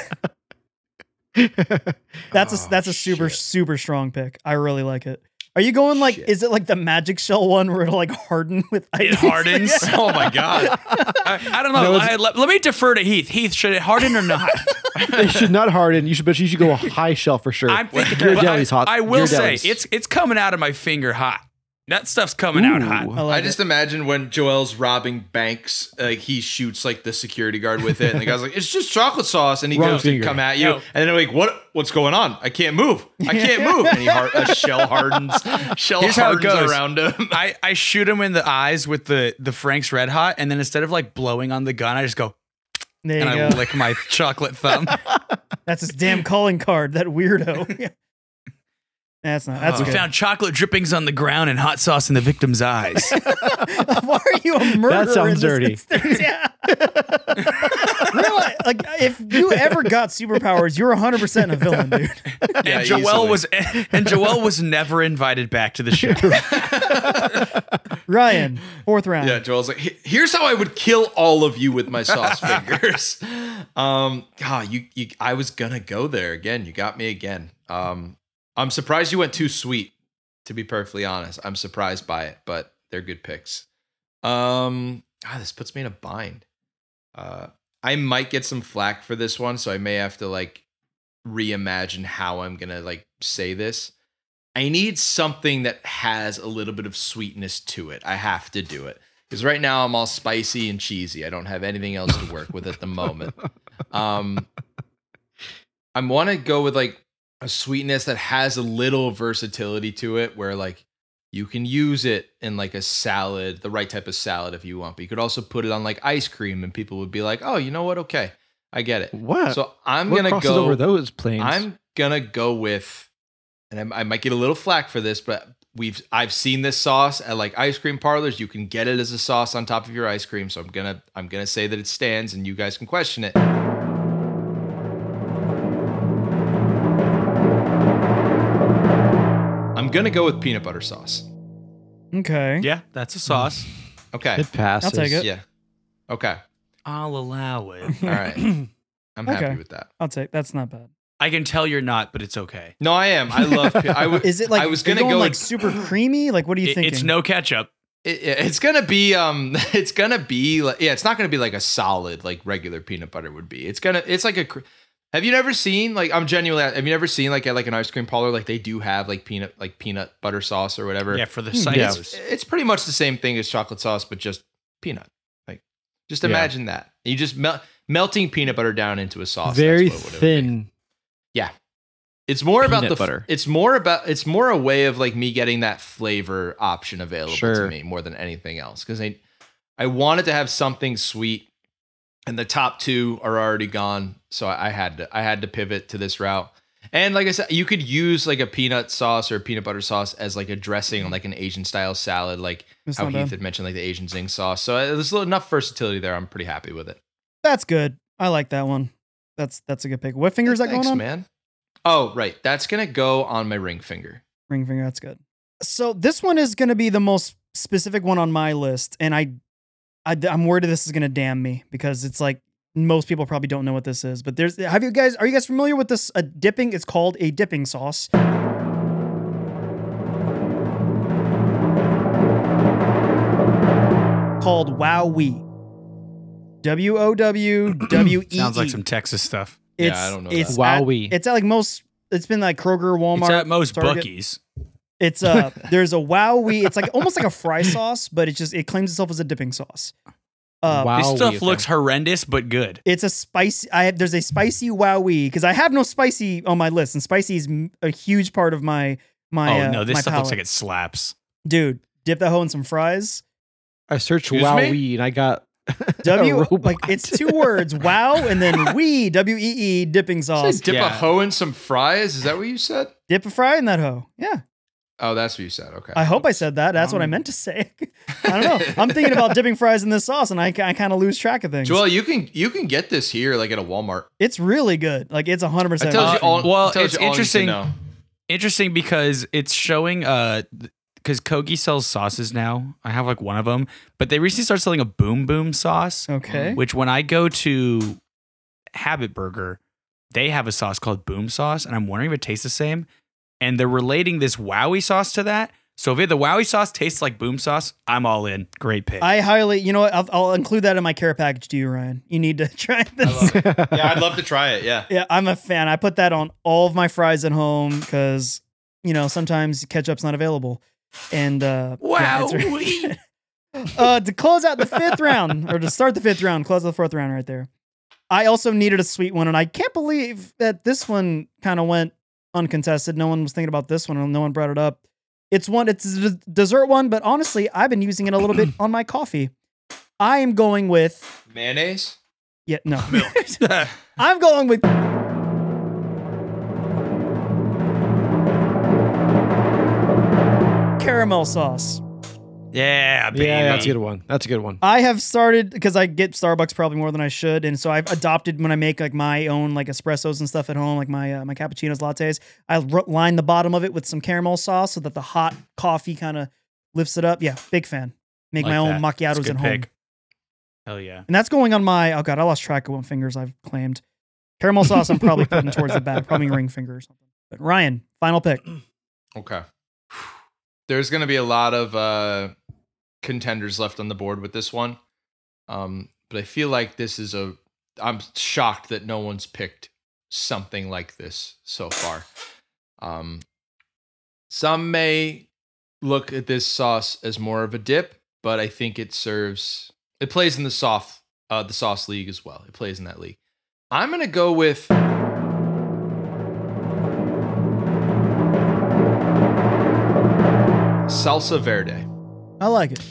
[SPEAKER 1] that's a
[SPEAKER 2] Oh,
[SPEAKER 1] that's a super
[SPEAKER 2] shit.
[SPEAKER 1] super strong pick. I really like it. Are you going like?
[SPEAKER 2] Shit.
[SPEAKER 1] Is it like the magic shell one where it'll like harden with
[SPEAKER 3] it
[SPEAKER 1] ice?
[SPEAKER 3] hardens.
[SPEAKER 2] Oh my god.
[SPEAKER 3] I, I don't know.
[SPEAKER 4] No, it's-
[SPEAKER 3] I, let, let me defer to Heath. Heath, should it harden or not?
[SPEAKER 4] it should not harden. You should, but you should go high shell for sure.
[SPEAKER 3] I'm thinking.
[SPEAKER 4] Your
[SPEAKER 3] but I-
[SPEAKER 4] deli's hot.
[SPEAKER 3] I will
[SPEAKER 4] Your
[SPEAKER 3] say
[SPEAKER 4] deli's-
[SPEAKER 3] it's it's coming out of my finger hot. That stuff's coming out hot.
[SPEAKER 4] Ooh.
[SPEAKER 1] I, like
[SPEAKER 2] I just imagine when Joel's robbing banks, like he shoots like the security guard with it, and the guy's like, "It's just chocolate sauce," and he
[SPEAKER 4] Wrong
[SPEAKER 2] goes to
[SPEAKER 4] finger.
[SPEAKER 2] come at you,
[SPEAKER 3] No.
[SPEAKER 2] and then they're like, "What? What's going on? I can't move. I can't move." And he har- a shell hardens, shell
[SPEAKER 3] Here's how it
[SPEAKER 2] hardens
[SPEAKER 3] goes.
[SPEAKER 2] around him.
[SPEAKER 3] I, I shoot him in the eyes with the, the Frank's Red Hot, and then instead of like blowing on the gun, I just go
[SPEAKER 1] there you
[SPEAKER 3] and I
[SPEAKER 1] go.
[SPEAKER 3] lick my chocolate thumb.
[SPEAKER 1] That's his damn calling card. That weirdo. Yeah. That's not. That's
[SPEAKER 3] Oh. we
[SPEAKER 1] good.
[SPEAKER 3] found chocolate drippings on the ground and hot sauce in the victim's eyes.
[SPEAKER 1] Why are you a murderer?
[SPEAKER 4] sounds
[SPEAKER 1] in
[SPEAKER 4] dirty.
[SPEAKER 1] this instance? Yeah. really? Like, if you ever got superpowers, you're 100% a villain, dude.
[SPEAKER 2] Yeah,
[SPEAKER 3] and Joel
[SPEAKER 2] easily.
[SPEAKER 3] was and Joel was never invited back to the show.
[SPEAKER 1] Ryan, fourth round.
[SPEAKER 2] Yeah, Joel's like, "He- here's how I would kill all of you with my sauce fingers. Um, God, you, you, I was gonna go there again. You got me again. Um, I'm surprised you went too sweet. To be perfectly honest, I'm surprised by it, but they're good picks. Um, God, this puts me in a bind. Uh, I might get some flack for this one, so I may have to like reimagine how I'm gonna like say this. I need something that has a little bit of sweetness to it. I have to do it because right now I'm all spicy and cheesy. I don't have anything else to work with at the moment. Um, I want to go with like a sweetness that has a little versatility to it, where like you can use it in like a salad, the right type of salad if you want, but you could also put it on like ice cream, and people would be like, "Oh, you know what? Okay, I get it."
[SPEAKER 4] what?
[SPEAKER 2] So I'm
[SPEAKER 4] what
[SPEAKER 2] gonna
[SPEAKER 4] crosses
[SPEAKER 2] go
[SPEAKER 4] over those planes.
[SPEAKER 2] I'm gonna go with, and I, I might get a little flack for this, but we've I've seen this sauce at like ice cream parlors. You can get it as a sauce on top of your ice cream. So I'm gonna I'm gonna say that it stands, and you guys can question it. I'm gonna go with peanut butter sauce.
[SPEAKER 1] Okay.
[SPEAKER 3] yeah, that's a sauce.
[SPEAKER 2] Okay.
[SPEAKER 4] it passes.
[SPEAKER 1] I'll take it.
[SPEAKER 2] Yeah. Okay.
[SPEAKER 3] I'll allow it.
[SPEAKER 2] All right. I'm happy
[SPEAKER 1] Okay.
[SPEAKER 2] with that.
[SPEAKER 1] I'll take That's not bad.
[SPEAKER 3] I can tell you're not, but it's okay.
[SPEAKER 2] No, I am. I love. pe- I w-
[SPEAKER 1] Is it like,
[SPEAKER 2] I was
[SPEAKER 1] are you
[SPEAKER 2] gonna
[SPEAKER 1] going,
[SPEAKER 2] go
[SPEAKER 1] like
[SPEAKER 2] with-
[SPEAKER 1] super creamy? Like, what are you
[SPEAKER 3] It-
[SPEAKER 1] thinking?
[SPEAKER 3] it's no ketchup.
[SPEAKER 2] it, it's gonna be um it's gonna be like yeah it's not gonna be like a solid like regular peanut butter would be it's gonna it's like a cr- have you never seen like i'm genuinely have you never seen like at like an ice cream parlor like they do have like peanut like peanut butter sauce or whatever
[SPEAKER 3] Yeah, for the
[SPEAKER 1] Hmm.
[SPEAKER 4] Yeah.
[SPEAKER 3] psychos.
[SPEAKER 2] it's, it's pretty much the same thing as chocolate sauce but just peanut like just
[SPEAKER 4] Yeah.
[SPEAKER 2] imagine that you just melt melting peanut butter down into a sauce that's
[SPEAKER 4] Very
[SPEAKER 2] what it would be.
[SPEAKER 4] thin.
[SPEAKER 2] It's more about
[SPEAKER 4] Peanut
[SPEAKER 2] the f-
[SPEAKER 4] butter.
[SPEAKER 2] It's more about it's more a way of like me getting that flavor option available to
[SPEAKER 4] Sure.
[SPEAKER 2] me more than anything else because I I wanted to have something sweet, and the top two are already gone, so I, I had to I had to pivot to this route. And like I said, you could use like a peanut sauce or peanut butter sauce as like a dressing on like an Asian style salad, like
[SPEAKER 1] Mm-hmm. That's
[SPEAKER 3] Oh,
[SPEAKER 2] how
[SPEAKER 1] not
[SPEAKER 2] Heath
[SPEAKER 1] bad.
[SPEAKER 2] had mentioned, like the Asian zing sauce. So uh, there's a little- enough versatility there. I'm pretty happy with it.
[SPEAKER 1] That's good. I like that one. That's that's a good pick. What finger is that
[SPEAKER 2] Thanks,
[SPEAKER 1] going on?
[SPEAKER 2] man. Oh right, that's gonna go on my ring finger.
[SPEAKER 1] Ring finger, that's good. So this one is going to be the most specific one on my list, and I, I am worried this is going to damn me because it's like most people probably don't know what this is. But there's have you guys are you guys familiar with this? A dipping it's called a dipping sauce. Called Wowee. W O W W E.
[SPEAKER 3] Sounds like some Texas stuff.
[SPEAKER 2] Yeah,
[SPEAKER 1] It's,
[SPEAKER 2] I don't know
[SPEAKER 1] It's
[SPEAKER 4] that.
[SPEAKER 1] at-
[SPEAKER 4] Wowee.
[SPEAKER 1] it's at like most. It's been like Kroger, Walmart.
[SPEAKER 3] it's at most
[SPEAKER 1] Target.
[SPEAKER 3] Bucky's.
[SPEAKER 1] It's uh there's a wow we it's like almost like a fry sauce, but it just it claims itself as a dipping sauce. Uh
[SPEAKER 4] Wow.
[SPEAKER 3] This
[SPEAKER 4] Wowee,
[SPEAKER 3] stuff
[SPEAKER 4] okay.
[SPEAKER 3] looks horrendous, but good.
[SPEAKER 1] it's a spicy I have there's a spicy wowee because I have no spicy on my list, and spicy is m- a huge part of my my
[SPEAKER 3] oh
[SPEAKER 1] uh,
[SPEAKER 3] no, this
[SPEAKER 1] my
[SPEAKER 3] stuff looks
[SPEAKER 1] palate.
[SPEAKER 3] like it slaps.
[SPEAKER 1] dude. dip that hoe in some fries.
[SPEAKER 4] I searched
[SPEAKER 2] Excuse
[SPEAKER 4] wow
[SPEAKER 2] me?
[SPEAKER 4] weed and I got a
[SPEAKER 1] W
[SPEAKER 4] robot.
[SPEAKER 1] like it's two words, wow, and then we W E E dipping sauce.
[SPEAKER 2] Dip
[SPEAKER 3] Yeah.
[SPEAKER 2] a hoe in some fries. Is that what you said?
[SPEAKER 1] Dip a fry in that hoe. Yeah.
[SPEAKER 2] Oh, that's what you said. Okay.
[SPEAKER 1] I hope I said that. That's what I meant to say. I don't know. I'm thinking about dipping fries in this sauce, and I, I kind of lose track of things.
[SPEAKER 2] Joel, you can you can get this here, like at a Walmart.
[SPEAKER 1] it's really good. Like it's 100.
[SPEAKER 2] That
[SPEAKER 1] percent
[SPEAKER 2] tells you all.
[SPEAKER 3] well,
[SPEAKER 2] tells
[SPEAKER 3] it's
[SPEAKER 2] you all you need to
[SPEAKER 3] interesting.
[SPEAKER 2] know.
[SPEAKER 3] Interesting because it's showing uh because Kogi sells sauces now. I have like one of them, but they recently started selling a boom boom sauce,
[SPEAKER 1] Okay.
[SPEAKER 3] which when I go to Habit Burger, they have a sauce called boom sauce, and I'm wondering if it tastes the same. And they're relating this wowie sauce to that. So if it, the wowie sauce tastes like boom sauce, I'm all in. Great pick.
[SPEAKER 1] I highly, you know what? I'll, I'll include that in my care package to you, Ryan. You need to try this.
[SPEAKER 2] love Yeah, I'd love to try it. Yeah.
[SPEAKER 1] Yeah, I'm a fan. I put that on all of my fries at home because, you know, sometimes ketchup's not available. And uh, yeah, it's-
[SPEAKER 3] Wowee.
[SPEAKER 1] uh, to close out the fifth round, or to start the fifth round, close out the fourth round right there. I also needed a sweet one, and I can't believe that this one kind of went uncontested. No one was thinking about this one, and no one brought it up. It's one, it's a d- dessert one, but honestly, I've been using it a little bit on my coffee. I am going with
[SPEAKER 2] Mayonnaise.
[SPEAKER 1] yeah, no, I'm going with caramel sauce.
[SPEAKER 3] yeah, baby.
[SPEAKER 4] yeah, that's a good one. That's a good one.
[SPEAKER 1] I have started because I get Starbucks probably more than I should, and so I've adopted when I make like my own like espressos and stuff at home, like my uh, my cappuccinos, lattes. I r- line the bottom of it with some caramel sauce so that the hot coffee kind of lifts it up. Yeah, big fan. Make my
[SPEAKER 3] Like
[SPEAKER 1] own
[SPEAKER 3] that. That's a
[SPEAKER 1] macchiatos
[SPEAKER 3] good
[SPEAKER 1] at home,
[SPEAKER 3] pick. Hell yeah.
[SPEAKER 1] and that's going on my. Oh god, I lost track of what fingers I've claimed. Caramel sauce, I'm probably putting towards the back, probably ring finger or something. But Ryan, final pick.
[SPEAKER 2] Okay. There's going to be a lot of uh, contenders left on the board with this one. Um, but I feel like this is a. I'm shocked that no one's picked something like this so far. Um, some may look at this sauce as more of a dip, but I think it serves. It plays in the soft, uh, the sauce league as well. It plays in that league. I'm gonna go with salsa verde.
[SPEAKER 1] I like it.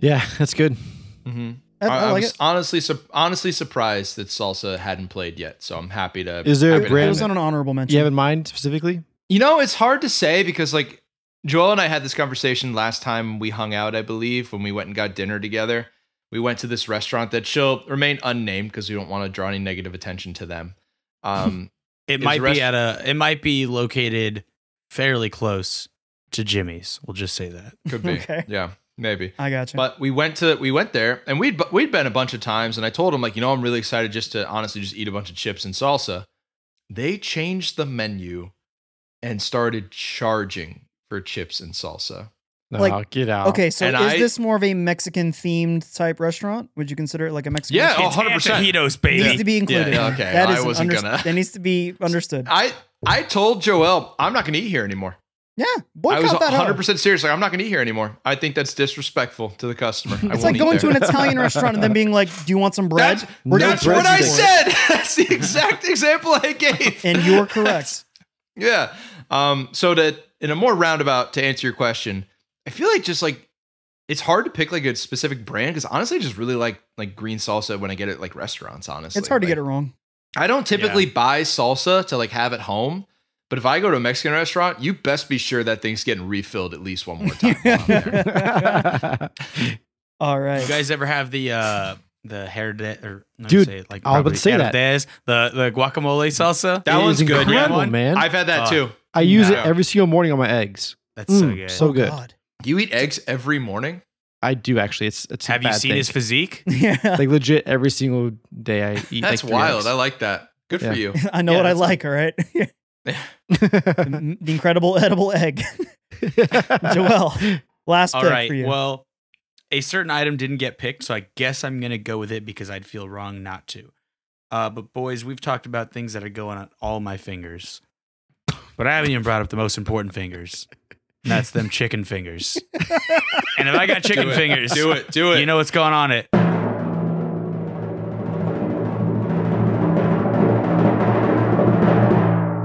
[SPEAKER 4] Yeah, that's good.
[SPEAKER 2] Mm-hmm.
[SPEAKER 1] I, I
[SPEAKER 2] I, I
[SPEAKER 1] like
[SPEAKER 2] was
[SPEAKER 1] it.
[SPEAKER 2] honestly sur- honestly surprised that Salsa hadn't played yet, so I'm happy to.
[SPEAKER 4] Is there a
[SPEAKER 2] happy to
[SPEAKER 1] It
[SPEAKER 4] brand-
[SPEAKER 2] have
[SPEAKER 1] was on an honorable mention.
[SPEAKER 4] You have in mind specifically?
[SPEAKER 2] You know, it's hard to say because like Joel and I had this conversation last time we hung out, I believe, when we went and got dinner together. We went to this restaurant that shall remain unnamed because we don't want to draw any negative attention to them. Um,
[SPEAKER 3] It
[SPEAKER 2] Is
[SPEAKER 3] might
[SPEAKER 2] rest-
[SPEAKER 3] be at a. It might be located fairly close to Jimmy's. We'll just say that.
[SPEAKER 2] could be,
[SPEAKER 1] Okay.
[SPEAKER 2] yeah, maybe.
[SPEAKER 1] I got you.
[SPEAKER 2] But we went to we went there and we'd bu- we'd been a bunch of times and I told him like you know I'm really excited just to honestly just eat a bunch of chips and salsa. They changed the menu and started charging for chips and salsa.
[SPEAKER 4] No,
[SPEAKER 1] Like,
[SPEAKER 4] get out.
[SPEAKER 1] Okay, so is
[SPEAKER 2] Uh, And I-
[SPEAKER 1] this more of a Mexican themed type restaurant? Would you consider it like a Mexican?
[SPEAKER 2] Yeah,
[SPEAKER 1] restaurant?
[SPEAKER 2] Oh, 100%.
[SPEAKER 3] Antojitos,
[SPEAKER 1] It needs
[SPEAKER 3] baby.
[SPEAKER 1] to be included.
[SPEAKER 2] yeah, okay,
[SPEAKER 1] That
[SPEAKER 2] I
[SPEAKER 1] is an
[SPEAKER 2] wasn't
[SPEAKER 1] unders-
[SPEAKER 2] gonna-
[SPEAKER 1] That needs to be understood.
[SPEAKER 2] I I told Joel I'm not going to eat here anymore.
[SPEAKER 1] yeah,
[SPEAKER 2] I
[SPEAKER 1] boycott
[SPEAKER 2] was
[SPEAKER 1] that.
[SPEAKER 2] 100
[SPEAKER 1] Hundred
[SPEAKER 2] percent serious. Like I'm not going to eat here anymore. I think that's disrespectful to the customer. I
[SPEAKER 1] It's
[SPEAKER 2] won't
[SPEAKER 1] like
[SPEAKER 2] eat
[SPEAKER 1] going
[SPEAKER 2] there.
[SPEAKER 1] to an Italian restaurant and then being like, "Do you want some bread?"
[SPEAKER 2] That's-
[SPEAKER 1] We're gonna
[SPEAKER 2] That's
[SPEAKER 1] charge
[SPEAKER 2] what I
[SPEAKER 1] you for it.
[SPEAKER 2] said. That's the exact example I gave.
[SPEAKER 1] And you're correct.
[SPEAKER 2] Yeah. Um, so to in a more roundabout to answer your question, I feel like just like it's hard to pick like a specific brand because honestly, I just really like like green salsa when I get it at, like restaurants. Honestly,
[SPEAKER 1] It's hard to get it wrong.
[SPEAKER 2] I don't typically buy salsa to like have at home, but if I go to a Mexican restaurant, you best be sure that thing's getting refilled at least one more time. while I'm there.
[SPEAKER 1] All right.
[SPEAKER 3] You guys ever have the uh the hair or no,
[SPEAKER 4] Dude,
[SPEAKER 3] say it, like
[SPEAKER 4] I was about to
[SPEAKER 3] probably
[SPEAKER 4] say that.
[SPEAKER 3] herdez, the the guacamole salsa.
[SPEAKER 2] That
[SPEAKER 4] It
[SPEAKER 2] one's
[SPEAKER 4] is
[SPEAKER 2] good.
[SPEAKER 3] Yeah,
[SPEAKER 4] incredible,
[SPEAKER 3] one-
[SPEAKER 4] man. I,
[SPEAKER 2] I've had that too.
[SPEAKER 3] Fuck.
[SPEAKER 4] use
[SPEAKER 2] Yeah.
[SPEAKER 4] it every single morning on my eggs.
[SPEAKER 3] That's so
[SPEAKER 4] Mm,
[SPEAKER 3] good.
[SPEAKER 4] so good.
[SPEAKER 1] God.
[SPEAKER 2] You eat eggs every morning.
[SPEAKER 4] I do actually. It's it's. a
[SPEAKER 3] have you
[SPEAKER 4] bad
[SPEAKER 3] seen
[SPEAKER 4] thing.
[SPEAKER 3] his physique?
[SPEAKER 1] Yeah,
[SPEAKER 4] Like legit every single day I eat.
[SPEAKER 2] That's
[SPEAKER 4] like, three
[SPEAKER 2] wild.
[SPEAKER 4] eggs.
[SPEAKER 2] I like that. Good
[SPEAKER 4] Yeah.
[SPEAKER 2] for you.
[SPEAKER 1] I know
[SPEAKER 2] Yeah,
[SPEAKER 1] what I
[SPEAKER 2] that's
[SPEAKER 1] like. All right, the, the incredible edible egg. Joel, last
[SPEAKER 3] All
[SPEAKER 1] pick
[SPEAKER 3] right.
[SPEAKER 1] for you.
[SPEAKER 3] Well, a certain item didn't get picked, so I guess I'm gonna go with it because I'd feel wrong not to. Uh, but boys, we've talked about things that are going on all my fingers, but I haven't even brought up the most important fingers. And that's them chicken fingers. and if I got chicken
[SPEAKER 2] Do it.
[SPEAKER 3] fingers,
[SPEAKER 2] Do it. Do it.
[SPEAKER 3] you know what's going on it.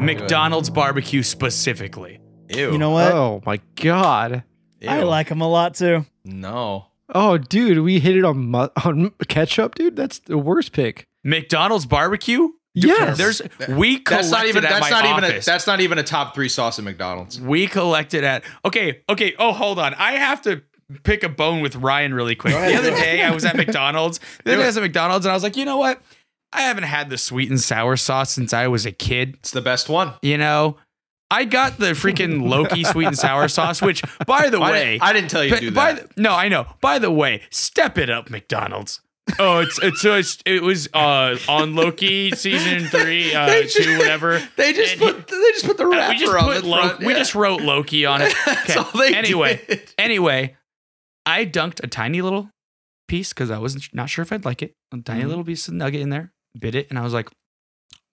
[SPEAKER 3] McDonald's barbecue specifically.
[SPEAKER 2] Ew.
[SPEAKER 1] you know what?
[SPEAKER 4] oh my Oh, god.
[SPEAKER 1] I
[SPEAKER 2] Ew.
[SPEAKER 1] like them a lot too.
[SPEAKER 2] No.
[SPEAKER 4] Oh, dude, we hit it on mu- on ketchup, dude. That's the worst pick.
[SPEAKER 3] McDonald's barbecue.
[SPEAKER 4] Yes.
[SPEAKER 3] There's we collected
[SPEAKER 2] That's not even.
[SPEAKER 3] at
[SPEAKER 2] That's
[SPEAKER 3] my
[SPEAKER 2] not even. A,
[SPEAKER 3] office.
[SPEAKER 2] that's not even a top three sauce at McDonald's.
[SPEAKER 3] we collected at. Okay, okay. Oh, hold on. I have to pick a bone with Ryan really quick.
[SPEAKER 2] Go ahead,
[SPEAKER 3] the other
[SPEAKER 2] do it.
[SPEAKER 3] day I was at McDonald's. The
[SPEAKER 2] Do
[SPEAKER 3] other day
[SPEAKER 2] it.
[SPEAKER 3] I was at McDonald's and I was like, you know what? I haven't had the sweet and sour sauce since I was a kid.
[SPEAKER 2] It's the best one.
[SPEAKER 3] You know, I got the freaking Loki sweet and sour sauce, which, by the
[SPEAKER 2] I
[SPEAKER 3] way,
[SPEAKER 2] didn't, I didn't tell you to
[SPEAKER 3] But
[SPEAKER 2] do
[SPEAKER 3] by
[SPEAKER 2] that.
[SPEAKER 3] the- no, I know. By the way, step it up, McDonald's. Oh, it's it's just it was uh on Loki season three, uh,
[SPEAKER 2] They ju-
[SPEAKER 3] two, whatever.
[SPEAKER 2] They just
[SPEAKER 3] And
[SPEAKER 2] put. they just put the
[SPEAKER 3] he- Uh,
[SPEAKER 2] wrapper
[SPEAKER 3] we just
[SPEAKER 2] on
[SPEAKER 3] put
[SPEAKER 2] the
[SPEAKER 3] Lo-
[SPEAKER 2] front.
[SPEAKER 3] we
[SPEAKER 2] yeah.
[SPEAKER 3] just wrote Loki on it.
[SPEAKER 2] That's
[SPEAKER 3] Okay.
[SPEAKER 2] all they
[SPEAKER 3] Anyway,
[SPEAKER 2] did.
[SPEAKER 3] anyway, I dunked a tiny little piece because I wasn't not sure if I'd like it. A tiny
[SPEAKER 2] Mhm.
[SPEAKER 3] little piece of nugget in there, bit it, and I was like,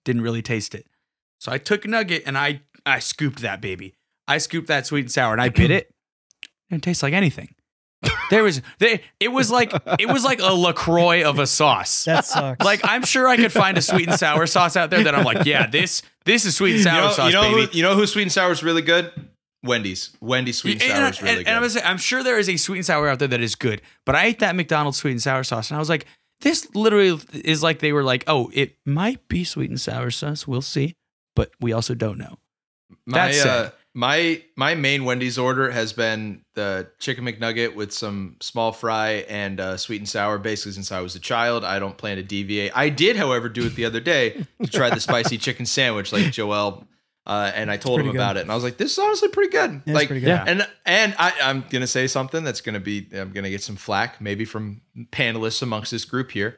[SPEAKER 3] didn't really taste it. So I took a nugget and I I scooped that baby. I scooped that sweet and sour and I bit it. Didn't taste like anything. There was they, it was like it was like a Lacroix of a sauce.
[SPEAKER 1] That sucks.
[SPEAKER 3] Like I'm sure I could find a sweet and sour sauce out there that I'm like, yeah, this this is sweet and sour
[SPEAKER 2] you know,
[SPEAKER 3] sauce,
[SPEAKER 2] you know
[SPEAKER 3] baby.
[SPEAKER 2] Who, you know who sweet and sour is really good? Wendy's. Wendy's sweet and, sour is really
[SPEAKER 3] and,
[SPEAKER 2] good.
[SPEAKER 3] and I'm, gonna say, I'm sure there is a sweet and sour out there that is good, but I ate that McDonald's sweet and sour sauce, and I was like, this literally is like they were like, oh, it might be sweet and sour sauce. We'll see, but we also don't know.
[SPEAKER 2] my,
[SPEAKER 3] that's
[SPEAKER 2] uh,
[SPEAKER 3] sick.
[SPEAKER 2] my my main Wendy's order has been the chicken McNugget with some small fry and uh, sweet and sour. Basically, since I was a child, I don't plan to deviate. I did, however, do it the other day to try the spicy chicken sandwich, like Joel. Uh, and I told him
[SPEAKER 1] pretty good.
[SPEAKER 2] about it, and I was like, "This is honestly pretty good."
[SPEAKER 1] It's
[SPEAKER 2] like,
[SPEAKER 1] pretty good.
[SPEAKER 4] yeah.
[SPEAKER 2] And and I, I'm gonna say something that's gonna be I'm gonna get some flack maybe from panelists amongst this group here.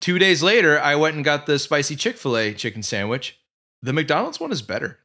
[SPEAKER 2] Two days later, I went and got the spicy Chick Fil A chicken sandwich. The McDonald's one is better.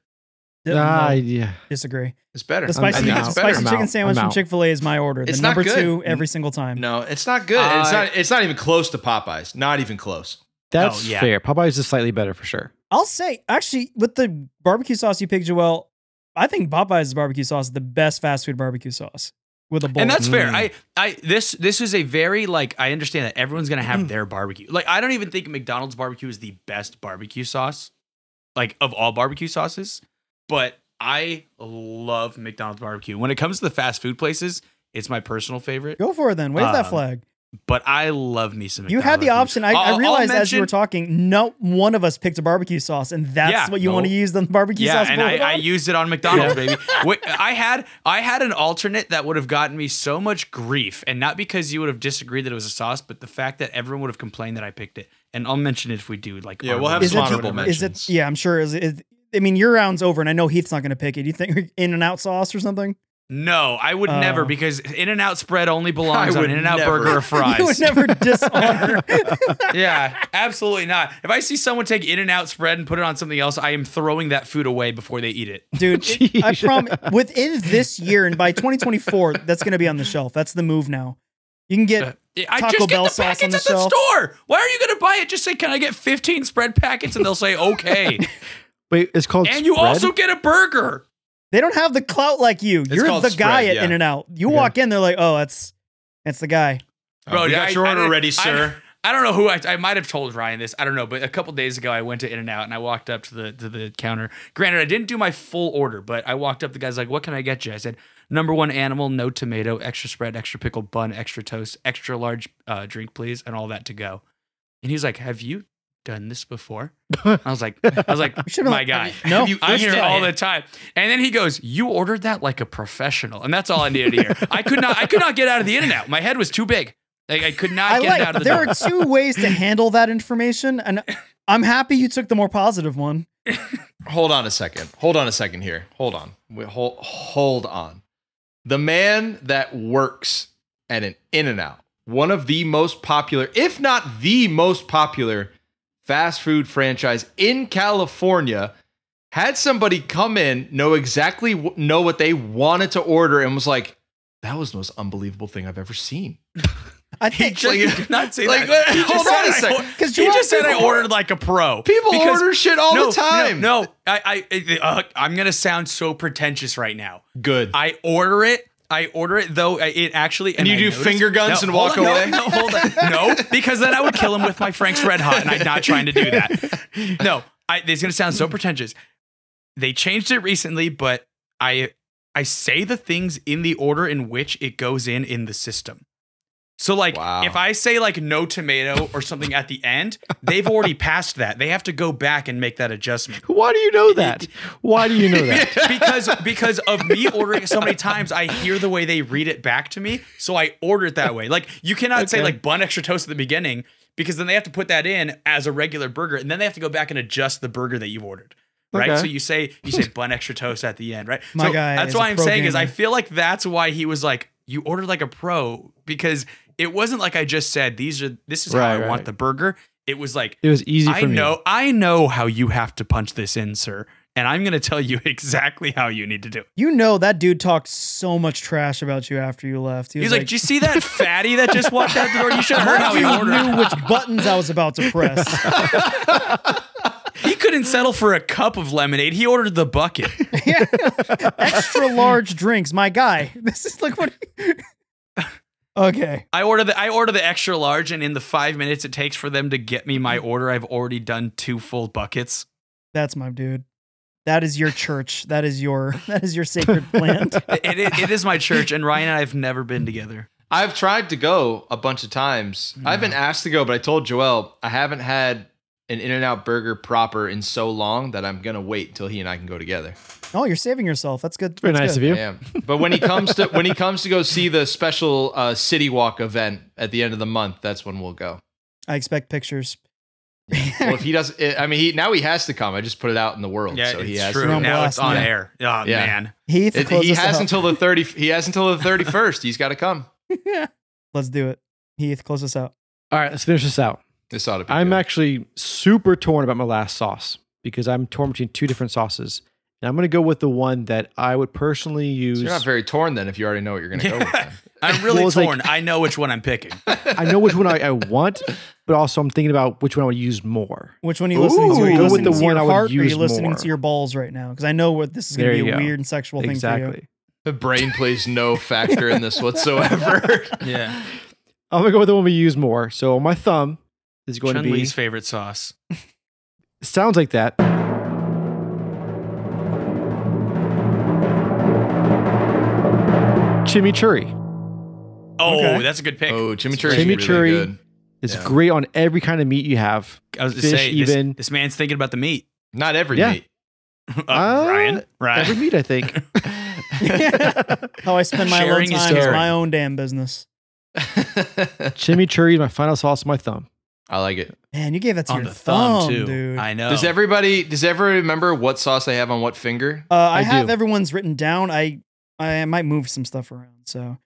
[SPEAKER 4] Ah,
[SPEAKER 1] I
[SPEAKER 4] yeah.
[SPEAKER 1] disagree.
[SPEAKER 2] It's better.
[SPEAKER 1] The spicy,
[SPEAKER 2] I think
[SPEAKER 4] out.
[SPEAKER 1] the
[SPEAKER 2] it's
[SPEAKER 1] spicy
[SPEAKER 2] better.
[SPEAKER 4] I'm
[SPEAKER 1] chicken
[SPEAKER 4] out.
[SPEAKER 1] sandwich
[SPEAKER 4] I'm
[SPEAKER 1] from
[SPEAKER 4] out.
[SPEAKER 1] Chick Fil A is my order. The
[SPEAKER 2] It's not
[SPEAKER 1] number
[SPEAKER 2] good.
[SPEAKER 1] two every single time.
[SPEAKER 2] No, it's not good. it's
[SPEAKER 3] I-
[SPEAKER 2] not. It's not even close to Popeyes. Not even close.
[SPEAKER 4] That's
[SPEAKER 3] Oh, yeah.
[SPEAKER 4] fair. Popeyes is slightly better for sure.
[SPEAKER 1] I'll say actually with the barbecue sauce you picked, Joel, I think Popeye's barbecue sauce is the best fast food barbecue sauce with a bowl.
[SPEAKER 3] And that's fair.
[SPEAKER 4] Mm.
[SPEAKER 3] I, I this this is a very like I understand that everyone's gonna have their barbecue. Like I don't even think McDonald's barbecue is the best barbecue sauce, like of all barbecue sauces. But I love McDonald's barbecue. When it comes to the fast food places, it's my personal favorite.
[SPEAKER 1] Go for it then. Wave that
[SPEAKER 3] Um,
[SPEAKER 1] flag.
[SPEAKER 3] But I love me some.
[SPEAKER 1] You had the
[SPEAKER 3] McDonald's
[SPEAKER 1] option. I,
[SPEAKER 3] I'll-
[SPEAKER 1] I
[SPEAKER 3] I'll
[SPEAKER 1] realized as you were
[SPEAKER 3] mention-
[SPEAKER 1] talking, no one of us picked a barbecue sauce, and that's
[SPEAKER 3] Yeah,
[SPEAKER 1] what you
[SPEAKER 4] no.
[SPEAKER 1] want to use the barbecue
[SPEAKER 3] yeah,
[SPEAKER 1] sauce.
[SPEAKER 3] and I,
[SPEAKER 1] bullet
[SPEAKER 3] I
[SPEAKER 1] on?
[SPEAKER 3] used it on McDonald's, baby. Wait, I had I had an alternate that would have gotten me so much grief, and not because you would have disagreed that it was a sauce, but the fact that everyone would have complained that I picked it. And I'll mention it if we do. Like,
[SPEAKER 2] Yeah,
[SPEAKER 3] on
[SPEAKER 2] we'll have
[SPEAKER 3] Monday.
[SPEAKER 1] is
[SPEAKER 2] some
[SPEAKER 1] it,
[SPEAKER 2] honorable
[SPEAKER 1] is it?
[SPEAKER 2] mentions.
[SPEAKER 1] Yeah, I'm sure. Is, is I mean, your round's over, and I know Heath's not going to pick it. You think in and out sauce or something?
[SPEAKER 3] No, I would
[SPEAKER 1] Oh.
[SPEAKER 3] never because In and Out spread only belongs
[SPEAKER 2] I
[SPEAKER 3] on
[SPEAKER 2] would
[SPEAKER 3] In and Out
[SPEAKER 2] never.
[SPEAKER 3] burger or
[SPEAKER 1] You would
[SPEAKER 3] fries.
[SPEAKER 1] never dishonor.
[SPEAKER 3] yeah, absolutely not. If I see someone take In and Out spread and put it on something else, I am throwing that food away before they eat it.
[SPEAKER 1] dude. it- I
[SPEAKER 4] Jeez.
[SPEAKER 1] promise. Within this year and by 2024, that's going to be on the shelf. That's the move now. You can
[SPEAKER 3] Uh,
[SPEAKER 1] get.
[SPEAKER 3] I
[SPEAKER 1] Taco
[SPEAKER 3] just
[SPEAKER 1] Bell
[SPEAKER 3] get the
[SPEAKER 1] sauce on
[SPEAKER 3] packets
[SPEAKER 1] the
[SPEAKER 3] at the
[SPEAKER 1] shelf.
[SPEAKER 3] store. Why are you going to buy it? Just say, "Can I get 15 spread packets?" And they'll say, "Okay."
[SPEAKER 4] Wait, it's called.
[SPEAKER 3] and you
[SPEAKER 4] spread?
[SPEAKER 3] also get a burger.
[SPEAKER 1] They don't have the clout like you. You're
[SPEAKER 2] called
[SPEAKER 1] the guy
[SPEAKER 2] spread,
[SPEAKER 1] at
[SPEAKER 2] yeah.
[SPEAKER 1] In and Out. You
[SPEAKER 4] Okay.
[SPEAKER 1] walk in, they're like, "Oh, that's that's the guy."
[SPEAKER 2] Uh,
[SPEAKER 3] Bro,
[SPEAKER 2] we got
[SPEAKER 3] Oh, I-
[SPEAKER 2] your
[SPEAKER 3] I
[SPEAKER 2] order
[SPEAKER 3] didn't-
[SPEAKER 2] ready,
[SPEAKER 3] I-
[SPEAKER 2] sir.
[SPEAKER 3] I don't know who I, I might have told Ryan this. I don't know, but a couple days ago I went to In and Out and I walked up to the to the counter. Granted, I didn't do my full order, but I walked up. The guy's like, "What can I get you?" I said, "Number one animal, no tomato, extra spread, extra pickle bun, extra toast, extra large uh, drink, please, and all that to go." And he's like, "Have you done this before?" I was like, "I was like,
[SPEAKER 1] should've been
[SPEAKER 3] my
[SPEAKER 1] like,
[SPEAKER 3] guy."
[SPEAKER 1] No,
[SPEAKER 2] you
[SPEAKER 3] I'm here
[SPEAKER 2] fished
[SPEAKER 3] all
[SPEAKER 2] it?
[SPEAKER 3] the time. And then he goes, "You ordered that like a professional," and that's all I needed to hear. I could not, I could not get out of the in and out. My head was too big. Like I could not
[SPEAKER 1] I
[SPEAKER 3] get it
[SPEAKER 1] like.
[SPEAKER 3] out of the.
[SPEAKER 1] There
[SPEAKER 3] door.
[SPEAKER 1] are two ways to handle that information, and I'm happy you took the more positive one.
[SPEAKER 2] Hold on a second. Hold on a second here. Hold on. We, hold hold on. The man that works at an In and Out, one of the most popular, if not the most popular, fast food franchise in California, had somebody come in, know exactly wh- know what they wanted to order, and was like, "That was the most unbelievable thing I've ever seen."
[SPEAKER 1] I
[SPEAKER 3] He
[SPEAKER 1] think
[SPEAKER 3] just
[SPEAKER 2] Like-
[SPEAKER 3] did not say
[SPEAKER 2] like,
[SPEAKER 3] that. He
[SPEAKER 2] hold
[SPEAKER 3] just
[SPEAKER 2] on
[SPEAKER 3] said
[SPEAKER 2] a
[SPEAKER 3] I
[SPEAKER 2] second.
[SPEAKER 3] or-
[SPEAKER 1] 'Cause
[SPEAKER 3] he
[SPEAKER 1] you
[SPEAKER 3] just
[SPEAKER 1] are-
[SPEAKER 3] said I ordered like a pro.
[SPEAKER 2] People
[SPEAKER 3] Because-
[SPEAKER 2] order shit all
[SPEAKER 3] no,
[SPEAKER 2] the time.
[SPEAKER 3] No, no, I, I, uh, I'm gonna sound so pretentious right now.
[SPEAKER 2] good.
[SPEAKER 3] I order it. I order it though. I- It actually
[SPEAKER 2] And you
[SPEAKER 3] I
[SPEAKER 2] do finger guns and
[SPEAKER 3] hold
[SPEAKER 2] walk
[SPEAKER 3] on, no,
[SPEAKER 2] away?
[SPEAKER 3] No, hold on. No, because then I would kill him with my Frank's Red Hot, and I'm not trying to do that. No, I, this is gonna sound so pretentious. They changed it recently, but I I say the things in the order in which it goes in in the system. So like
[SPEAKER 2] Wow.
[SPEAKER 3] if I say like no tomato or something at the end, they've already passed that. They have to go back and make that adjustment.
[SPEAKER 4] Why do you know that? Why do you know that?
[SPEAKER 3] because because of me ordering it so many times, I hear the way they read it back to me, so I order it that way. Like you cannot say
[SPEAKER 4] Okay.
[SPEAKER 3] like bun extra toast at the beginning because then they have to put that in as a regular burger, and then they have to go back and adjust the burger that you've ordered. Right,
[SPEAKER 4] Okay.
[SPEAKER 3] so you say you say bun extra toast at the end, right?
[SPEAKER 1] My
[SPEAKER 3] so
[SPEAKER 1] guy
[SPEAKER 3] that's
[SPEAKER 1] is a
[SPEAKER 3] why I'm
[SPEAKER 1] pro
[SPEAKER 3] saying is I
[SPEAKER 1] gamer.
[SPEAKER 3] feel like that's why he was like you ordered like a pro because it wasn't like I just said these are this is how
[SPEAKER 4] Right,
[SPEAKER 3] I want
[SPEAKER 4] right.
[SPEAKER 3] the burger. It was like
[SPEAKER 4] It was easy
[SPEAKER 3] I
[SPEAKER 4] for me.
[SPEAKER 3] know, I know how you have to punch this in, sir, and I'm going to tell you exactly how you need to do it.
[SPEAKER 1] You know that dude talked so much trash about you after you left. He was
[SPEAKER 3] He's like, "Do you see that fatty that just walked out the door? You should have heard how he
[SPEAKER 1] "Mind you
[SPEAKER 3] ordered.
[SPEAKER 1] knew which buttons I was about to press.
[SPEAKER 3] He couldn't settle for a cup of lemonade. He ordered the bucket.
[SPEAKER 1] Extra large drinks, my guy. This is like what. okay.
[SPEAKER 3] I order the I order the extra large, and in the five minutes it takes for them to get me my order, I've already done two full buckets.
[SPEAKER 1] That's my dude. That is your church. That is your that is your sacred plant.
[SPEAKER 3] It, it, it is my church, and Ryan and I have never been together.
[SPEAKER 2] I've tried to go a bunch of times.
[SPEAKER 4] Hmm.
[SPEAKER 2] I've been asked to go, but I told Joel I haven't had an In and Out burger proper in so long that I'm gonna wait until he and I can go together.
[SPEAKER 1] Oh, you're saving yourself. That's good.
[SPEAKER 4] Very
[SPEAKER 1] That's
[SPEAKER 4] nice
[SPEAKER 1] good.
[SPEAKER 4] of you.
[SPEAKER 2] I am. But when he comes to when he comes to go see the special uh, City Walk event at the end of the month, that's when we'll go.
[SPEAKER 1] I expect pictures.
[SPEAKER 2] Well, if he doesn't, I mean, he now he has to come. I just put it out in the world, so he has.
[SPEAKER 1] to.
[SPEAKER 3] Now it's on
[SPEAKER 1] Yeah.
[SPEAKER 3] air. Oh
[SPEAKER 2] Yeah.
[SPEAKER 3] man,
[SPEAKER 1] Heath,
[SPEAKER 2] It,
[SPEAKER 1] close
[SPEAKER 2] he
[SPEAKER 1] us
[SPEAKER 2] has
[SPEAKER 1] out.
[SPEAKER 2] until the thirty. He has until the thirty first. He's got to come.
[SPEAKER 1] Let's do it. Heath, close us out.
[SPEAKER 4] All right, let's finish this out.
[SPEAKER 2] This ought to be.
[SPEAKER 4] I'm
[SPEAKER 2] good.
[SPEAKER 4] actually super torn about my last sauce because I'm torn between two different sauces. And I'm going to go with the one that I would personally use.
[SPEAKER 2] So you're not very torn then if you already know what you're going to go with. Then.
[SPEAKER 3] I'm really
[SPEAKER 4] Well, it's like-
[SPEAKER 3] torn. I know which one I'm picking.
[SPEAKER 4] I know which one I, I want, but also I'm thinking about which one I would use more.
[SPEAKER 1] Which one are you listening to? Are
[SPEAKER 4] Ooh.
[SPEAKER 1] you
[SPEAKER 4] Go with
[SPEAKER 1] listening
[SPEAKER 4] the
[SPEAKER 1] to
[SPEAKER 4] one
[SPEAKER 1] your
[SPEAKER 4] I would
[SPEAKER 1] heart or are
[SPEAKER 4] use
[SPEAKER 1] you listening
[SPEAKER 4] more.
[SPEAKER 1] to your balls right now? Because I know what this is going
[SPEAKER 4] There
[SPEAKER 1] to be
[SPEAKER 4] you
[SPEAKER 1] a
[SPEAKER 4] go.
[SPEAKER 1] weird and sexual thing for you.
[SPEAKER 4] Exactly.
[SPEAKER 2] The brain plays no factor in this whatsoever.
[SPEAKER 3] Yeah,
[SPEAKER 4] I'm going to go with the one we use more. So on my thumb is going
[SPEAKER 3] Chun
[SPEAKER 4] to be.
[SPEAKER 3] Li's favorite sauce.
[SPEAKER 4] Sounds like that. Chimichurri.
[SPEAKER 3] Oh,
[SPEAKER 1] Okay.
[SPEAKER 3] that's a good pick.
[SPEAKER 2] oh, chimichurri. Chimichurri.
[SPEAKER 4] Chimichurri.
[SPEAKER 2] Really good.
[SPEAKER 4] It's
[SPEAKER 2] Yeah.
[SPEAKER 4] great on every kind of meat you have.
[SPEAKER 3] I was to
[SPEAKER 4] Fish
[SPEAKER 3] say, this,
[SPEAKER 4] even.
[SPEAKER 3] this man's thinking about the meat.
[SPEAKER 2] Not every
[SPEAKER 4] Yeah.
[SPEAKER 2] meat.
[SPEAKER 3] Uh,
[SPEAKER 4] Uh,
[SPEAKER 3] Ryan,
[SPEAKER 4] Every
[SPEAKER 3] Ryan.
[SPEAKER 4] meat, I think.
[SPEAKER 1] How I spend my alone
[SPEAKER 3] Sharing is
[SPEAKER 1] time is
[SPEAKER 3] caring.
[SPEAKER 1] my own damn business.
[SPEAKER 4] Chimichurri is my final sauce on my thumb.
[SPEAKER 2] I like it. Oh.
[SPEAKER 1] Man, you gave that to
[SPEAKER 3] on
[SPEAKER 1] your
[SPEAKER 3] the thumb, too.
[SPEAKER 1] dude.
[SPEAKER 3] I know.
[SPEAKER 2] Does everybody does everybody remember what sauce they have on what finger?
[SPEAKER 1] Uh, I,
[SPEAKER 4] I
[SPEAKER 1] have
[SPEAKER 4] do.
[SPEAKER 1] everyone's written down. I I might move some stuff around. So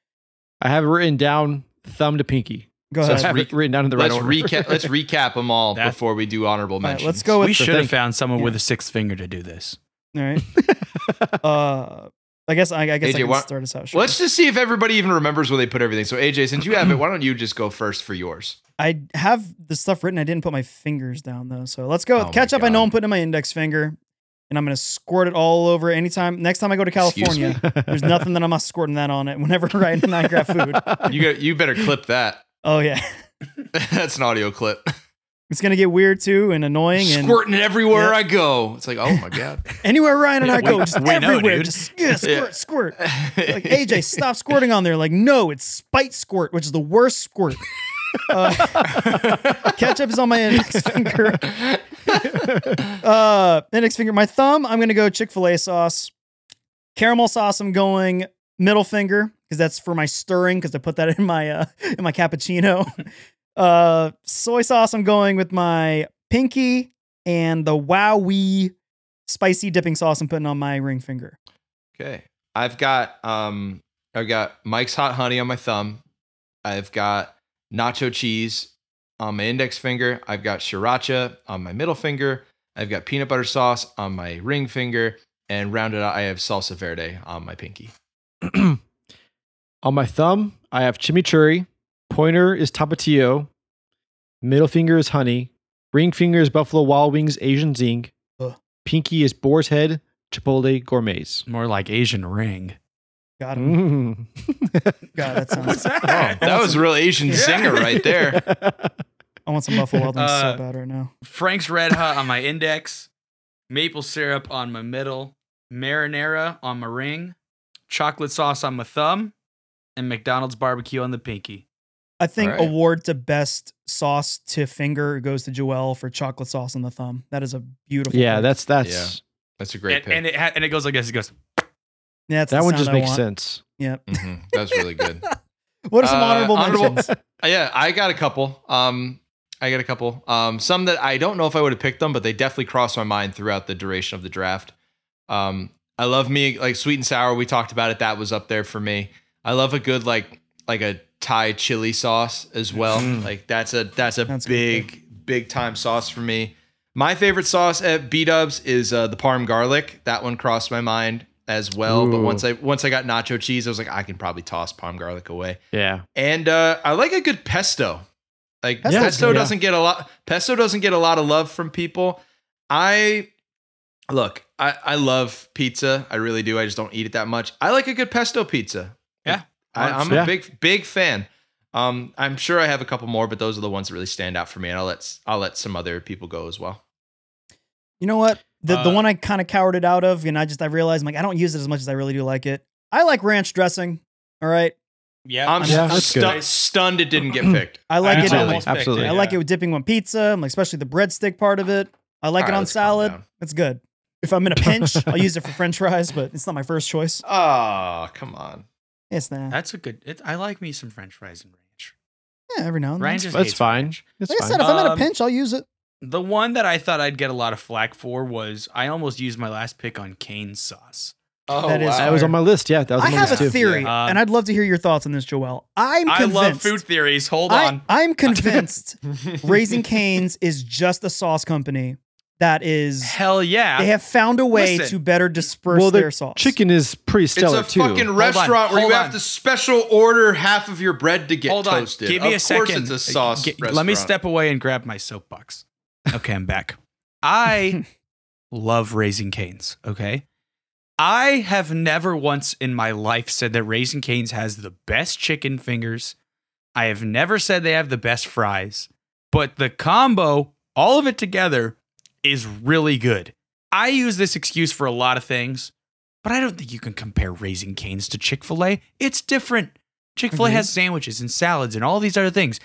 [SPEAKER 4] I have it written down thumb to pinky.
[SPEAKER 1] go
[SPEAKER 4] So
[SPEAKER 1] ahead.
[SPEAKER 4] it's
[SPEAKER 2] Let's
[SPEAKER 4] re- written down in the right
[SPEAKER 2] let's
[SPEAKER 4] order.
[SPEAKER 2] recap. Let's recap them all
[SPEAKER 3] That-
[SPEAKER 2] before we do honorable
[SPEAKER 1] All right,
[SPEAKER 2] mentions.
[SPEAKER 1] let's go with
[SPEAKER 3] we
[SPEAKER 4] the
[SPEAKER 3] should have
[SPEAKER 4] thing?
[SPEAKER 3] found someone
[SPEAKER 1] Yeah.
[SPEAKER 3] with a sixth finger to do this.
[SPEAKER 1] all right. Uh, I guess I, I guess
[SPEAKER 2] AJ,
[SPEAKER 1] I can
[SPEAKER 2] why-
[SPEAKER 1] start us out. Sure.
[SPEAKER 2] Let's just see if everybody even remembers where they put everything. So AJ, since you have it, why don't you just go first for yours?
[SPEAKER 1] I have the stuff written. I didn't put my fingers down though. So let's go.
[SPEAKER 2] Oh my
[SPEAKER 1] Ketchup. I know
[SPEAKER 2] God.
[SPEAKER 1] I'm putting in my index finger, and I'm gonna squirt it all over anytime. Next time I go to
[SPEAKER 2] Excuse
[SPEAKER 1] California, there's nothing that I'm not squirting that on it. Whenever Ryan and I grab food.
[SPEAKER 2] You got, you better clip that.
[SPEAKER 1] Oh yeah,
[SPEAKER 2] That's an audio clip.
[SPEAKER 1] it's gonna get weird too and annoying. And
[SPEAKER 2] Squirting it everywhere
[SPEAKER 1] Yeah.
[SPEAKER 2] I go. It's like, oh my god.
[SPEAKER 1] anywhere Ryan and I
[SPEAKER 3] Yeah,
[SPEAKER 1] go,
[SPEAKER 3] we-
[SPEAKER 1] just
[SPEAKER 3] we know,
[SPEAKER 1] everywhere,
[SPEAKER 3] dude.
[SPEAKER 1] just yeah, squirt, squirt.
[SPEAKER 2] Yeah.
[SPEAKER 1] Like AJ, stop squirting on there. Like no, it's spite squirt, which is the worst squirt. Uh, ketchup is on my index finger. Uh, index finger. My thumb. I'm gonna go Chick Fil A sauce, caramel sauce. I'm going middle finger because that's for my stirring because I put that in my uh, in my cappuccino. Uh, soy sauce. I'm going with my pinky and the wowee spicy dipping sauce. I'm putting on my ring finger.
[SPEAKER 2] Okay. I've got um I've got Mike's hot honey on my thumb. I've got nacho cheese on my index finger. I've got sriracha on my middle finger. I've got peanut butter sauce on my ring finger. And rounded out, I have salsa verde on my pinky.
[SPEAKER 4] On my thumb, I have chimichurri. Pointer is tapatio. Middle finger is honey. Ring finger is buffalo wild wings Asian zing.
[SPEAKER 1] Ugh.
[SPEAKER 4] Pinky is boar's head chipotle gourmets.
[SPEAKER 3] More like Asian ring.
[SPEAKER 1] Got him.
[SPEAKER 4] Mm.
[SPEAKER 1] God, that sounds.
[SPEAKER 2] Oh, that was a real Asian singer right there.
[SPEAKER 1] I want some buffalo wild wings
[SPEAKER 3] Uh,
[SPEAKER 1] so bad right now.
[SPEAKER 3] Frank's Red Hot on my index, maple syrup on my middle, marinara on my ring, chocolate sauce on my thumb, and McDonald's barbecue on the pinky.
[SPEAKER 1] I think
[SPEAKER 2] All right.
[SPEAKER 1] award to best sauce to finger goes to Joelle for chocolate sauce on the thumb. That is a beautiful.
[SPEAKER 4] Yeah,
[SPEAKER 1] pick.
[SPEAKER 4] that's that's
[SPEAKER 2] That's a great
[SPEAKER 3] And,
[SPEAKER 2] pick.
[SPEAKER 3] and it ha- and it goes like this. It goes.
[SPEAKER 1] Yeah, that's
[SPEAKER 4] that
[SPEAKER 1] the
[SPEAKER 4] one just
[SPEAKER 1] sound I
[SPEAKER 4] makes
[SPEAKER 1] want.
[SPEAKER 4] sense.
[SPEAKER 1] Yep.
[SPEAKER 2] Mhm. That's really good.
[SPEAKER 1] What are some
[SPEAKER 2] Uh,
[SPEAKER 1] honorable
[SPEAKER 2] honorable-
[SPEAKER 1] mentions?
[SPEAKER 2] Uh, yeah, I got a couple. Um, I got a couple. Um, some that I don't know if I would have picked them, but they definitely crossed my mind throughout the duration of the draft. Um, I love me like sweet and sour. We talked about it. That was up there for me. I love a good like like a Thai chili sauce as well.
[SPEAKER 3] Mm.
[SPEAKER 2] Like that's a that's a
[SPEAKER 1] That's a good
[SPEAKER 2] big big time sauce for me. My favorite sauce at B Dubs is uh, the Parm garlic. That one crossed my mind as well. But
[SPEAKER 4] Ooh.
[SPEAKER 2] once I once I got nacho cheese, I was like, I can probably toss Parm garlic away.
[SPEAKER 4] Yeah.
[SPEAKER 2] And uh, I like a good pesto. Like
[SPEAKER 1] Pesto's
[SPEAKER 2] pesto
[SPEAKER 4] good.
[SPEAKER 2] doesn't get a lot. Pesto doesn't get a lot of love from people. I look. I I love pizza. I really do. I just don't eat it that much. I like a good pesto pizza.
[SPEAKER 3] Yeah.
[SPEAKER 2] I, I'm
[SPEAKER 4] Yeah.
[SPEAKER 2] a big big fan. Um, I'm sure I have a couple more, but those are the ones that really stand out for me. And I'll let s- I'll let some other people go as well.
[SPEAKER 1] You know what? The the
[SPEAKER 3] Uh,
[SPEAKER 1] one I kind of cowered it out of, and I just I realized I'm like I don't use it as much as I really do like it. I like ranch dressing. All right,
[SPEAKER 3] Yeah.
[SPEAKER 2] I'm
[SPEAKER 1] I'm-
[SPEAKER 4] Yeah,
[SPEAKER 2] stu-
[SPEAKER 4] that's good.
[SPEAKER 2] stu- stunned it didn't get picked.
[SPEAKER 1] I like
[SPEAKER 4] Me
[SPEAKER 1] it.
[SPEAKER 4] too.
[SPEAKER 1] on-
[SPEAKER 4] Almost Absolutely.
[SPEAKER 1] I like it with dipping on pizza, I'm like, especially the breadstick part of it. I like
[SPEAKER 2] All
[SPEAKER 1] it
[SPEAKER 2] right,
[SPEAKER 1] on
[SPEAKER 2] let's calm
[SPEAKER 1] salad.
[SPEAKER 2] down.
[SPEAKER 1] It's good. If I'm in a pinch, I'll use it for French fries, but it's not my first choice.
[SPEAKER 2] Oh, come on.
[SPEAKER 1] It's not.
[SPEAKER 3] That's a good. It, I like me some French fries and ranch.
[SPEAKER 1] Yeah, every now and then.
[SPEAKER 3] Ranch is
[SPEAKER 4] That's fine. That's
[SPEAKER 1] Like I
[SPEAKER 4] fine.
[SPEAKER 1] said, if I'm in a
[SPEAKER 3] Um,
[SPEAKER 1] pinch, I'll use it.
[SPEAKER 3] The one that I thought I'd get a lot of flack for was I almost used my last pick on cane sauce.
[SPEAKER 2] Oh,
[SPEAKER 1] That is
[SPEAKER 2] wow.
[SPEAKER 4] Uh, that was on my list. Yeah, that was
[SPEAKER 1] I
[SPEAKER 4] on my
[SPEAKER 1] have a
[SPEAKER 4] list too.
[SPEAKER 1] theory,
[SPEAKER 3] Yeah.
[SPEAKER 1] and I'd love to hear your thoughts on this, Joel. I'm
[SPEAKER 3] I
[SPEAKER 1] convinced.
[SPEAKER 3] love food theories. Hold
[SPEAKER 1] I-
[SPEAKER 3] on.
[SPEAKER 1] I'm convinced Raising Canes is just a sauce company that is.
[SPEAKER 3] Hell yeah.
[SPEAKER 1] They have found a way
[SPEAKER 3] Listen.
[SPEAKER 1] to better disperse
[SPEAKER 4] well,
[SPEAKER 1] their,
[SPEAKER 4] their
[SPEAKER 1] sauce.
[SPEAKER 4] chicken is pretty
[SPEAKER 2] It's
[SPEAKER 4] stellar
[SPEAKER 2] a
[SPEAKER 4] too.
[SPEAKER 2] fucking
[SPEAKER 3] on,
[SPEAKER 2] restaurant where you
[SPEAKER 3] hold
[SPEAKER 2] have
[SPEAKER 3] on.
[SPEAKER 2] to special order half of your bread to get
[SPEAKER 3] Hold on.
[SPEAKER 2] toasted.
[SPEAKER 3] Give me
[SPEAKER 2] of
[SPEAKER 3] a second. Uh,
[SPEAKER 2] course, it's a sauce.
[SPEAKER 3] G- Let me
[SPEAKER 2] restaurant.
[SPEAKER 3] step away and grab my soapbox. Okay, I'm back. I love Raising Canes. Okay. I have never once in my life said that Raising Canes has the best chicken fingers. I have never said they have the best fries, but the combo, all of it together, is really good. I use this excuse for a lot of things, but I don't think you can compare Raising Canes to Chick fil A. It's different. Chick fil A
[SPEAKER 1] Agreed.
[SPEAKER 3] has sandwiches and salads and all these other things.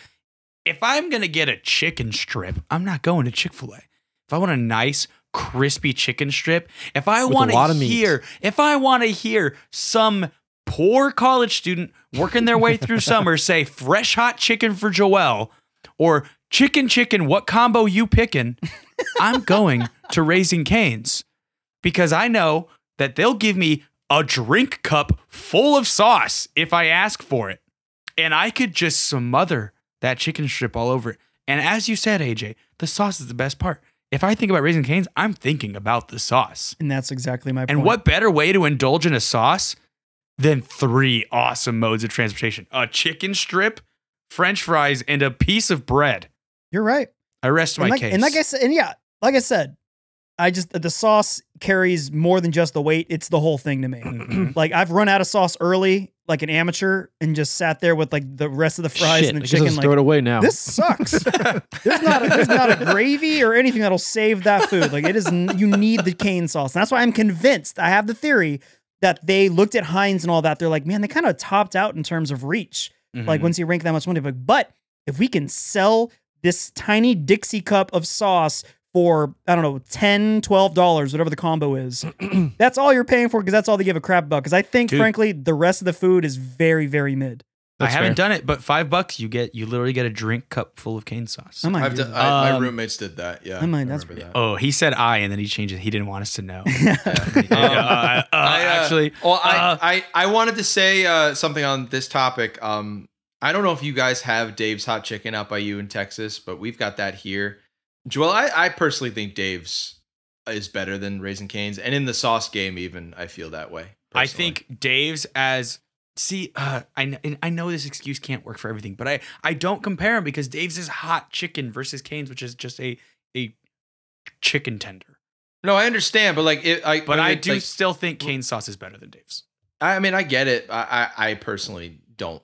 [SPEAKER 3] If I'm going to get a chicken strip, I'm not going to Chick fil A. If I want a nice, crispy chicken strip, if I
[SPEAKER 4] With a
[SPEAKER 3] want
[SPEAKER 4] lot
[SPEAKER 3] to
[SPEAKER 4] of meat.
[SPEAKER 3] hear, if I want to hear some poor college student working their way through summer say fresh hot chicken for Joelle or chicken chicken what combo you picking i'm going to raising canes because i know that they'll give me a drink cup full of sauce if i ask for it and i could just smother that chicken strip all over it and as you said aj the sauce is the best part if i think about raising canes i'm thinking about the sauce
[SPEAKER 1] And that's exactly my point.
[SPEAKER 3] and what better way to indulge in a sauce than three awesome modes of transportation a chicken strip, french fries, and a piece of bread?
[SPEAKER 1] You're right.
[SPEAKER 3] I rest my
[SPEAKER 1] and like,
[SPEAKER 3] case.
[SPEAKER 1] And like I said, and yeah, like I said, I just the sauce carries more than just the weight; it's the whole thing to me. like I've run out of sauce early, like an amateur, and just sat there with like the rest of the fries
[SPEAKER 4] Shit,
[SPEAKER 1] and the
[SPEAKER 4] I guess I'll
[SPEAKER 1] chicken.
[SPEAKER 4] just throw it
[SPEAKER 1] Like
[SPEAKER 4] away now.
[SPEAKER 1] this sucks. there's not a, there's not a gravy or anything that'll save that food. Like it is, n- you need the cane sauce, and that's why I'm convinced. I have the theory that they looked at Heinz and all that. They're like, man, they kind of topped out in terms of reach
[SPEAKER 2] Mm-hmm.
[SPEAKER 1] like once you rank that much money but, but if we can sell this tiny dixie cup of sauce for i don't know 10 12 dollars whatever the combo is that's all you're paying for because that's all they give a crap about because i think
[SPEAKER 3] Dude.
[SPEAKER 1] frankly the rest of the food is very very mid
[SPEAKER 3] I
[SPEAKER 4] That's
[SPEAKER 3] haven't
[SPEAKER 4] fair.
[SPEAKER 3] done it, but five bucks, you get you literally get a drink cup full of cane sauce.
[SPEAKER 1] i might
[SPEAKER 2] I've
[SPEAKER 1] do
[SPEAKER 2] done,
[SPEAKER 1] that.
[SPEAKER 2] I, my
[SPEAKER 3] Um,
[SPEAKER 2] roommates did that. Yeah,
[SPEAKER 1] I might- that's
[SPEAKER 2] remember that.
[SPEAKER 3] oh, he said I, and then he changed it. He didn't want us to know.
[SPEAKER 2] Yeah.
[SPEAKER 3] Yeah,
[SPEAKER 2] Um,
[SPEAKER 3] uh, uh,
[SPEAKER 2] I, uh,
[SPEAKER 3] actually,
[SPEAKER 2] Well, I,
[SPEAKER 3] Uh,
[SPEAKER 2] I, I wanted to say uh, something on this topic. Um, I don't know if you guys have Dave's Hot Chicken out by you in Texas, but we've got that here. Joel, I, I personally think Dave's is better than Raisin Cane's, and in the sauce game, even I feel that way.
[SPEAKER 3] I
[SPEAKER 2] personally.
[SPEAKER 3] think Dave's as see uh, I kn- and I know this excuse can't work for everything, but I I don't compare him because Dave's is hot chicken versus Cane's, which is just a a chicken tender.
[SPEAKER 2] no, I understand, but like, it, I,
[SPEAKER 3] But I
[SPEAKER 2] it's
[SPEAKER 3] do
[SPEAKER 2] like-
[SPEAKER 3] still think Cane's sauce is better than Dave's.
[SPEAKER 2] I mean, I get it. I, I, I personally don't.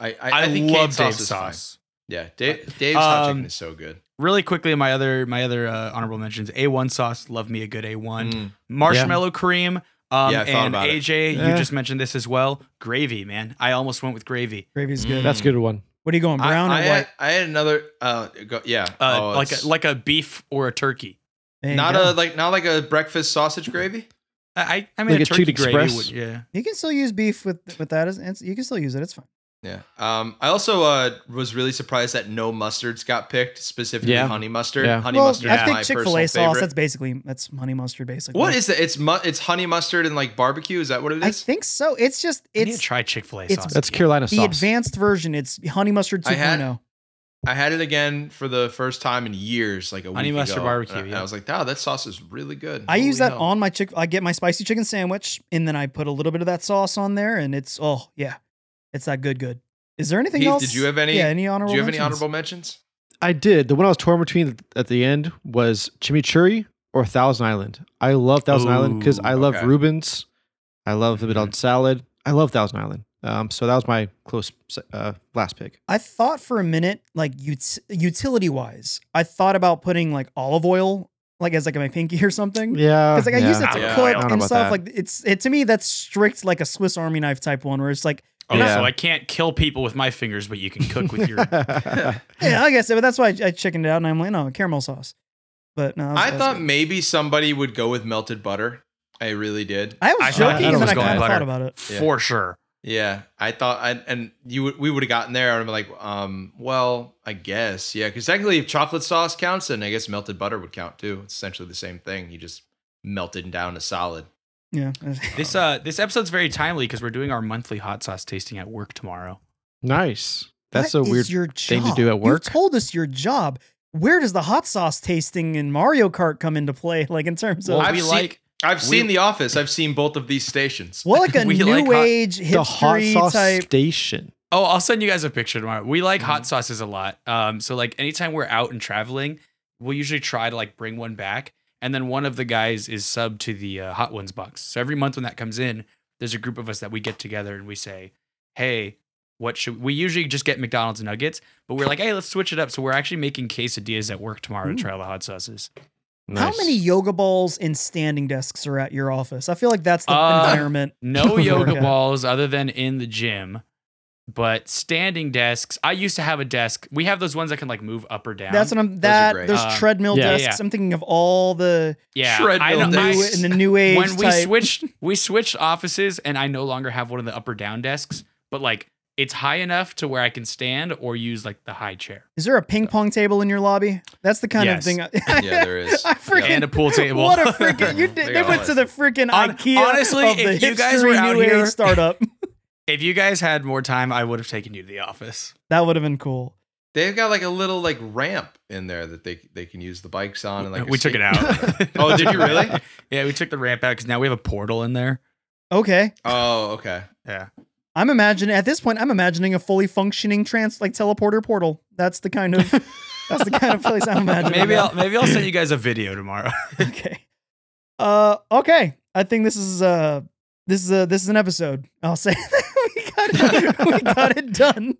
[SPEAKER 2] I, I,
[SPEAKER 3] I,
[SPEAKER 2] I think
[SPEAKER 3] love
[SPEAKER 2] Cane's
[SPEAKER 3] Dave's
[SPEAKER 2] is fine.
[SPEAKER 3] sauce.
[SPEAKER 2] Yeah, Dave, Dave's hot
[SPEAKER 3] Um,
[SPEAKER 2] chicken is so good.
[SPEAKER 3] Really quickly, my other my other uh, honorable mentions: A one sauce, love me a good A one,
[SPEAKER 2] Mm.
[SPEAKER 3] marshmallow cream, Um,
[SPEAKER 2] Yeah, I thought
[SPEAKER 3] and
[SPEAKER 2] about it.
[SPEAKER 3] AJ, you
[SPEAKER 4] Eh.
[SPEAKER 3] just mentioned this as well. Gravy, man. I almost went with gravy.
[SPEAKER 1] Gravy's good.
[SPEAKER 2] Mm.
[SPEAKER 4] That's a good one.
[SPEAKER 1] What are you going, brown
[SPEAKER 2] I, I
[SPEAKER 1] or
[SPEAKER 2] had,
[SPEAKER 1] white?
[SPEAKER 2] I had another. Uh, go, yeah,
[SPEAKER 3] Uh,
[SPEAKER 2] Oh,
[SPEAKER 3] like
[SPEAKER 2] it's-
[SPEAKER 3] a, like a beef or a turkey.
[SPEAKER 1] There you
[SPEAKER 2] not
[SPEAKER 1] go.
[SPEAKER 2] a like not like a breakfast sausage gravy.
[SPEAKER 3] I I I mean
[SPEAKER 4] Like
[SPEAKER 3] a
[SPEAKER 4] a
[SPEAKER 3] turkey
[SPEAKER 4] Chicken
[SPEAKER 3] gravy
[SPEAKER 4] Express?
[SPEAKER 3] would yeah.
[SPEAKER 1] You can still use beef with with that. As, it's- you can still use it. It's fine.
[SPEAKER 2] Yeah. Um. I also uh was really surprised that no mustards got picked, specifically
[SPEAKER 4] Yeah.
[SPEAKER 2] honey mustard.
[SPEAKER 4] Yeah.
[SPEAKER 2] Honey
[SPEAKER 1] well,
[SPEAKER 2] mustard.
[SPEAKER 1] I
[SPEAKER 2] is
[SPEAKER 1] think
[SPEAKER 2] my
[SPEAKER 1] Chick
[SPEAKER 2] personal
[SPEAKER 1] Fil A sauce.
[SPEAKER 2] favorite.
[SPEAKER 1] That's basically that's honey mustard. Basically,
[SPEAKER 2] What is that? It's mu- it's honey mustard and like barbecue. Is that what it
[SPEAKER 1] I
[SPEAKER 2] is?
[SPEAKER 1] think so. It's just
[SPEAKER 3] I need to
[SPEAKER 1] it's
[SPEAKER 3] try Chick Fil A
[SPEAKER 1] it's-
[SPEAKER 3] sauce.
[SPEAKER 4] That's
[SPEAKER 3] again.
[SPEAKER 4] Carolina
[SPEAKER 1] the
[SPEAKER 4] sauce.
[SPEAKER 1] advanced version. It's honey mustard oh.
[SPEAKER 2] I had-
[SPEAKER 1] 2.0.
[SPEAKER 2] I had it again for the first time in years, like a
[SPEAKER 3] Honey
[SPEAKER 2] week
[SPEAKER 3] mustard
[SPEAKER 2] ago,
[SPEAKER 3] barbecue,
[SPEAKER 2] And I,
[SPEAKER 3] yeah.
[SPEAKER 2] I was like, wow, that sauce is really good.
[SPEAKER 1] I use
[SPEAKER 2] Holy
[SPEAKER 1] that
[SPEAKER 2] hell."
[SPEAKER 1] on my chick. I get my spicy chicken sandwich, and then I put a little bit of that sauce on there, and it's oh yeah, it's that good. Good. Is there anything
[SPEAKER 2] Heath,
[SPEAKER 1] else?
[SPEAKER 2] did you have any-
[SPEAKER 1] Yeah, any honorable?
[SPEAKER 2] Do you have any
[SPEAKER 1] mentions?
[SPEAKER 2] honorable mentions?
[SPEAKER 4] I did. The one I was torn between at the end was chimichurri or Thousand Island. I love Thousand Island because
[SPEAKER 3] Ooh,
[SPEAKER 4] I love
[SPEAKER 2] okay.
[SPEAKER 4] Rubens. I love the
[SPEAKER 2] Mhm.
[SPEAKER 4] on salad. I love Thousand Island. Um, so that was my close se- uh, last pick.
[SPEAKER 1] I thought for a minute, like ut- utility wise, I thought about putting like olive oil, like as like my pinky or something.
[SPEAKER 4] Yeah,
[SPEAKER 1] Because like I use it to
[SPEAKER 3] Yeah. I
[SPEAKER 1] cook
[SPEAKER 4] don't know
[SPEAKER 1] and
[SPEAKER 4] about
[SPEAKER 1] stuff.
[SPEAKER 4] that.
[SPEAKER 1] Like it's it to me that's strict like a Swiss Army knife type one where it's like
[SPEAKER 3] Oh,
[SPEAKER 4] Yeah.
[SPEAKER 3] so I can't kill people with my fingers, but you can cook with your.
[SPEAKER 1] yeah I guess but that's why I, I chickened it out and I'm like no caramel sauce. But no, that was-
[SPEAKER 2] I
[SPEAKER 1] that was
[SPEAKER 2] thought
[SPEAKER 1] good.
[SPEAKER 2] maybe somebody would go with melted butter. I really did.
[SPEAKER 1] I was
[SPEAKER 3] I
[SPEAKER 4] thought- I
[SPEAKER 1] joking
[SPEAKER 4] thought it
[SPEAKER 1] and then
[SPEAKER 4] was
[SPEAKER 1] I kind
[SPEAKER 4] going
[SPEAKER 1] of
[SPEAKER 3] butter.
[SPEAKER 1] thought about it.
[SPEAKER 2] Yeah.
[SPEAKER 3] For sure.
[SPEAKER 2] Yeah, I thought, I, and you would- we would have gotten there, and I'm like, um, well, I guess, yeah, because technically, if chocolate sauce counts, then I guess melted butter would count too. It's essentially the same thing. You just melt it down to solid.
[SPEAKER 1] Yeah,
[SPEAKER 3] This uh this episode's very timely because we're doing our monthly hot sauce tasting at work tomorrow.
[SPEAKER 4] nice. That's
[SPEAKER 1] What
[SPEAKER 4] a
[SPEAKER 1] is
[SPEAKER 4] weird.
[SPEAKER 1] your
[SPEAKER 4] thing to
[SPEAKER 1] job?
[SPEAKER 4] do at work.
[SPEAKER 1] You told us your job. Where does the hot sauce tasting in Mario Kart come into play? Like in terms of
[SPEAKER 3] Well,
[SPEAKER 2] I've
[SPEAKER 3] we
[SPEAKER 2] seen-
[SPEAKER 3] like
[SPEAKER 2] I've seen
[SPEAKER 3] We-
[SPEAKER 2] The Office. I've seen both of these stations.
[SPEAKER 1] well, like a
[SPEAKER 3] we
[SPEAKER 1] new
[SPEAKER 3] like hot-
[SPEAKER 1] age
[SPEAKER 4] the hot
[SPEAKER 1] hipstery
[SPEAKER 4] sauce
[SPEAKER 1] type.
[SPEAKER 4] station.
[SPEAKER 3] Oh, I'll send you guys a picture tomorrow. We like
[SPEAKER 1] Mm-hmm.
[SPEAKER 3] hot sauces a lot. Um, so like anytime we're out and traveling, we'll usually try to like bring one back, and then one of the guys is sub to the uh, hot ones box. So every month when that comes in, there's a group of us that we get together and we say, "Hey, what should we usually just get McDonald's nuggets?" But we're like, "Hey, let's switch it up." So we're actually making quesadillas at work tomorrow
[SPEAKER 1] Ooh.
[SPEAKER 3] to try all the hot sauces.
[SPEAKER 1] How
[SPEAKER 4] Nice.
[SPEAKER 1] many yoga balls and standing desks are at your office? I feel like that's the
[SPEAKER 3] Uh,
[SPEAKER 1] environment.
[SPEAKER 3] No yoga
[SPEAKER 1] Okay.
[SPEAKER 3] balls other than in the gym, but standing desks. I used to have a desk. We have those ones that can like move up or down.
[SPEAKER 1] That's what I'm.
[SPEAKER 2] are
[SPEAKER 1] That
[SPEAKER 2] great.
[SPEAKER 1] there's
[SPEAKER 3] Um,
[SPEAKER 1] treadmill
[SPEAKER 4] yeah,
[SPEAKER 1] desks. I'm thinking of all the
[SPEAKER 3] Yeah,
[SPEAKER 2] Treadmill
[SPEAKER 3] I don't-
[SPEAKER 1] new
[SPEAKER 2] desk.
[SPEAKER 3] I-
[SPEAKER 2] Nice.
[SPEAKER 1] and the new age
[SPEAKER 3] when we
[SPEAKER 1] type.
[SPEAKER 3] switched, we switched offices, and I no longer have one of the up or down desks, but like it's high enough to where I can stand or use like the high chair
[SPEAKER 1] Is there a ping pong table in your lobby? That's the kind
[SPEAKER 3] Oh. Yes.
[SPEAKER 1] of thing. I,
[SPEAKER 2] Yeah, there is.
[SPEAKER 1] I freaking,
[SPEAKER 3] and a pool table.
[SPEAKER 1] What a freaking! You did,
[SPEAKER 2] They
[SPEAKER 1] they
[SPEAKER 2] got
[SPEAKER 1] went
[SPEAKER 2] all
[SPEAKER 1] to the
[SPEAKER 2] that
[SPEAKER 1] freaking
[SPEAKER 3] Hon-
[SPEAKER 1] IKEA.
[SPEAKER 3] honestly,
[SPEAKER 1] of the
[SPEAKER 3] if you guys were
[SPEAKER 1] hipstery
[SPEAKER 3] out
[SPEAKER 1] new age
[SPEAKER 3] here-
[SPEAKER 1] startup,
[SPEAKER 3] if you guys had more time, I would have taken you to the office.
[SPEAKER 1] that would have been cool.
[SPEAKER 2] They've got like a little like ramp in there that they they can use the bikes on. And like a
[SPEAKER 3] we took it out.
[SPEAKER 2] skateboard. Oh, did you really?
[SPEAKER 3] yeah, we took the ramp out because now we have a portal in there.
[SPEAKER 1] Okay,
[SPEAKER 2] oh, okay.
[SPEAKER 3] Yeah,
[SPEAKER 1] I'm imagining at this point. I'm imagining a fully functioning trans like teleporter portal. That's the kind of that's the kind of place I'm imagining.
[SPEAKER 3] maybe
[SPEAKER 1] that.
[SPEAKER 3] I'll maybe I'll send you guys a video tomorrow.
[SPEAKER 1] okay. Uh, okay. I think this is uh this is a this is an episode. I'll say we got it, we got it done,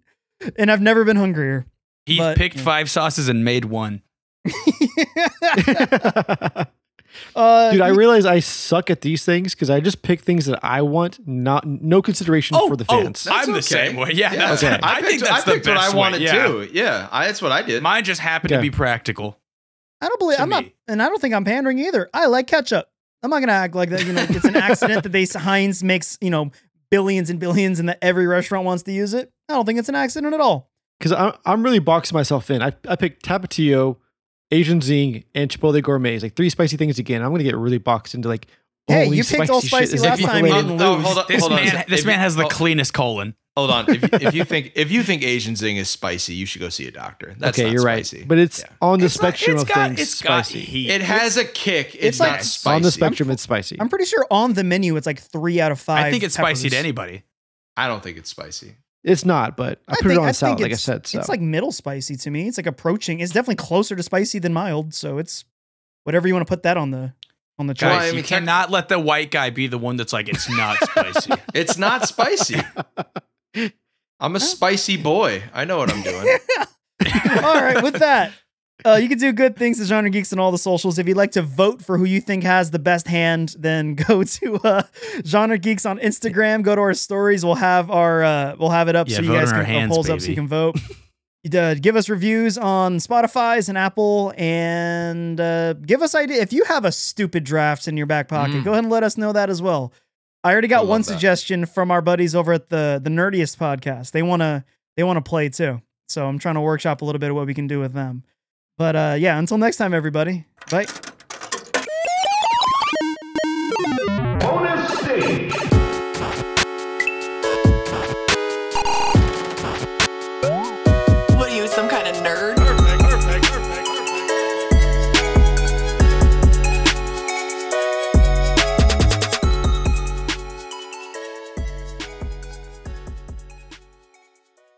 [SPEAKER 1] and I've never been hungrier.
[SPEAKER 3] He
[SPEAKER 1] But-
[SPEAKER 3] picked five sauces and made one.
[SPEAKER 1] uh,
[SPEAKER 4] Dude, I realize I suck at these things because I just pick things that I want, not no consideration
[SPEAKER 1] Oh,
[SPEAKER 4] for the fans.
[SPEAKER 3] I'm the
[SPEAKER 2] Oh, okay.
[SPEAKER 3] same way. Yeah, that's-
[SPEAKER 4] Okay.
[SPEAKER 3] I,
[SPEAKER 2] picked,
[SPEAKER 3] think that's the
[SPEAKER 2] picked what
[SPEAKER 3] best
[SPEAKER 2] I wanted
[SPEAKER 3] way. Yeah.
[SPEAKER 2] too. Yeah, I, that's what I did.
[SPEAKER 3] Mine just happened to
[SPEAKER 4] Okay.
[SPEAKER 3] be practical.
[SPEAKER 1] I don't believe
[SPEAKER 3] to
[SPEAKER 1] I'm not,
[SPEAKER 3] me.
[SPEAKER 1] and I don't think I'm pandering either. I like ketchup. I'm not gonna act like that. You know, it's an accident that they Heinz makes you know billions and billions, and that every restaurant wants to use it. I don't think it's an accident at all.
[SPEAKER 4] because I'm, I'm really boxing myself in. I, I picked Tapatio, Asian Zing, and Chipotle Gourmets, like three spicy things again. I'm gonna get really boxed into like.
[SPEAKER 1] Hey,
[SPEAKER 4] only
[SPEAKER 1] you picked all spicy
[SPEAKER 4] shit.
[SPEAKER 1] last time, you
[SPEAKER 4] related.
[SPEAKER 1] didn't
[SPEAKER 2] Oh,
[SPEAKER 1] lose.
[SPEAKER 2] hold on,
[SPEAKER 3] This
[SPEAKER 2] hold on a
[SPEAKER 3] man,
[SPEAKER 2] sec.
[SPEAKER 3] this
[SPEAKER 2] If
[SPEAKER 3] man
[SPEAKER 2] you-
[SPEAKER 3] has the
[SPEAKER 2] oh,
[SPEAKER 3] cleanest colon.
[SPEAKER 2] Hold on. If, if you think if you think Asian zing is spicy, you should go see a doctor. That's
[SPEAKER 4] okay,
[SPEAKER 2] not
[SPEAKER 4] you're
[SPEAKER 2] spicy.
[SPEAKER 4] right, but it's
[SPEAKER 2] Yeah.
[SPEAKER 4] on the
[SPEAKER 3] It's not-
[SPEAKER 4] spectrum
[SPEAKER 3] it's
[SPEAKER 4] of
[SPEAKER 3] got-
[SPEAKER 4] things
[SPEAKER 3] it's got
[SPEAKER 4] spicy.
[SPEAKER 3] heat.
[SPEAKER 2] it has a kick. It's,
[SPEAKER 1] it's like-
[SPEAKER 2] not
[SPEAKER 1] It's
[SPEAKER 2] spicy.
[SPEAKER 4] on the spectrum, it's spicy.
[SPEAKER 1] I'm pretty sure on the menu it's like three out of five.
[SPEAKER 3] I think it's spicy to
[SPEAKER 1] peppers.
[SPEAKER 3] anybody.
[SPEAKER 2] I don't think it's spicy.
[SPEAKER 4] it's not, but I, put it on salad, like I
[SPEAKER 1] it's-
[SPEAKER 4] said. So
[SPEAKER 1] It's like middle spicy to me. It's like approaching. It's definitely closer to spicy than mild. So it's whatever you want to put that on the on the
[SPEAKER 2] Guys,
[SPEAKER 1] chart.
[SPEAKER 2] I
[SPEAKER 3] Guys, you
[SPEAKER 2] mean, tech-
[SPEAKER 3] cannot let the white guy be the one that's like it's not spicy.
[SPEAKER 2] It's not spicy. I'm a spicy boy. I know what I'm doing.
[SPEAKER 1] All right, with that, Uh, you can do good things to Genre Geeks and all the socials. If you'd like to vote for who you think has the best hand, then go to uh, Genre Geeks on Instagram. Go to our stories. We'll have our uh, we'll have it up
[SPEAKER 3] Yeah,
[SPEAKER 1] so you
[SPEAKER 3] vote
[SPEAKER 1] guys
[SPEAKER 3] on
[SPEAKER 1] can
[SPEAKER 3] our
[SPEAKER 1] uh,
[SPEAKER 3] hands,
[SPEAKER 1] polls up so you
[SPEAKER 3] baby.
[SPEAKER 1] can vote. Uh, give us reviews on Spotify's and Apple, and uh, give us idea if you have a stupid draft in your back pocket.
[SPEAKER 2] Mm.
[SPEAKER 1] Go ahead and let us know that as well. I already got
[SPEAKER 2] love
[SPEAKER 1] one
[SPEAKER 2] that.
[SPEAKER 1] suggestion from our buddies over at the the Nerdiest podcast. They wanna they wanna play too, so I'm trying to workshop a little bit of what we can do with them. But uh, yeah, until next time, everybody. Bye.